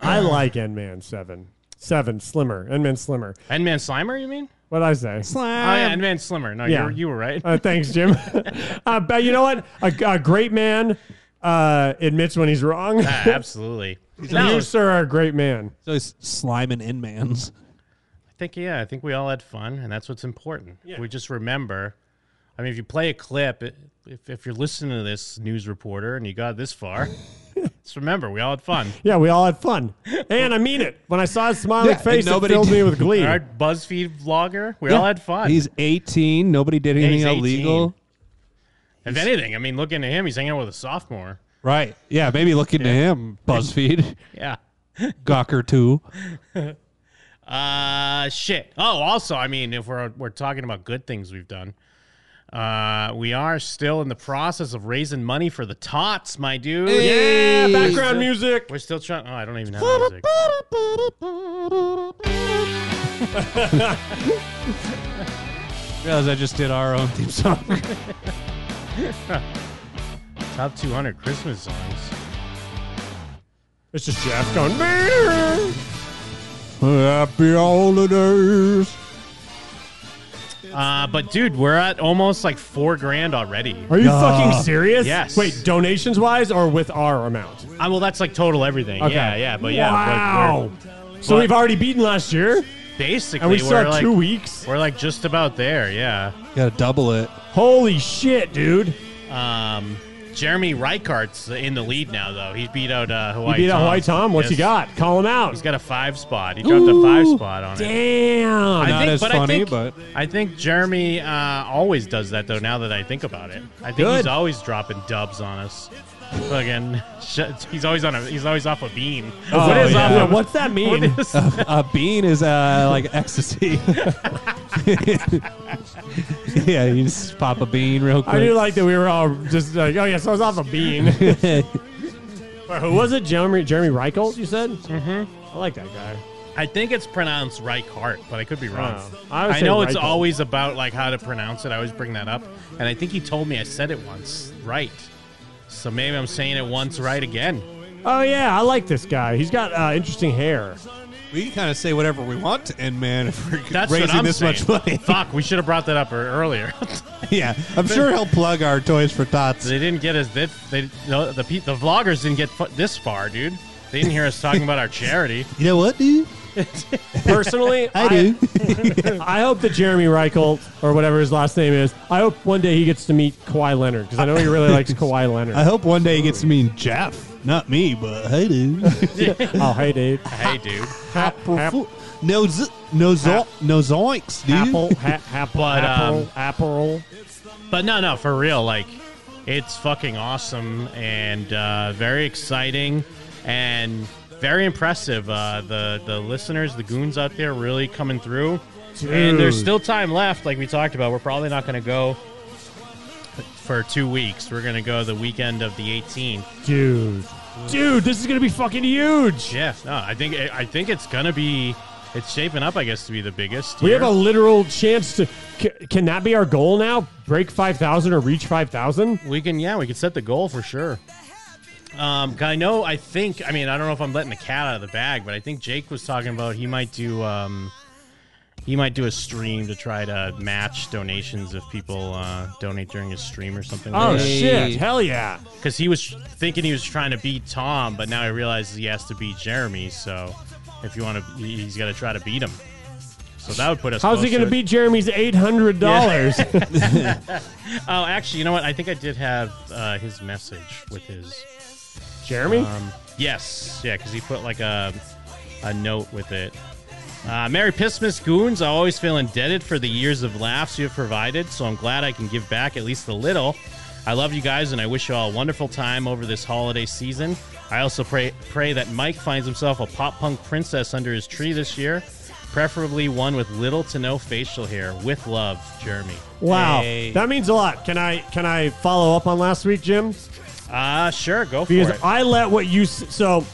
J: I like N Man Seven. Seven slimmer. N Man slimmer.
I: N Man Slimer, you mean?
J: What would I say?
I: Oh, yeah, N Man Slimmer. No, you were, you were right.
J: Uh, thanks, Jim. uh, but you know what? A, a great man uh, admits when he's wrong.
I: Ah, absolutely.
J: You,
I: No,
J: sir, are a great man.
L: So he's sliming Inmans.
I: I think yeah, I think we all had fun, and that's what's important. We just remember. I mean, if you play a clip, it- if if you're listening to this news reporter and you got this far, just remember we all had fun.
J: Yeah, we all had fun. And I mean it. When I saw his smiling
L: Yeah, and
J: face, it
L: nobody
J: filled me
L: did.
J: with glee.
I: All right, BuzzFeed vlogger, we
L: Yeah.
I: all had fun.
L: He's 18. Nobody did
I: Yeah,
L: anything
I: he's 18.
L: illegal.
I: if anything, I mean, looking at him, he's hanging out with a sophomore.
L: Right. Yeah. Maybe looking to him. BuzzFeed.
I: Yeah.
L: Gawker too.
I: uh shit. Oh, also, I mean, if we're we're talking about good things we've done, uh, we are still in the process of raising money for the tots, my dude.
J: Yeah, Hey. background music.
I: We're still trying. Oh, I don't even have music.
L: Realize I just did our own theme song.
I: Top 200 Christmas songs.
J: It's just Jeff going, "Meow."
L: Happy holidays.
I: Uh, but dude, we're at almost like four grand already.
J: Are you fucking serious?
I: Yes.
J: Wait, donations wise or with our amount?
I: Uh, well, that's like total everything.
J: Okay.
I: Yeah, yeah. But yeah,
J: Wow. So we've already beaten last year?
I: basically
J: and we still
I: are
J: have
I: like,
J: two weeks.
I: We're like just about there. Yeah.
L: Gotta double it.
J: Holy shit, dude.
I: Um, Jeremy Reichert's in the lead now, though. He beat out uh,
J: You
I: Hawaii.
J: beat out
I: Tom.
J: Hawaii Tom. What's he
I: Yes.
J: got? Call him out.
I: He's got a five spot. He dropped a five spot on it.
J: Damn.
I: I think- but I think, I think Jeremy uh, always does that though. Now that I think about it, I think
J: Good.
I: he's always dropping dubs on us. Fucking, sh- he's always on a, he's always off a beam.
L: Oh,
I: What is
L: yeah.
I: off a-
L: Yeah,
J: uh, what's that mean?
I: what is-
L: a, a uh, bean is uh, like ecstasy. yeah, you just pop a bean real quick.
J: I do like that we were all just like, oh yeah, so I was off a bean. But who was it? Jeremy Jeremy Reichelt, you said? Mm-hmm. I like that guy.
I: I think it's pronounced Reichart, but I could be wrong.
J: Oh, I would
I: I,
J: say
I: know it's
J: Reichart.
I: always about like how to pronounce it. I always bring that up, and I think he told me I said it once right. So maybe I'm saying it once right again.
J: Oh yeah, I like this guy. He's got uh, interesting hair.
L: We can kind of say whatever we want to end man if we're
I: That's
L: raising
I: what I'm
L: this
I: saying.
L: much money.
I: Fuck, we should have brought that up ear- earlier.
L: yeah, I'm sure he'll plug our toys for tots.
I: They didn't get as they, they no, the pe- the vloggers didn't get fu- this far, dude. They didn't hear us talking about our charity.
L: You know what, dude?
J: Personally,
L: I do.
J: I hope that Jeremy Reichelt or whatever his last name is, I hope one day he gets to meet Kawhi Leonard because I know he really likes Kawhi Leonard.
L: I hope one day he gets to mean Jeff, not me, but hey, dude.
J: oh, hey, dude.
I: Hey, dude.
L: Apple fo- no, z- no, zo- no zoinks, dude.
J: Apple, ha- apple,
I: But,
J: apple,
I: um,
J: apple.
I: But no, no, for real, like it's fucking awesome and uh, very exciting and very impressive. Uh, the the listeners, the goons out there, really coming through. And there's
J: Dude.
I: still time left, like we talked about. We're probably not going to go for two weeks. We're going to go the weekend of the 18th.
J: Dude. Dude, this is going to be fucking huge.
I: Yeah, no, I think I think it's going to be. It's shaping up, I guess, to be the biggest.
J: We
I: year.
J: have a literal chance to. C- can that be our goal now? Break 5,000 or reach 5,000?
I: We can, yeah, we can set the goal for sure. Um, 'cause I know, I think, I mean, I don't know if I'm letting the cat out of the bag, but I think Jake was talking about he might do, um, he might do a stream to try to match donations if people uh, donate during his stream or something.
J: Oh, shit. Hell yeah.
I: Because he was thinking he was trying to beat Tom, but now he realizes he has to beat Jeremy. So if you want to, he's got to try to beat him. So that would put us.
J: How's he
I: close
J: going to
I: it.
J: beat Jeremy's $800?
I: oh, actually, you know what? I think I did have uh, his message with his
J: Jeremy?
I: Um, yes, yeah, because he put like a a note with it. Uh, Merry Pissmas Goons. I always feel indebted for the years of laughs you have provided, so I'm glad I can give back at least a little. I love you guys, and I wish you all a wonderful time over this holiday season. I also pray pray that Mike finds himself a pop punk princess under his tree this year, preferably one with little to no facial hair. With love, Jeremy.
J: Wow, that means a lot. Can I can I follow up on last week, Jim?
I: Uh sure, go
J: because
I: for it.
J: I let what you s- so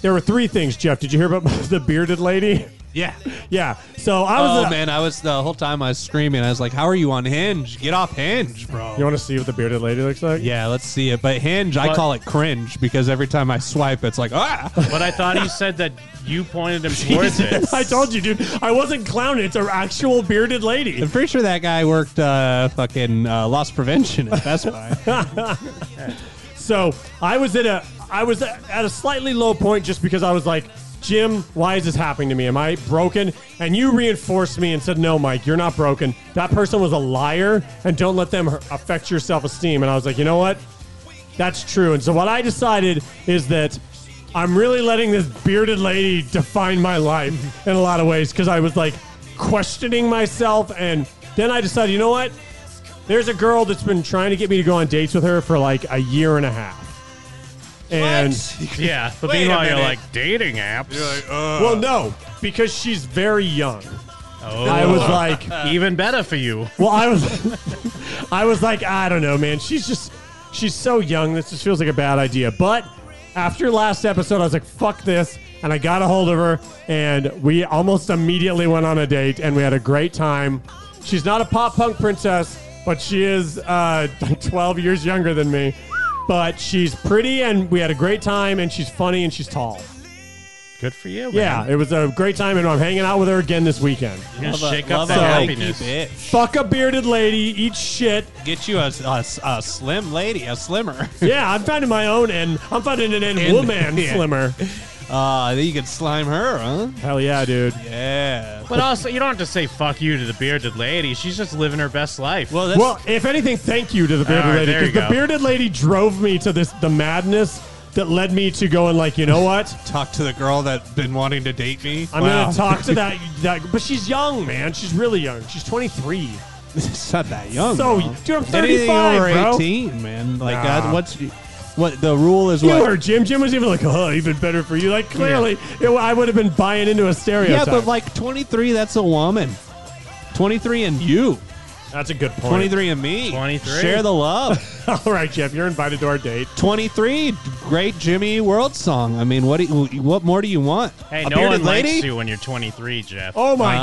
J: there were three things, Jeff. Did you hear about the bearded lady?
L: Yeah.
J: yeah. So I was
L: oh
J: uh,
L: man, I was the whole time I was screaming. I was like, "How are you on Hinge? Get off Hinge, bro."
J: You want to see what the bearded lady looks like?
L: Yeah, let's see it. But Hinge, I
I: But-
L: call it cringe because every time I swipe, it's like ah.
I: But I thought he said that you pointed him towards it.
J: I told you, dude. I wasn't clowning. It's an actual bearded lady.
L: I'm pretty sure that guy worked uh, fucking uh, loss prevention at Best Buy.
J: So I was at a I was at a slightly low point just because I was like, Jim, why is this happening to me? Am I broken? And you reinforced me and said, No, Mike, you're not broken. That person was a liar, and don't let them affect your self esteem. And I was like, You know what? That's true. And so what I decided is that. I'm really letting this bearded lady define my life in a lot of ways because I was like questioning myself. And then I decided, you know what? There's a girl that's been trying to get me to go on dates with her for like a year and a half. And
I: Yeah, but
J: Wait a
I: meanwhile you're
J: minute.
I: like dating apps. uh.
J: well, no, because she's very young.
I: Oh.
J: I was like,
I: even better for you.
J: well, I was, I was like, I don't know, man. She's just, she's so young. This just feels like a bad idea. But after last episode, I was like, fuck this, and I got a hold of her, and we almost immediately went on a date, and we had a great time. She's not a pop punk princess, but she is uh, 12 years younger than me. But she's pretty, and we had a great time, and she's funny, and she's tall.
I: Good for you.
J: Yeah,
I: man.
J: it was a great time, and I'm hanging out with her again this weekend.
I: You're gonna
L: Love a-
I: shake up
L: love
I: the
L: a
I: happiness.
L: hanky bitch.
J: Fuck a bearded lady, eat shit.
L: Get you a, a, a slim lady, a slimmer.
J: Yeah, I'm finding my own end. I'm finding an end woman
L: yeah.
J: slimmer.
L: Uh, then you could slime her, huh?
J: Hell yeah, dude.
L: Yeah.
I: But also, you don't have to say fuck you to the bearded lady. She's just living her best life. Well,
J: Well, if anything, thank you to the bearded
I: All right,
J: lady
I: there you
J: because the
I: go.
J: bearded lady drove me to this the madness that led me to going like, you know what?
L: Talk to the girl that's been wanting to date me.
J: I'm
L: Wow.
J: gonna talk to that that. But she's young, man. She's really young. She's 23.
L: it's not that young.
J: So,
L: bro.
J: dude, I'm
L: Anything
J: 35,
L: over
J: bro.
L: 18, man. Like,
J: Nah.
L: uh, what's what the rule is?
J: You
L: What
J: heard Jim. Jim was even like, oh, even better for you. Like clearly, it, I would have been buying into a
L: Yeah,
J: stereotype.
L: but like 23, that's a woman. 23 and you.
J: that's a good point.
L: 23 and me.
I: 23.
L: Share the love.
J: All right, Jeff, you're invited to our date.
L: 23, great Jimmy World song. I mean, what do you, what more do you want?
I: hey,
L: a
I: no one
L: bearded lady?
I: likes you when you're 23, Jeff.
J: Oh my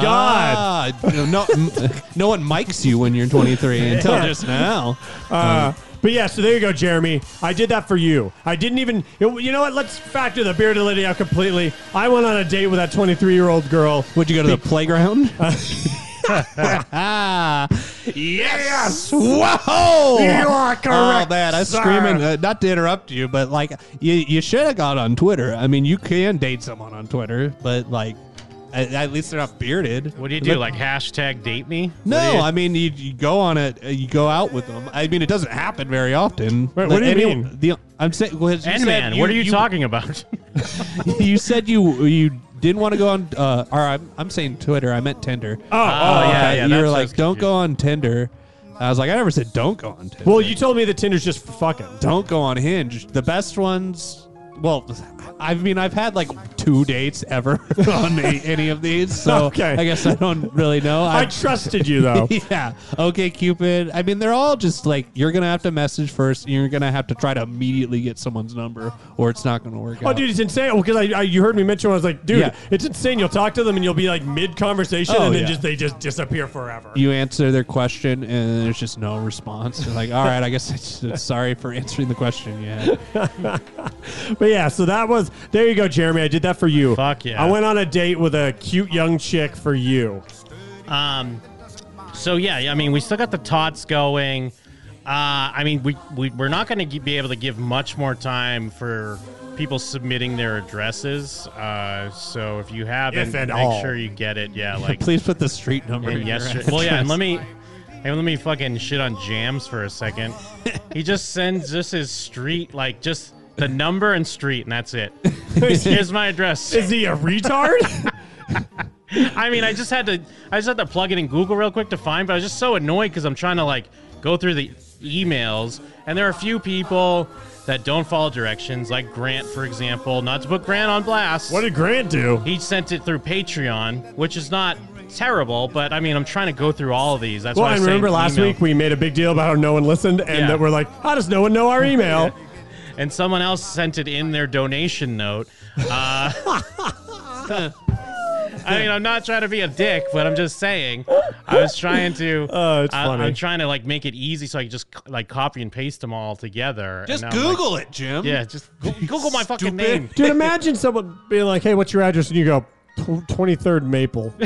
I: Uh,
J: God.
L: Ah, no, no, no one mics you when you're 23 until just now.
J: Uh, But yeah, so there you go, Jeremy. I did that for you. I didn't even. You know what? Let's factor the bearded lady out completely. I went on a date with that 23 year old girl.
L: Would you go to the playground? Ah.
J: yes!
L: Whoa!
J: You are
L: Oh
J: correct,
L: man, I'm
J: sir.
L: screaming. Uh, not to interrupt you, but like you, you should have gone on Twitter. I mean, you can date someone on Twitter, but like at, at least they're not bearded.
I: What do you do? Like hashtag date me? What
L: No,
I: do you-
L: I mean you, you go on it. uh, You go out with them. I mean, it doesn't happen very often.
I: Wait, what do you mean?
L: The, I'm saying. Well, you said
I: N man, what are you, talking about?
L: you said you you didn't want to go on. Uh, or I'm, I'm saying Twitter. I meant Tinder. Uh,
J: Oh, oh, yeah, yeah,
L: You
J: that's
L: were
J: what I
L: like,
J: was
L: don't go on Tinder. I was like, I never said don't go on Tinder.
J: Well, you told me that Tinder's just for fucking.
L: Don't go on Hinge. The best ones. Well, I mean, I've had like two dates ever on a- any of these, so
J: Okay.
L: I guess I don't really know.
J: I
L: I've-
J: trusted you, though.
L: yeah. Okay, Cupid. I mean, they're all just like you're gonna have to message first. And you're gonna have to try to immediately get someone's number, or it's not gonna work
J: Oh,
L: out.
J: dude, it's insane. Because I, I, you heard me mention, I was like, dude,
L: Yeah.
J: it's insane. You'll talk to them and you'll be like mid conversation,
L: Oh,
J: and then
L: yeah.
J: just they just disappear forever.
L: You answer their question, and there's just no response. They're like, all right, I guess it's, it's sorry for answering the question. Yeah.
J: But yeah, so that was there. You go, Jeremy. I did that for you. Fuck
I: yeah.
J: I went on a date with a cute young chick for you.
I: Um, so yeah, I mean, we still got the tots going. Uh, I mean, we, we we're not going to be able to give much more time for people submitting their addresses. Uh, so if you haven't,
L: If at
I: make
L: all.
I: sure you get it. Yeah, like
L: Please put the street number.
I: and
L: in your
I: yesterday. Well, yeah,
L: address.
I: and let me. Hey, let me fucking shit on Jams for a second. he just sends just his street, like just the number and street, and that's it. Here's my address.
J: Is he a retard?
I: I mean, I just had to, I just had to plug it in Google real quick to find, but I was just so annoyed because I'm trying to like go through the emails, and there are a few people that don't follow directions, like Grant, for example. Not to put Grant on blast. What
J: did Grant do?
I: He sent it through Patreon, which is not terrible, but I mean, I'm trying to go through all of these. That's
J: well,
I: why I
J: and
I: was saying
J: remember last
I: email.
J: week we made a big deal about how no one listened, and
I: Yeah.
J: that we're like, how does no one know our email?
I: and someone else sent it in their donation note. Uh, I mean, I'm not trying to be a dick, but I'm just saying, I was trying to.
J: Oh, it's
I: I,
J: funny.
I: am trying to like make it easy so I can just like copy and paste them all together.
L: Just
I: and now I'm like-
L: Google it, Jim.
I: Yeah, just Go- Google my fucking name.
J: Dude, imagine someone being like, "Hey, what's your address?" and you go, "Twenty third Maple."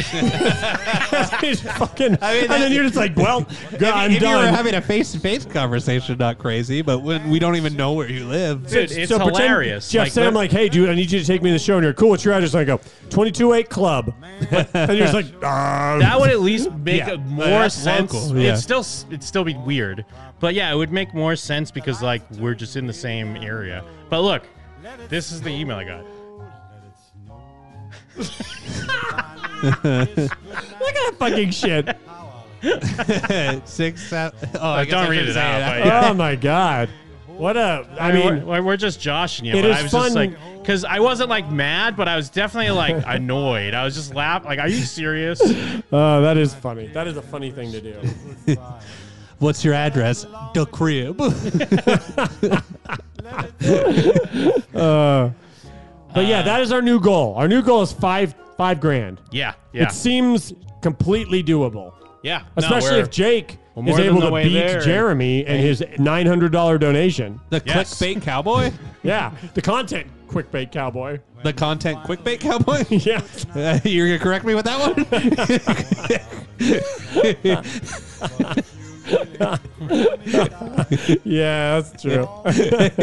J: He's fucking, and then you're just like, "Well,
L: If-
J: God, I'm
L: if you
J: done."
L: were having a face-to-face conversation, not crazy, but when we don't even know where you live,
I: Dude, it's
J: pretend
I: hilarious.
J: Jeff
I: Like,
J: said,
I: what-
J: "I'm like, hey, dude, I need you to take me to the show." And you're cool. What's your address? And I go, "22 Club." and you're just like, "Uh."
I: that would at least make
J: Yeah.
I: a more
J: That's
I: sense.
J: local, yeah.
I: It'd still s- it'd still be weird, but yeah, it would make more sense because like we're just in the same area. But look, this is the email I got.
J: Oh, Look at that fucking shit.
L: Six, seven. Oh,
I: Uh,
L: I guess
I: don't
L: I
I: read
L: shouldn't
I: it
L: say
I: out.
L: that.
I: but yeah.
J: Oh my god, what a! I,
I: I mean,
J: mean,
I: we're, we're just joshing you.
J: It
I: but
J: is
I: I was
J: fun-
I: just like, because I wasn't like mad, but I was definitely like annoyed. I was just laughing. Like, are you serious?
J: uh, that is funny. That is a funny thing to do.
L: What's your address? The crib.
J: Uh, but yeah, that is our new goal. Our new goal is five five grand.
I: Yeah, yeah.
J: It seems completely doable.
I: Yeah, no,
J: especially
I: we're-
J: if Jake
I: we're
J: is
I: more than
J: able
I: the
J: to
I: way
J: beat
I: there.
J: Jeremy and his nine hundred dollar donation.
L: The clickbait cowboy.
J: yeah, the content clickbait cowboy.
L: The content clickbait cowboy.
J: yeah.
L: Uh, you're gonna correct me with that one.
J: yeah, that's true.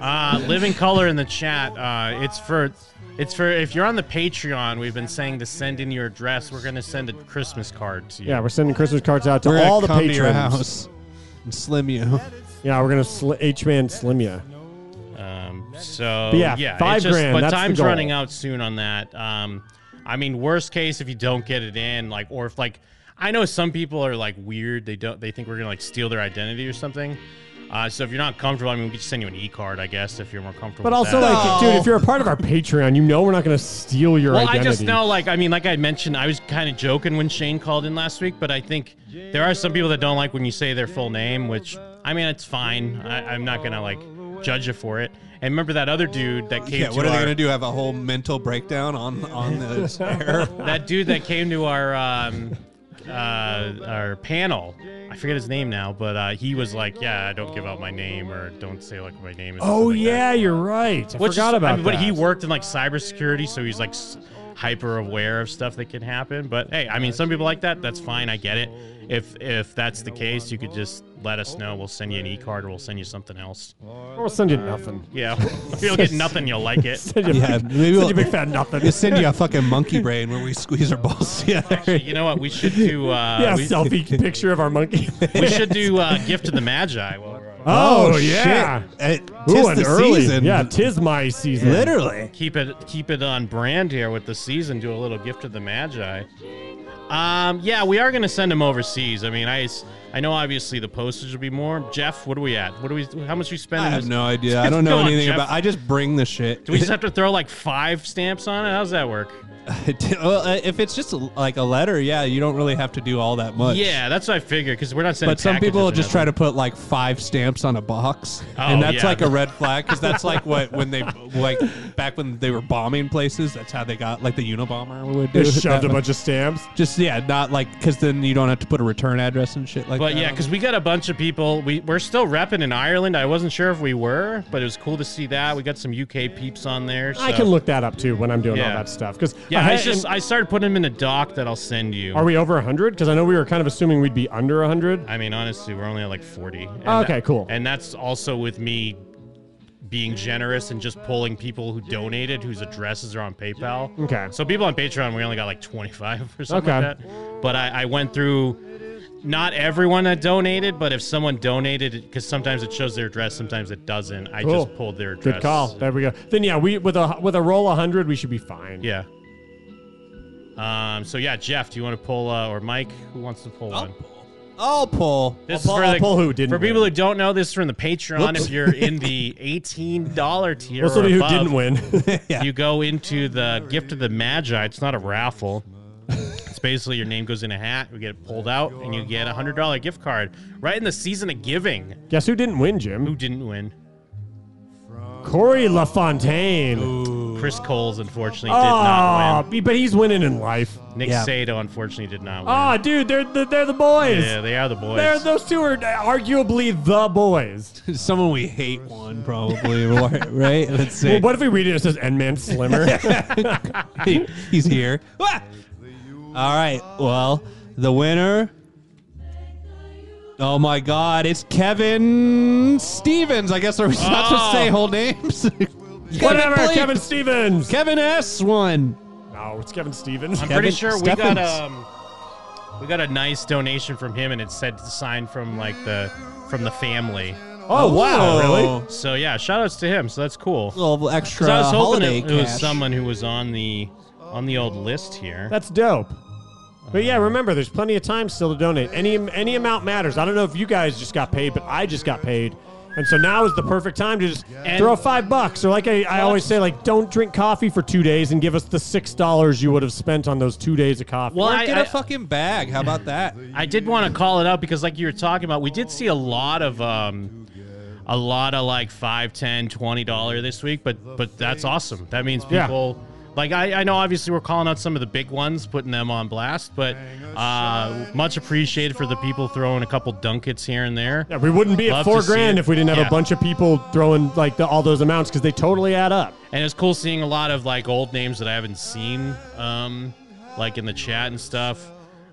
I: uh, living color in the chat. Uh, it's for, it's for if you're on the Patreon. We've been saying to send in your address. We're gonna send a Christmas card to you.
J: yeah, we're sending Christmas cards out to
L: We're gonna
J: all the
L: come
J: patrons.
L: to your house and slim you.
J: Yeah, we're gonna sl- H man slim ya.
I: Um, so
J: But yeah,
I: yeah,
J: five
I: it's just,
J: grand,
I: But
J: that's the
I: time's
J: goal.
I: running out soon on that. Um, I mean, worst case if you don't get it in, like, or if like, I know some people are like weird. They don't. They think we're gonna like steal their identity or something. Uh, so if you're not comfortable, I mean, we could just send you an e card, I guess, if you're more comfortable.
J: But
I: with
J: also,
I: that.
J: like, dude, if you're a part of our Patreon, you know we're not gonna steal your
I: well,
J: identity.
I: I just know, like, I mean, like I mentioned, I was kind of joking when Shane called in last week, but I think there are some people that don't like when you say their full name, which, I mean, it's fine. I, I'm not going to, like, judge you for it. And remember that other dude that came
L: Yeah,
I: to
L: what are they
I: our-
L: gonna do? Have a whole mental breakdown on on this air?
I: that dude that came to our um, uh, our panel. I forget his name now, but uh, he was like, "Yeah, I don't give out my name or don't say like my name." is,"
J: Oh
I: something like
J: yeah, you're right. I
I: Which
J: forgot
I: is,
J: about
I: I mean, But
J: that.
I: he worked in like cybersecurity, so he's like s- hyper aware of stuff that can happen. But hey, I mean, some people like that. That's fine. I get it. If if that's the case, you could just let us know. We'll send you an e card, or we'll send you something else.
J: Or we'll send you nothing.
I: Yeah, you'll get nothing. You'll like it.
J: Send you a big- send you a big fat nothing.
L: We'll send you a fucking monkey brain where we squeeze our balls together.
I: You know what? We should do. Uh,
J: yeah,
I: we,
J: selfie picture of our monkey.
I: We should do uh, gift to the Magi. While we're on.
J: Oh,
L: Oh,
J: yeah.
L: shit.
J: Ooh,
L: tis
J: an
L: the
J: early.
L: season.
J: Yeah, tis my season.
I: Keep it keep it on brand here with the season. Do a little gift to the Magi. Um, yeah, we are gonna send them overseas. I mean, I, s- I know obviously the postage will be more. Jeff, what are we at? What do we? How much we spend?
L: I
I: on
L: have
I: this-
L: no idea. I don't know
I: Come on,
L: anything
I: Jeff.
L: about. I just bring the shit.
I: Do we just have to throw like five stamps on it? How's that work?
L: well, uh, if it's just a, like a letter, yeah, you don't really have to do all that much.
I: Yeah, that's what I figured because we're not sending.
L: But some people
I: packages or
L: just try
I: nothing.
L: to put like five stamps on a box,
I: Oh,
L: and that's
I: yeah.
L: like a red flag because that's like what when they like back when they were bombing places, that's how they got like the Unabomber would do.
J: They shoved a
L: That-
J: bunch of stamps.
L: Just yeah, not like because then you don't have to put a return address and shit like
I: but
L: that.
I: yeah, because we got a bunch of people. We we're still repping in Ireland. I wasn't sure if we were, but it was cool to see that. We got some UK peeps on there.
J: I
I: so-
J: can look that up too when I'm doing all
I: Yeah.
J: that stuff. Because
I: Yeah, I just I started putting them in a doc that I'll send you.
J: are we over 100? Because I know we were kind of assuming we'd be under 100.
I: I mean, honestly, we're only at like 40. And
J: Oh, Okay,
I: that-
J: cool.
I: And that's also with me being generous and just pulling people who donated whose addresses are on PayPal.
J: Okay.
I: So people on Patreon, we only got like 25 or something
J: Okay.
I: like that. But I, I went through not everyone that donated, but if someone donated, because sometimes it shows their address, sometimes it doesn't. I
J: Cool.
I: just pulled their address.
J: Good call. There we go. Then yeah, we with a with a roll 100, we should be fine.
I: Yeah. Um, so yeah, Jeff, do you want to pull uh, or Mike? Who wants to pull one?
L: I'll pull.
I: This
J: I'll
I: is
J: pull-
I: for,
J: I'll
I: the,
J: pull who didn't
I: for people who don't know. This is from the Patreon.
J: Whoops.
I: If you're in the eighteen dollar tier,
J: Well,
I: or
J: somebody who
I: above,
J: didn't win.
I: you go into the gift of the Magi. It's not a raffle. It's basically your name goes in a hat. We get it pulled out, and you get a hundred dollar gift card right in the season of giving.
J: Guess who didn't win, Jim? Who
I: didn't win?
J: Corey LaFontaine.
I: Chris Coles unfortunately did
J: Oh,
I: not win.
J: be- but he's winning in life.
I: Nick
J: Yeah.
I: Sato unfortunately did not win.
J: Oh, dude, they're the, they're the boys.
I: Yeah, they are the boys.
J: They're, those two are arguably the boys.
L: Someone we hate won probably, right? Let's see.
J: Well, what if we read it? It says N-Man Slimmer.
L: He- he's here. Wah! Ah! All right. Well, the winner. Oh my God! It's Kevin Stevens. I guess we're not supposed to say
J: Oh.
L: whole names.
J: Whatever,
L: Blake.
J: Kevin Stevens.
L: Kevin S. One.
J: No, it's Kevin Stevens.
I: I'm pretty sure we got um we got a nice donation from him and it said sign from like the from the family.
J: Oh, wow, really?
I: So yeah, shout outs to him. So that's cool.
L: little extra
I: 'Cause I was hoping
L: holiday
I: it, it was
L: cash.
I: someone who was on the on the old list here.
J: That's dope. But yeah, remember, there's plenty of time still to donate. Any any amount matters. I don't know if you guys just got paid, but I just got paid. And so now is the perfect time to just
I: And-
J: throw five bucks. Or like I, I always say, like don't drink coffee for two days and give us the six dollars you would have spent on those two days of coffee.
L: Well,
I: Well,
L: or
I: I-
L: get a
I: I-
L: fucking bag. How about that?
I: I did want to call it out because like you were talking about, we did see a lot of um a lot of like 5, 10, 20 dollar this week, but but that's awesome. That means
J: Yeah.
I: people Like I, I know, obviously we're calling out some of the big ones, putting them on blast, but uh, much appreciated for the people throwing a couple dunkets here and there.
J: Yeah, we wouldn't be at
I: Love
J: four
I: to see
J: grand
I: it.
J: if we didn't have
I: Yeah.
J: a bunch of people throwing like the, all those amounts because they totally add up.
I: And it's cool seeing a lot of like old names that I haven't seen, um, like in the chat and stuff,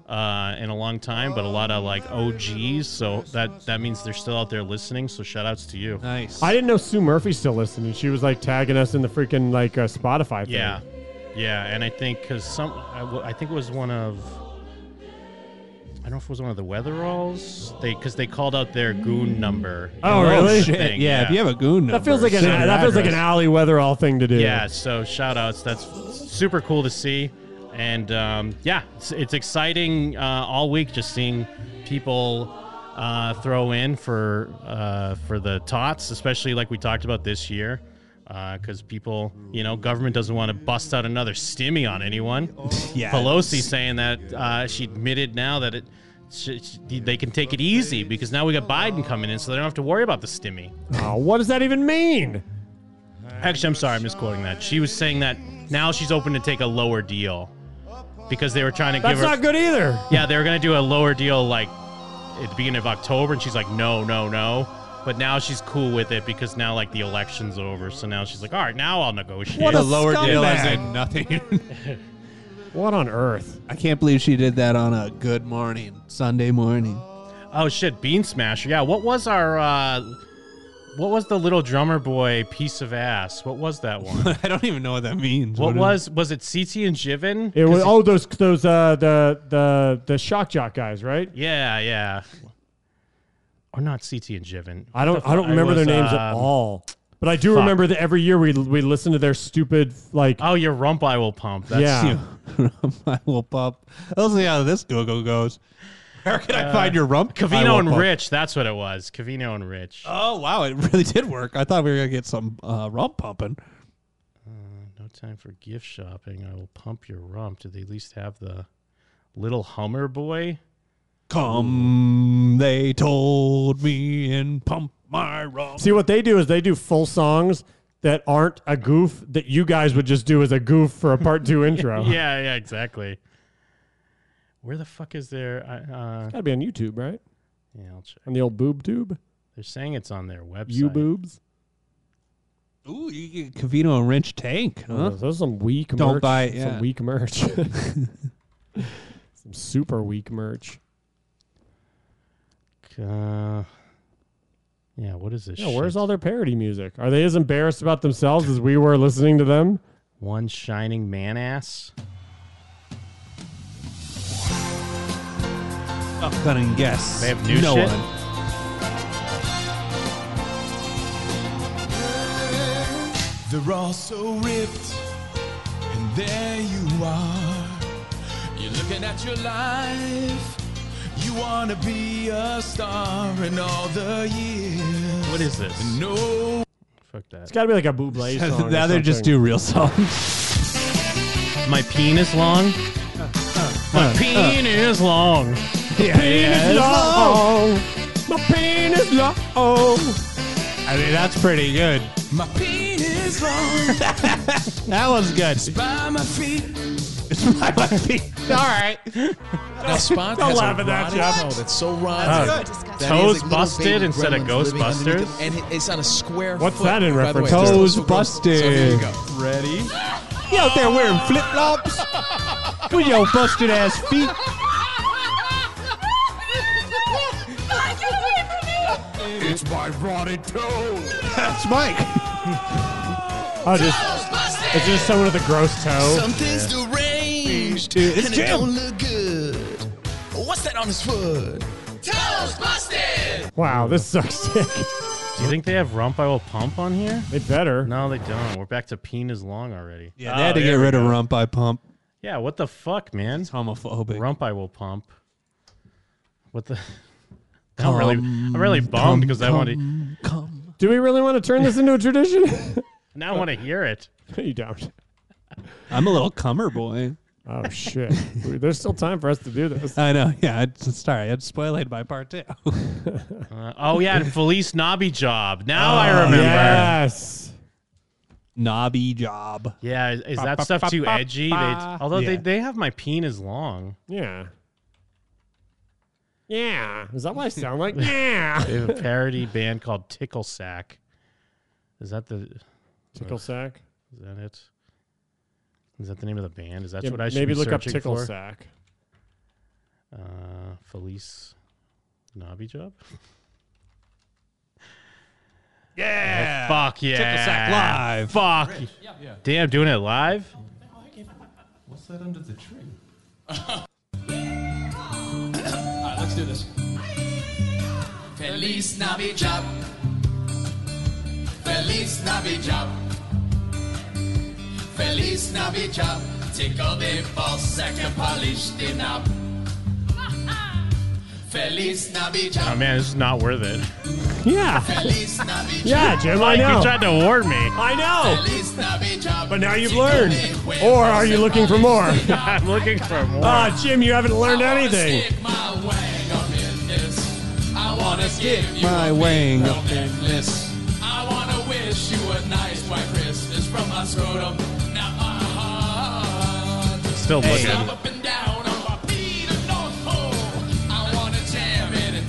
I: uh, in a long time. But a lot of like OGs, so that that means they're still out there listening. So shout outs to you.
L: Nice.
J: I didn't know Sue Murphy still listened, and she was like tagging us in the freaking like uh, Spotify. Thing.
I: Yeah, yeah. And I think because some, I, w- I think it was one of, I don't know if it was one of the Weatheralls. They because they called out their goon number.
J: Oh, really?
I: Thing,
L: Yeah, if you have a goon
J: That feels like an that feels like an alley weatherall thing to do.
I: Yeah, so shout outs. That's super cool to see. And um, yeah, it's, it's exciting uh, all week just seeing people uh, throw in for uh, for the tots, especially like we talked about this year. Because people, you know, government doesn't want to bust out another stimmy on anyone.
L: Yeah.
I: Pelosi saying that uh, she admitted now that it sh sh- they can take it easy because now we got Biden coming in, so they don't have to worry about the stimmy.
J: Oh, what does that even mean?
I: Actually, I'm sorry, I'm misquoting that. She was saying that now she's open to take a lower deal because they were trying to give
J: That's
I: her.
J: not good either.
I: Yeah, they were going to do a lower deal like at the beginning of October, and she's like, no, no, no. But now she's cool with it because now like the election's over, so now she's like, all right, now I'll negotiate.
L: What a The lower deal scumbag. is in nothing.
J: What on earth?
L: I can't believe she did that on a good morning, Sunday morning.
I: Oh shit, Bean Smasher. Yeah, what was our uh what was the little drummer boy piece of ass? What was that one?
L: I don't even know what that means.
I: What,
L: What is-
I: was was it CT and Jiven?
J: It was oh those those uh the the the shock jock guys, right?
I: Yeah, yeah. Or not CT and Jiven.
J: I don't I don't remember their names at all. But I do
I: um, fuck.
J: remember that every year we we listen to their stupid like
I: Oh, your rump I will pump. That's
J: yeah.
L: I will pop. Oh, Let's see how this go go goes. Where can I
I: Uh,
L: find your rump? I will
I: Cavino and
L: pump.
I: Rich. That's what it was. Cavino and Rich. Uh,
L: Oh wow, it really did work. I thought we were gonna get some uh, rump pumping.
I: No time for gift shopping. I will pump your rump. Do they at least have the little Hummer boy?
L: Come, they told me, and pump my rump.
J: See what they do is they do full songs that aren't a goof that you guys would just do as a goof for a part two intro.
I: yeah, yeah, exactly. Where the fuck is their? I- Uh,
J: Gotta be on YouTube, right?
I: Yeah, I'll check.
J: On the old boob tube.
I: They're saying it's on their website.
J: You boobs.
L: Ooh, you get Cavino and Rich tank, huh?
J: Oh, those are some weak
L: Don't
J: merch.
L: buy.
J: some
L: Yeah.
J: weak merch. some super weak merch.
I: Uh, yeah, what is this?
J: Yeah, where's all their parody music? Are they as embarrassed about themselves as we were listening to them?
I: One shining man ass.
L: Tough gunning guess.
I: They have new
L: no
I: shit?
L: One.
B: They're all so ripped, and there you are. You're looking at your life. You wanna be a star in all the years.
I: What is this?
B: No.
I: Fuck that.
J: It's got to be like a Buble song. or
L: now they just
J: something.
L: do real songs.
I: My penis long. My
L: uh,
I: penis long.
L: Yeah, yeah, it's Oh.
J: My penis long.
L: I mean, that's pretty good.
B: My penis long.
L: That was good.
B: by my feet.
L: by my feet. All right.
B: Now Spock
L: Don't
B: has
L: laugh
B: a
L: at that,
B: rotted-
L: Jeff.
B: No, that's so rotten.
L: That's good. Toes
B: That is like little
L: busted
B: baby
L: instead of
B: gremlins living
L: Ghostbusters?
B: underneath them, And it- it's on a square.
J: What's
B: foot,
J: that in
B: by the way.
J: reference?
B: It's
J: Toes
B: also gross. So here you go.
L: Ready? You out there wearing flip flops with your busted ass feet?
P: It's my rotted toe.
L: That's Mike.
J: Oh, just, it's just someone with a gross toe.
B: Something's
J: Yeah.
B: deranged.
J: Dude, it's
B: and
J: Jim.
B: it don't look good. What's that on his foot? Toes busted.
J: Wow, this sucks dick.
I: Do you think they have rump I will pump on here?
J: They better.
I: No, they don't. We're back to penis long already.
J: Ah,
L: Yeah, they had to get rid of rump I pump.
I: Yeah, what the fuck, man? It's
L: homophobic.
I: Rump I will pump. What the? I'm really, I'm really bummed because I want to.
J: Do we really want to turn this into a tradition?
I: Now I want to hear it.
J: you don't.
L: I'm a little cummer boy.
J: Oh shit! There's still time for us to do this.
L: I know. Yeah. It's, sorry, I'd spoiled by part two.
I: Uh, oh yeah, and Felice Knobby job. Now I remember.
J: Oh, Yes.
L: Knobby job.
I: Yeah, is, is that stuff too edgy? They, although they, they have my penis long.
J: Yeah. Yeah. Is that what I sound like? Yeah.
I: They have a parody band called Tickle Sack. Is that the
J: Tickle Sack?
I: Is that it? Is that the name of the band? Is that
J: Yeah,
I: what I should
J: maybe
I: be
J: look up
I: searching
J: Tickle
I: for?
J: Sack.
I: Uh, Felice Knobby job.
L: Yeah.
I: Fuck yeah. Fuck.
B: Yeah.
I: Damn, doing it live.
B: What's that under the tree? All right, let's do this. Feliz Navidad. Feliz Navidad. Feliz Navidad. Tickle the ballsack and polish the knob. Feliz Navidad.
I: Oh man, this is not worth it.
J: Yeah.
B: Feliz Navidad.
J: Yeah, Jim, I
I: Mike,
J: know.
I: You tried to warn me.
J: I know.
B: Feliz Navidad.
J: But now you've learned. Or are you looking for more? I'm
I: looking for more.
J: Ah, Jim, you haven't learned anything.
B: Stick my wang up in this. I wanna give you
L: My
B: a
L: wang
B: big
L: up in this.
B: I wanna wish you a nice white Christmas from my scrotum. Now my heart
I: Still
B: is
I: looking.
B: up and down on my feet of North Pole. I wanna jam it and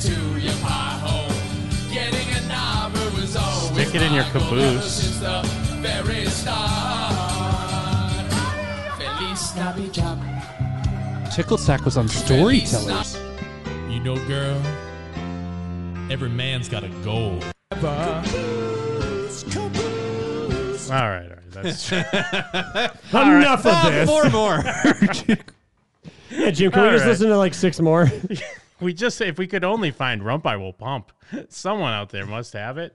I: get in your caboose.
Q: since the very start. Feliz Navidad.
L: Tickle Sack was on Storytellers.
R: You know, girl, every man's got a goal.
I: All right, all right. That's
J: Enough
I: All right.
J: of
I: Ah,
J: this.
I: Four more.
J: yeah, Jim, can we
I: All
J: just
I: right.
J: listen to like six more?
I: We just if we could only find rump, I will pump. Someone out there must have it.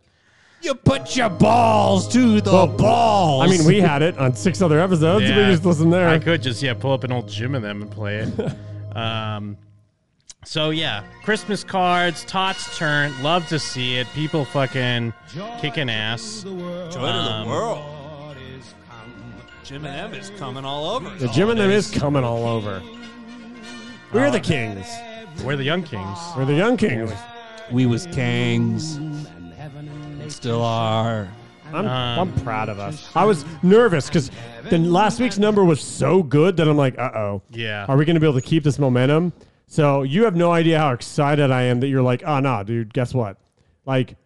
L: You put your balls to the balls.
J: I mean, we had it on six other episodes. We just listened there.
I: I could just yeah pull up an old Jim of them and play it. um, so yeah, Christmas cards, Tots turn. Love to see it. People fucking kicking ass. Um,
L: Joy
J: Um,
L: to the world. Jim and Em is coming all over.
J: the Jim and them is coming all over. We're the kings.
I: Uh, We're the young kings.
J: We're the young kings.
L: We was kings. Still are.
J: I'm, I'm proud of us. I was nervous because then last week's number was so good that I'm like, uh oh.
I: Yeah.
J: Are we going to be able to keep this momentum? So you have no idea how excited I am that you're like, oh, nah, dude, guess what? Like,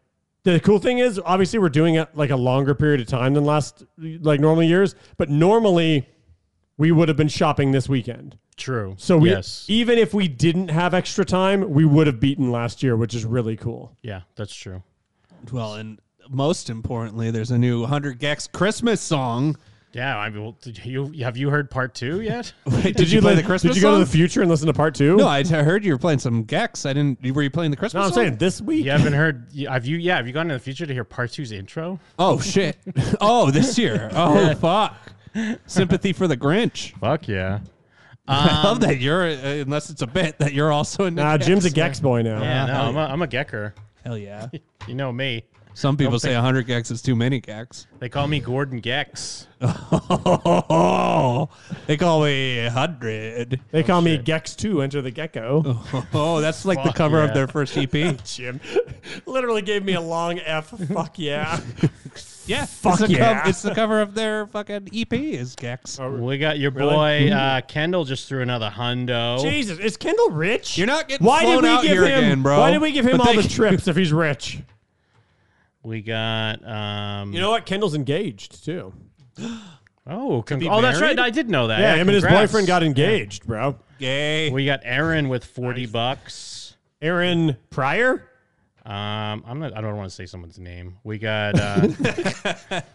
J: the cool thing is, obviously, we're doing it like a longer period of time than last, like normal years, but normally we would have been shopping this weekend.
I: True.
J: So we,
I: yes,
J: even if we didn't have extra time, we would have beaten last year, which is really cool.
I: yeah, that's true.
L: Well, and most importantly, there's a new 100 Gex Christmas song.
I: Yeah, I mean, well, did you have you heard part two yet?
L: Did, you, play
J: like-
L: the Christmas?
J: Did you go to the
L: song?
J: future and listen to part two?
L: No, I, I heard you were playing some Gex. I didn't. Were you playing the Christmas?
J: No, I'm
L: song?
J: saying this week.
I: You haven't heard? you- Have you? Yeah, have you gone in the future to hear part two's intro?
L: Oh shit! Oh, this year. Oh
I: Yeah.
L: fuck! Sympathy for the Grinch.
I: Fuck yeah!
L: I love
I: Um,
L: that you're. Uh, unless it's a bit that you're also in. the
J: Nah, Jim's a
L: Gex
J: Gex boy now.
I: Yeah, no, I'm a, I'm a gecker.
L: Hell yeah!
I: you know me.
L: Some people
I: Don't
L: say
I: think-
L: 100 Gex is too many Gex.
I: They call me Gordon Gex.
L: Oh, they call me 100.
J: They call me Gex 2, Enter the Gecko.
L: Oh, that's like the
J: Fuck
L: cover
J: yeah.
L: of their first E EP.
J: Jim literally gave me a long F. Fuck yeah.
L: Yeah,
J: Fuck
L: it's the
J: yeah.
L: cov- it's the cover of their fucking E EP is Gex.
I: Oh, We got your
L: Really?
I: boy
L: Mhm.
I: uh, Kendall just threw another hundo.
J: Mm-hmm. Jesus, is Kendall rich?
L: You're not getting
J: Why did
L: flown
J: we
L: out
J: give
L: here
J: him?
L: again, bro.
J: Why did we give him
L: But
J: all
L: they-
J: the trips if he's rich?
I: We got um.
J: You know what? Kendall's engaged too.
I: Oh, con-
J: be
I: oh, that's right.
J: married?
I: I did know that.
J: Yeah, him and his
I: congrats.
J: boyfriend got engaged, bro.
L: Gay.
I: We got Aaron with forty bucks.
J: Aaron Pryor.
I: Um, I'm not. I don't want to say someone's name. We got.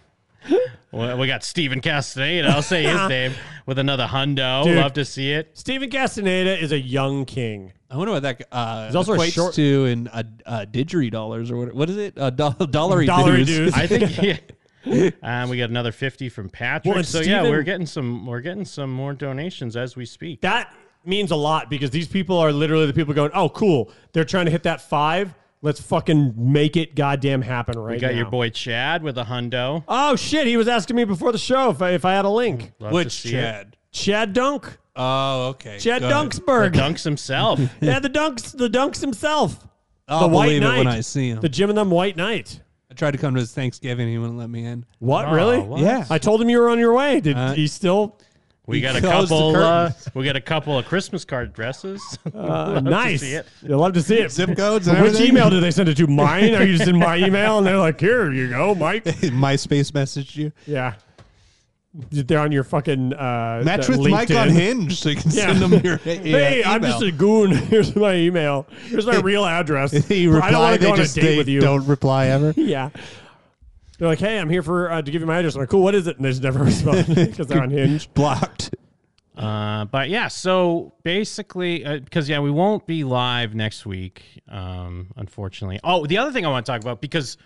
I: Uh, well, we got Steven Castaneda. I'll say his name with another hundo.
J: Dude.
I: Love to see it.
J: Stephen Castaneda is a young king.
L: I wonder what that uh,
J: He's also a
L: equates
J: short-
L: to in uh, uh, didgery dollars or what? What is it? Uh, do- dollary
J: Dollary dues.
I: I think. Yeah. Um, we got another fifty from Patrick.
J: Well, and
I: so yeah, we're
J: Steven-
I: getting some. We're getting some more donations as we speak.
J: That means a lot because these people are literally the people going, "Oh, cool. They're trying to hit that five. Let's fucking make it goddamn happen right
I: we got
J: now."
I: your boy Chad with a hundo.
J: Oh shit, he was asking me before the show if I, if I had a link.
I: Love to Which see it. Chad?
J: Chad Dunk.
L: Oh, okay.
J: Chad
L: good.
J: Dunksberg.
I: The Dunks himself.
J: yeah, the Dunks, the Dunks himself.
L: I'll
J: the
L: believe it when I see him.
J: The Jim and them White Knight.
L: I tried to come to his Thanksgiving. He wouldn't let me in.
J: What
I: Oh,
J: really?
I: what?
L: Yeah.
J: I told him you were on your way. Did
L: Uh,
J: he still?
I: We
L: He
I: got a
L: closed the
I: couple. Uh,
L: curtains.
I: we got a couple of Christmas card dresses.
J: Uh,
I: Love to
J: nice.
I: see it.
J: You'd love to see it.
L: Zip codes and
J: Which
L: everything?
J: email did they send it to? Mine? Are you just in my email? And they're like, here you go, Mike.
L: MySpace messaged you.
J: Yeah. They're on your fucking uh, that
L: Match with Mike on
J: LinkedIn.
L: Hinge so you can
J: Yeah.
L: send him your.
J: Hey, I'm just a goon. Here's my email. Here's my real address.
L: He
J: I don't
L: reply.
J: wanna
L: They
J: go on a
L: just
J: date
L: they
J: with you.
L: don't reply ever.
J: Yeah. They're like, hey, I'm here for uh, to give you my address. I'm like, cool, what is it? And they just never respond because they're on Hinge.
L: Blocked.
I: Uh, but yeah, so basically, because yeah, we won't be live next week, um, unfortunately. Oh, the other thing I want to talk about because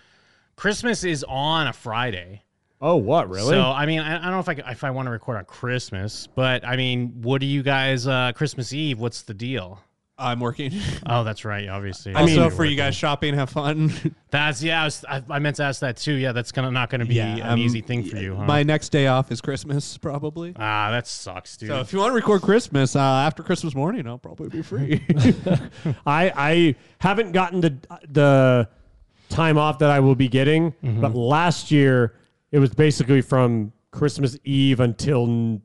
I: Christmas is on a Friday.
J: Oh, what really?
I: So I mean, I, I don't know if I c- if I want to record on Christmas, but I mean, what do you guys uh, Christmas Eve? What's the deal?
L: I'm working.
I: Oh, that's right. Obviously,
L: I also
I: You're
L: for you
I: working.
L: guys shopping, have fun.
I: That's yeah. I, was, I, I meant to ask that too. Yeah, that's gonna not gonna be
L: Yeah,
I: an
L: um,
I: easy thing for you. Huh?
L: My next day off is Christmas, probably.
I: ah, that sucks, dude.
L: So if you want to record Christmas uh, after Christmas morning, I'll probably be free.
J: I I haven't gotten the the time off that I will be getting, but last year it was basically from Christmas Eve until n-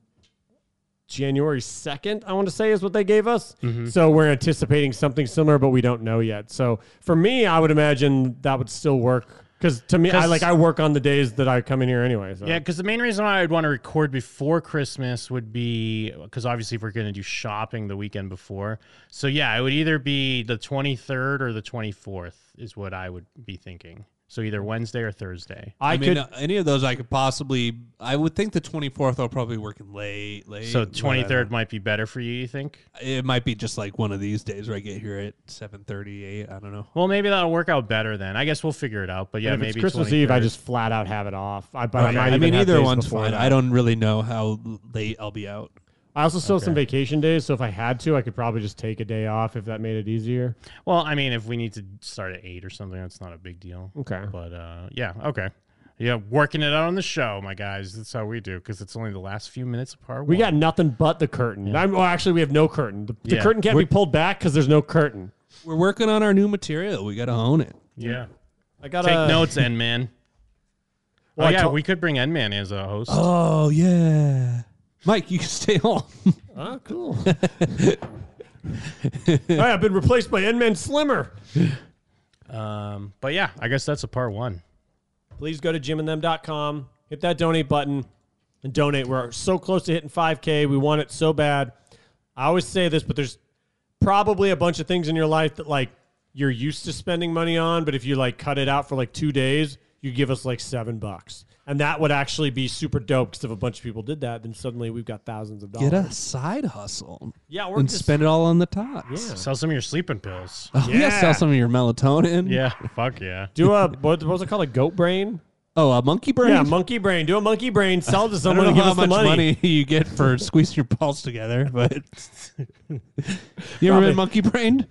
J: January second. I want to say is what they gave us. So we're anticipating something similar, but we don't know yet. So for me, I would imagine that would still work Because to me, I
I: 'Cause-
J: like I work on the days that I come in here anyway. So.
I: Yeah, because the main reason why I would want to record before Christmas would be because obviously if we're going to do shopping the weekend before, so yeah, it would either be the 23rd or the 24th is what I would be thinking. So either Wednesday or Thursday.
L: I, mean, uh, any of those I could possibly. I would think the 24th I'll probably be working late. late
I: So
L: whatever.
I: 23rd might be better for you, you think?
L: It might be just like one of these days where I get here at 7:30, 8. I don't know.
I: Well, maybe that'll work out better then. I guess we'll figure it out. But yeah,
J: if
I: maybe
J: it's Christmas Eve, I
I: 23rd.
J: just flat out have it off. I, but I
L: Okay.
J: might even
L: mean,
J: have
L: either
J: days
L: one's
J: before
L: fine.
J: that.
L: I don't really know how late I'll be out.
J: I also still have some
L: Okay.
J: vacation days, so if I had to, I could probably just take a day off if that made it easier.
I: Well, I mean, if we need to start at eight or something, that's not a big deal.
J: Okay.
I: But uh, yeah, okay. Yeah, working it out on the show, my guys. That's how we do because it's only the last few minutes of part
J: We
I: one.
J: got nothing but the curtain. I'm, well, actually, we have no curtain. The, the
I: Yeah.
J: curtain can't
I: We're-
J: be pulled back because there's no curtain.
L: We're working on our new material. We got to hone it.
I: Yeah.
J: I gotta-
I: take notes, N Man.
L: Well,
I: Oh
L: I
I: yeah,
L: told-
I: we could bring N Man as a host.
L: Oh yeah, Mike, you can stay home.
J: Oh, cool. Hey, I've been replaced by N-Man Slimmer.
I: Um, but yeah, I guess that's a part one.
J: Please go to jimandthem.com, hit that donate button, and donate. We're so close to hitting 5K. We want it so bad. I always say this, but there's probably a bunch of things in your life that like you're used to spending money on, but if you like cut it out for like two days, you give us like seven bucks. And that would actually be super dope because if a bunch of people did that, then suddenly we've got thousands of dollars.
L: Get a side hustle.
J: Yeah, we're
L: and
J: just-
L: spend it all on the tots.
I: Sell some of your sleeping pills.
L: Oh, yeah. sell some of your melatonin.
I: Yeah, fuck yeah.
J: Do a what, what was it called? A goat brain?
L: Oh, a monkey brain.
J: Yeah, monkey brain. Do a monkey brain. Sell
L: I
J: to
L: don't
J: someone and
L: know
J: give
L: how
J: us the
L: much
J: money.
L: you get for squeezing your balls together, but you ever
J: Probably.
L: been monkey brained?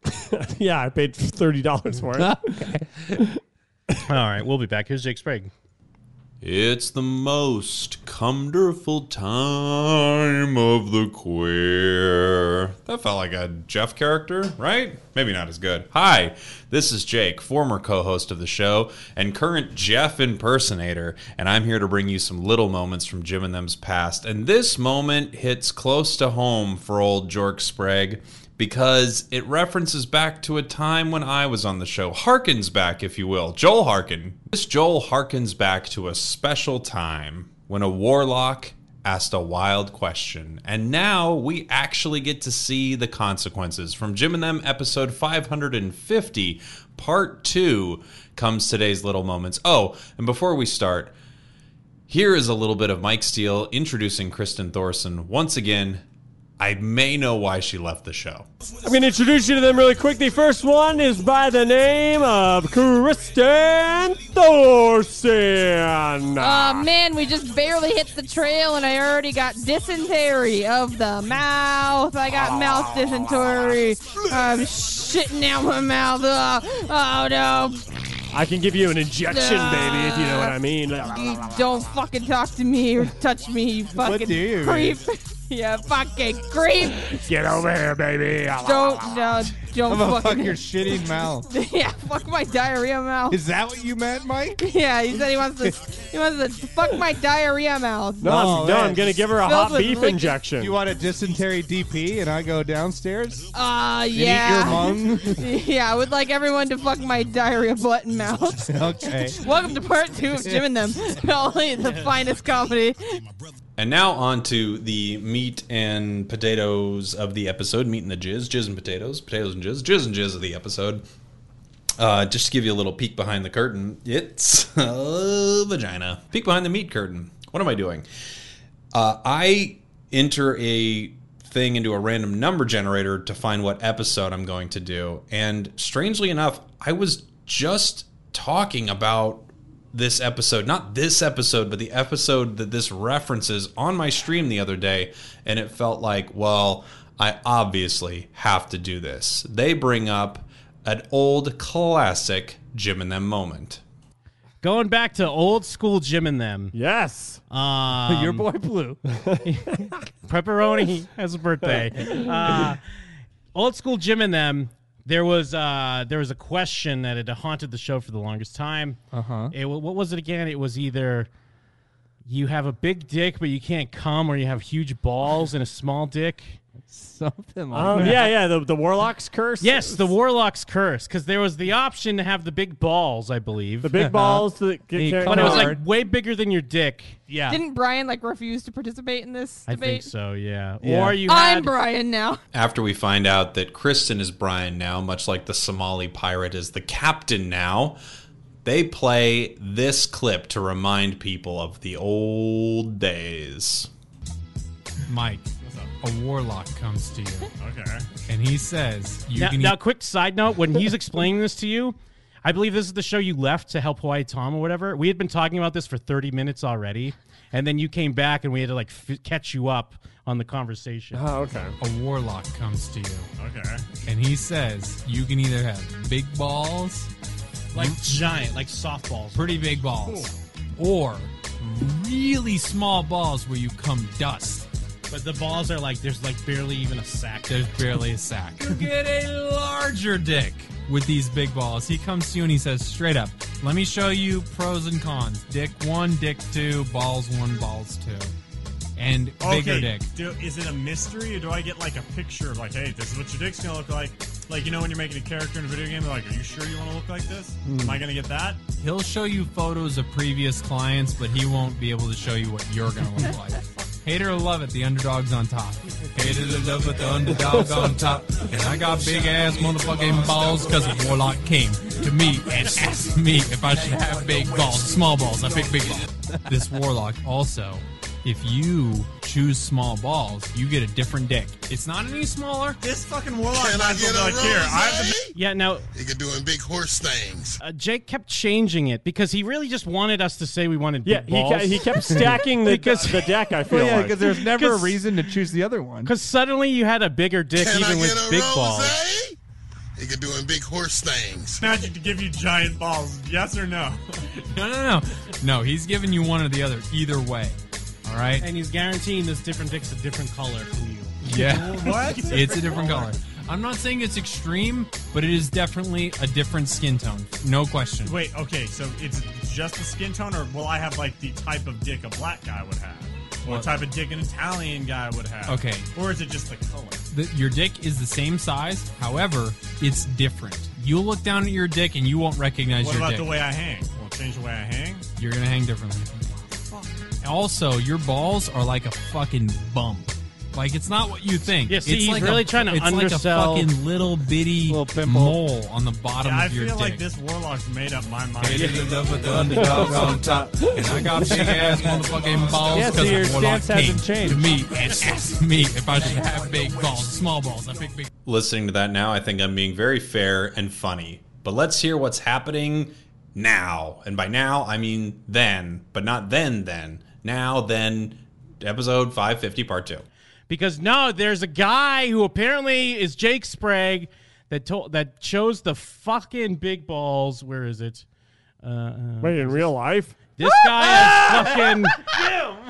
J: yeah, I paid thirty dollars for it.
I: All right, we'll be back. Here's Jake Sprague.
S: It's the most cumderful time of the queer. That felt like a Jeff character, right? Maybe not as good. Hi, this is Jake, former co host of the show and current Jeff impersonator, and I'm here to bring you some little moments from Jim and Them's past. And this moment hits close to home for old Jork Sprague because it references back to a time when I was on the show. Harkens back, if you will. Joel Harkin. This Joel harkens back to a special time when a warlock asked a wild question. And now we actually get to see the consequences. From Jim and Them, episode 550, part two, comes today's little moments. Oh, and before we start, here is a little bit of Mike Steele introducing Kristen Thorson. Once again, I may know why she left the show.
J: I'm going to introduce you to them really quick. The first one is by the name of Kristen Thorson.
T: Oh man, we just barely hit the trail and I already got dysentery of the mouth. I got mouth dysentery. I'm shitting out my mouth. Ugh. Oh, no.
J: I can give you an injection, baby, if you know what I mean.
T: You don't fucking talk to me or touch me, you fucking
J: do you
T: creep. yeah, fucking creep.
J: Get over here, baby.
T: Don't, no, don't
U: I'm gonna fuck
T: fucking.
U: your shitty mouth.
T: yeah, fuck my diarrhea mouth.
U: Is that what you meant, Mike?
T: Yeah, he said he wants to. He wants to fuck my diarrhea mouth.
J: No,
U: Oh,
J: I'm- no, I'm gonna give her a
T: Filled
J: hot
T: with
J: beef
T: liquid-
J: injection.
U: You want a dysentery DP, and I go downstairs.
T: Uh,
U: And eat
T: yeah.
U: your mung?
T: yeah, I would like everyone to fuck my diarrhea butt and mouth.
U: Okay.
T: Welcome to part two of Jim and Them, only the finest comedy.
S: And now on to the meat and potatoes of the episode. Meat and the jizz, jizz and potatoes, potatoes and jizz, jizz and jizz of the episode. Uh, just to give you a little peek behind the curtain, it's a vagina. Peek behind the meat curtain. What am I doing? Uh, I enter a thing into a random number generator to find what episode I'm going to do. And strangely enough, I was just talking about this episode, not this episode, but the episode that this references on my stream the other day. And it felt like, well, I obviously have to do this. They bring up an old classic Jim and Them moment.
I: Going back to old school Jim and them.
J: Yes.
I: Um,
S: Your boy
I: Blue. Pepperoni has a birthday. Uh, old school Jim and them. There was uh, there was a question that had haunted the show for the longest time.
L: Uh-huh.
I: It, wa- what was it again? It was either you have a big dick but you can't come, or you have huge balls and a small dick.
L: Something like
J: Um,
L: that.
J: yeah, yeah, the, the Warlock's Curse.
I: Yes, the Warlock's Curse, because there was the option to have the big balls, I believe. The
J: big balls that get carried
I: but it was like
J: forward.
I: way bigger than your dick. Yeah,
T: Didn't Brian like refuse to participate in this
I: I think
T: debate?
I: so. Yeah,
S: Yeah.
I: or you had
T: I'm Brian now.
S: After we find out that Kristen is Brian now, much like the Somali pirate is the captain now, they play this clip to remind people of the old days.
Q: Mike, a warlock comes to you. okay. And he says, you
I: now,
Q: can e-"
I: now, quick side note: when he's explaining this to you, I believe this is the show you left to help Hawaii Tom or whatever. We had been talking about this for thirty minutes already, and then you came back and we had to like f- catch you up on the conversation.
J: Oh, okay.
Q: A warlock comes to you. Ah, Okay. And he says, you can either have big balls, Mm-hmm.
I: Like giant, like softballs,
Q: pretty big balls, or really small balls where you come dust.
I: But the balls are like there's like barely even a sack.
Q: There's barely a sack. You get a larger dick with these big balls. He comes to you and he says straight up, "Let me show you pros and cons. Dick one, dick two, balls one, balls two, and bigger
V: okay,
Q: dick."
V: Do, is it a mystery, or do I get like a picture of like, hey, this is what your dick's gonna look like? Like you know when you're making a character in a video game, they're like, are you sure you want to look like this?
Q: Hmm.
V: Am I gonna get that?
Q: He'll show you photos of previous clients, but he won't be able to show you what you're gonna look like. Hater or love it, the underdog's on top. Hater or love it, the underdog's on top. And I got big ass motherfucking balls because a warlock came to me and asked me if I should have big balls, small balls, not big, big balls. This warlock also, if you choose small balls, you get a different dick. It's not any smaller.
V: This fucking warlock
Q: Can I
V: might as well
Q: get
V: be
Q: a
V: like, here, I have the
I: Yeah, now
Q: He could doing big horse things.
I: Uh, Jake kept changing it because he really just wanted us to say we wanted.
J: Yeah,
I: big
J: he,
I: balls.
J: ke- he kept stacking the, the deck, I feel
I: Well, yeah,
J: like.
I: 'cause there's never a 'Cause-
U: reason to choose the other one.
I: Because suddenly you had a bigger dick,
U: Can I
I: even with
U: get a
I: big
U: rose,
I: balls.
V: He could doing big horse things. magic to give you giant balls. Yes or no?
Q: No, no, no. No, he's giving you one or the other, either way. All right?
I: And he's guaranteeing this different dick's a different color from you.
Q: Yeah.
I: What?
Q: it's a different color. I'm not saying it's extreme, but it is definitely a different skin tone. No question.
V: Wait, okay, so it's just the skin tone, or will I have like the type of dick a black guy would have, or
Q: What?
V: the type of dick an Italian guy would have?
Q: Okay.
V: or is it just the color?
Q: The, your dick is the same size, however, it's different. You'll look down at your dick and you won't recognize
V: what
Q: your
V: about
Q: dick.
V: the way I hang? Will it change the way I hang?
Q: You're going to hang differently. Also, your balls are like a fucking bump. Like it's not what you think.
I: Yeah, see,
Q: it's
I: he's
Q: like
I: really
Q: a,
I: trying to
Q: it's
I: undersell-
Q: like a fucking little bitty mole on the bottom
V: Yeah, I
Q: of your
V: feel
Q: dick.
V: like this warlock's made up my mind.
Q: Hated the love with the underdogs on top. And I got big ass motherfucking balls
V: Yeah, so
Q: because
V: your
Q: the warlock
V: stance hasn't
Q: came to me and asked me if I should have big balls, small balls, I big, big.
S: Listening to that now, I think I'm being very fair and funny. But let's hear what's happening now. And by now, I mean then, but not then, then. Now, then, episode 550, part two.
I: Because no, there's a guy who apparently is Jake Sprague that told that chose the fucking big balls. Where is it? Uh, uh,
J: Wait, in real life?
I: This guy has fucking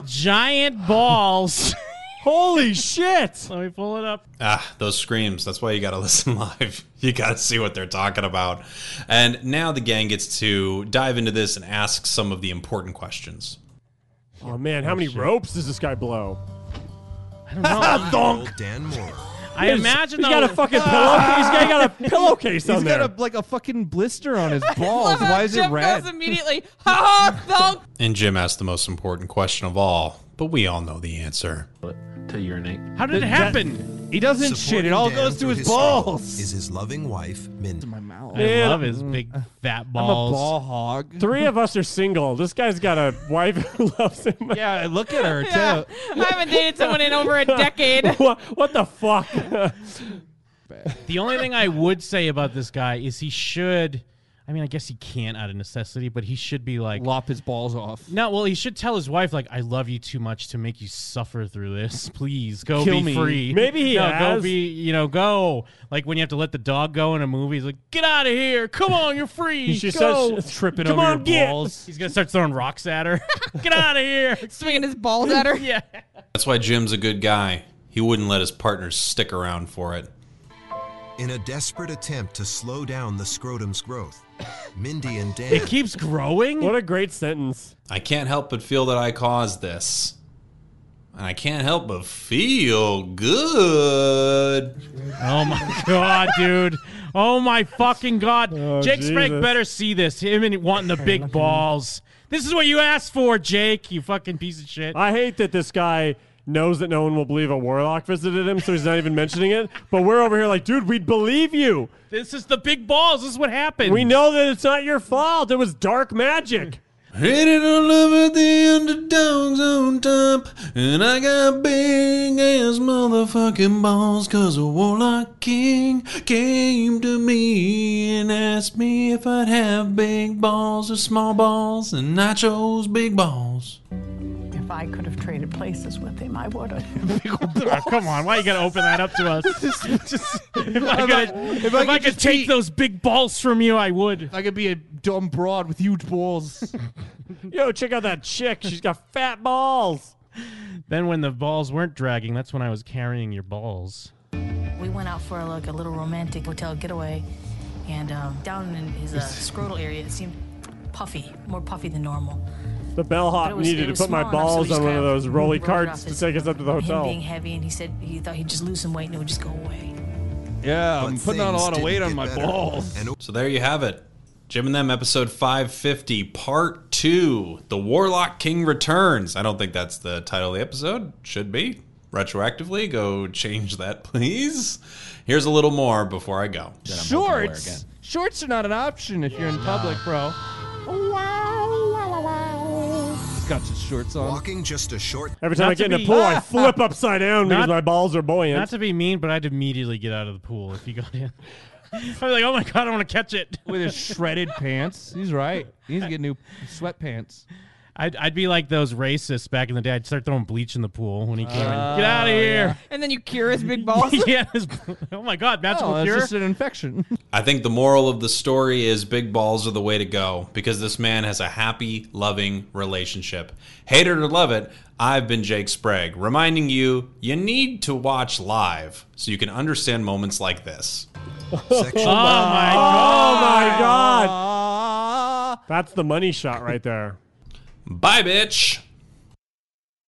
I: giant balls.
J: Holy shit!
I: Let me pull it up.
S: Ah, those screams. That's why you got to listen live. You got to see what they're talking about. And now the gang gets to dive into this and ask some of the important questions.
J: Oh, man, how many ropes does this guy blow? I don't
I: know.
J: Donk.
Q: Dan Moore.
I: I imagine
J: he's
I: though-
J: got a fucking pillow. He's got, got a pillowcase
U: He's
J: on there.
U: got a, like a fucking blister on his balls. Why is it
T: Jim
U: red?
T: goes immediately. Ha ha! Thunk.
S: And Jim asked the most important question of all, but we all know the answer.
W: to urinate.
I: How did it happen?
U: He doesn't shit. It all
W: Dan
U: goes to
W: through
U: his,
W: struggle
U: balls. Mm.
W: Is his loving wife Mindy? my mouth.
J: Man,
I: fat
U: balls. Uh, ball hog.
J: Three of us are single. This guy's got a wife who loves him.
U: Yeah, look at her too.
T: I haven't dated someone in over
I: Oh,
T: a decade.
J: what, what the fuck?
I: The only thing I would say about this guy is he should. I mean, I guess he can't out of necessity, but he should be like
L: lop his balls off.
I: No, well, he should tell his wife like, "I love you too much to make you suffer through this. Please go
J: Kill
I: be
J: me."
I: free.
J: Maybe he
I: no, go
J: has.
I: be you know go like when you have to let the dog go in a movie. He's like, "Get out of here! Come on, you're free.
J: He just
I: go.
J: starts tripping Come over on, your get. balls.
I: He's gonna start throwing rocks at her. Get out of here!
T: Swinging his balls at her.
I: yeah.
S: That's why Jim's a good guy. He wouldn't let his partners stick around for it.
W: In a desperate attempt to slow down the scrotum's growth, Mindy and Dan.
I: It keeps growing.
J: What a great sentence.
S: I can't help but feel that I caused this. and I can't help but feel good.
I: Oh my god, dude! Oh my fucking god!
U: Oh,
I: Jake Sprague
S: Jesus.
I: better see this. Him and wanting the big balls. This is what you asked for, Jake. You fucking piece of shit.
J: I hate that this guy knows that no one will believe a warlock visited him, so he's not even mentioning it. But we're over here like, dude, we believe you.
I: This is the big balls. This is what happened.
J: We know that it's not your fault. It was dark magic.
S: Hit it all over the underdogs on top. And I got big ass motherfucking balls. Cause a warlock king came to me and asked me if I'd have big balls or small balls. And I chose big balls.
A: If I could have traded places with him, I would have.
I: Oh, come on, why you gotta open that up to us? Just- if I could, if I could
U: just
I: take
U: be-
I: those big balls from you, I would.
U: I could be a dumb broad with huge balls.
J: Yo, check out that chick. She's got fat balls.
I: Then when the balls weren't dragging, that's when I was carrying your balls.
D: We went out for like a little romantic hotel getaway, and um, down in his uh, scrotal area, it seemed puffy, more puffy than normal.
J: The
D: But it
J: bellhop
D: was-
J: needed
D: it
J: to
D: was
J: put my
D: small enough so
J: balls
D: we just
J: on one of
D: kinda
J: those rolly
D: rolled it off
J: carts to
D: his-
J: take us up to the
D: Him being
J: hotel.
D: heavy, and he said he thought he'd just lose some weight and it would just go away.
S: Yeah,
D: I'm putting on a lot of weight on my balls.
S: So there you have it. Jim and them episode 550 part 2. The Warlock King returns. I don't think that's the title of the episode. Should be. Retroactively, go change that please. Here's a little more before I go. Then I'm hoping I'll wear
U: Shorts. Shorts are not an option if you're in public, bro.
W: He's
U: got his shorts on.
W: Walking just a short.
J: Every time I get in the pool, I flip upside down because
I: Not-
J: my balls are buoyant.
I: Not to be mean, but I'd immediately get out of the pool if you got in. I'd be like, oh my god, I want to catch it
U: with his shredded pants. He's right. He needs to get new sweatpants.
I: I'd, I'd be like those racists back in the day. I'd start throwing bleach in the pool when he came in. Get
U: Oh,
I: out of here.
T: And then you cure his big balls.
I: yeah. his- oh my God, magical
U: No, it's
I: cure.
U: just an infection.
S: I think the moral of the story is big balls are the way to go because this man has a happy, loving relationship. Hate it or love it, I've been Jake Sprague, reminding you you need to watch live so you can understand moments like this.
J: oh my god! Oh my god! That's the money shot right there.
S: Bye, bitch.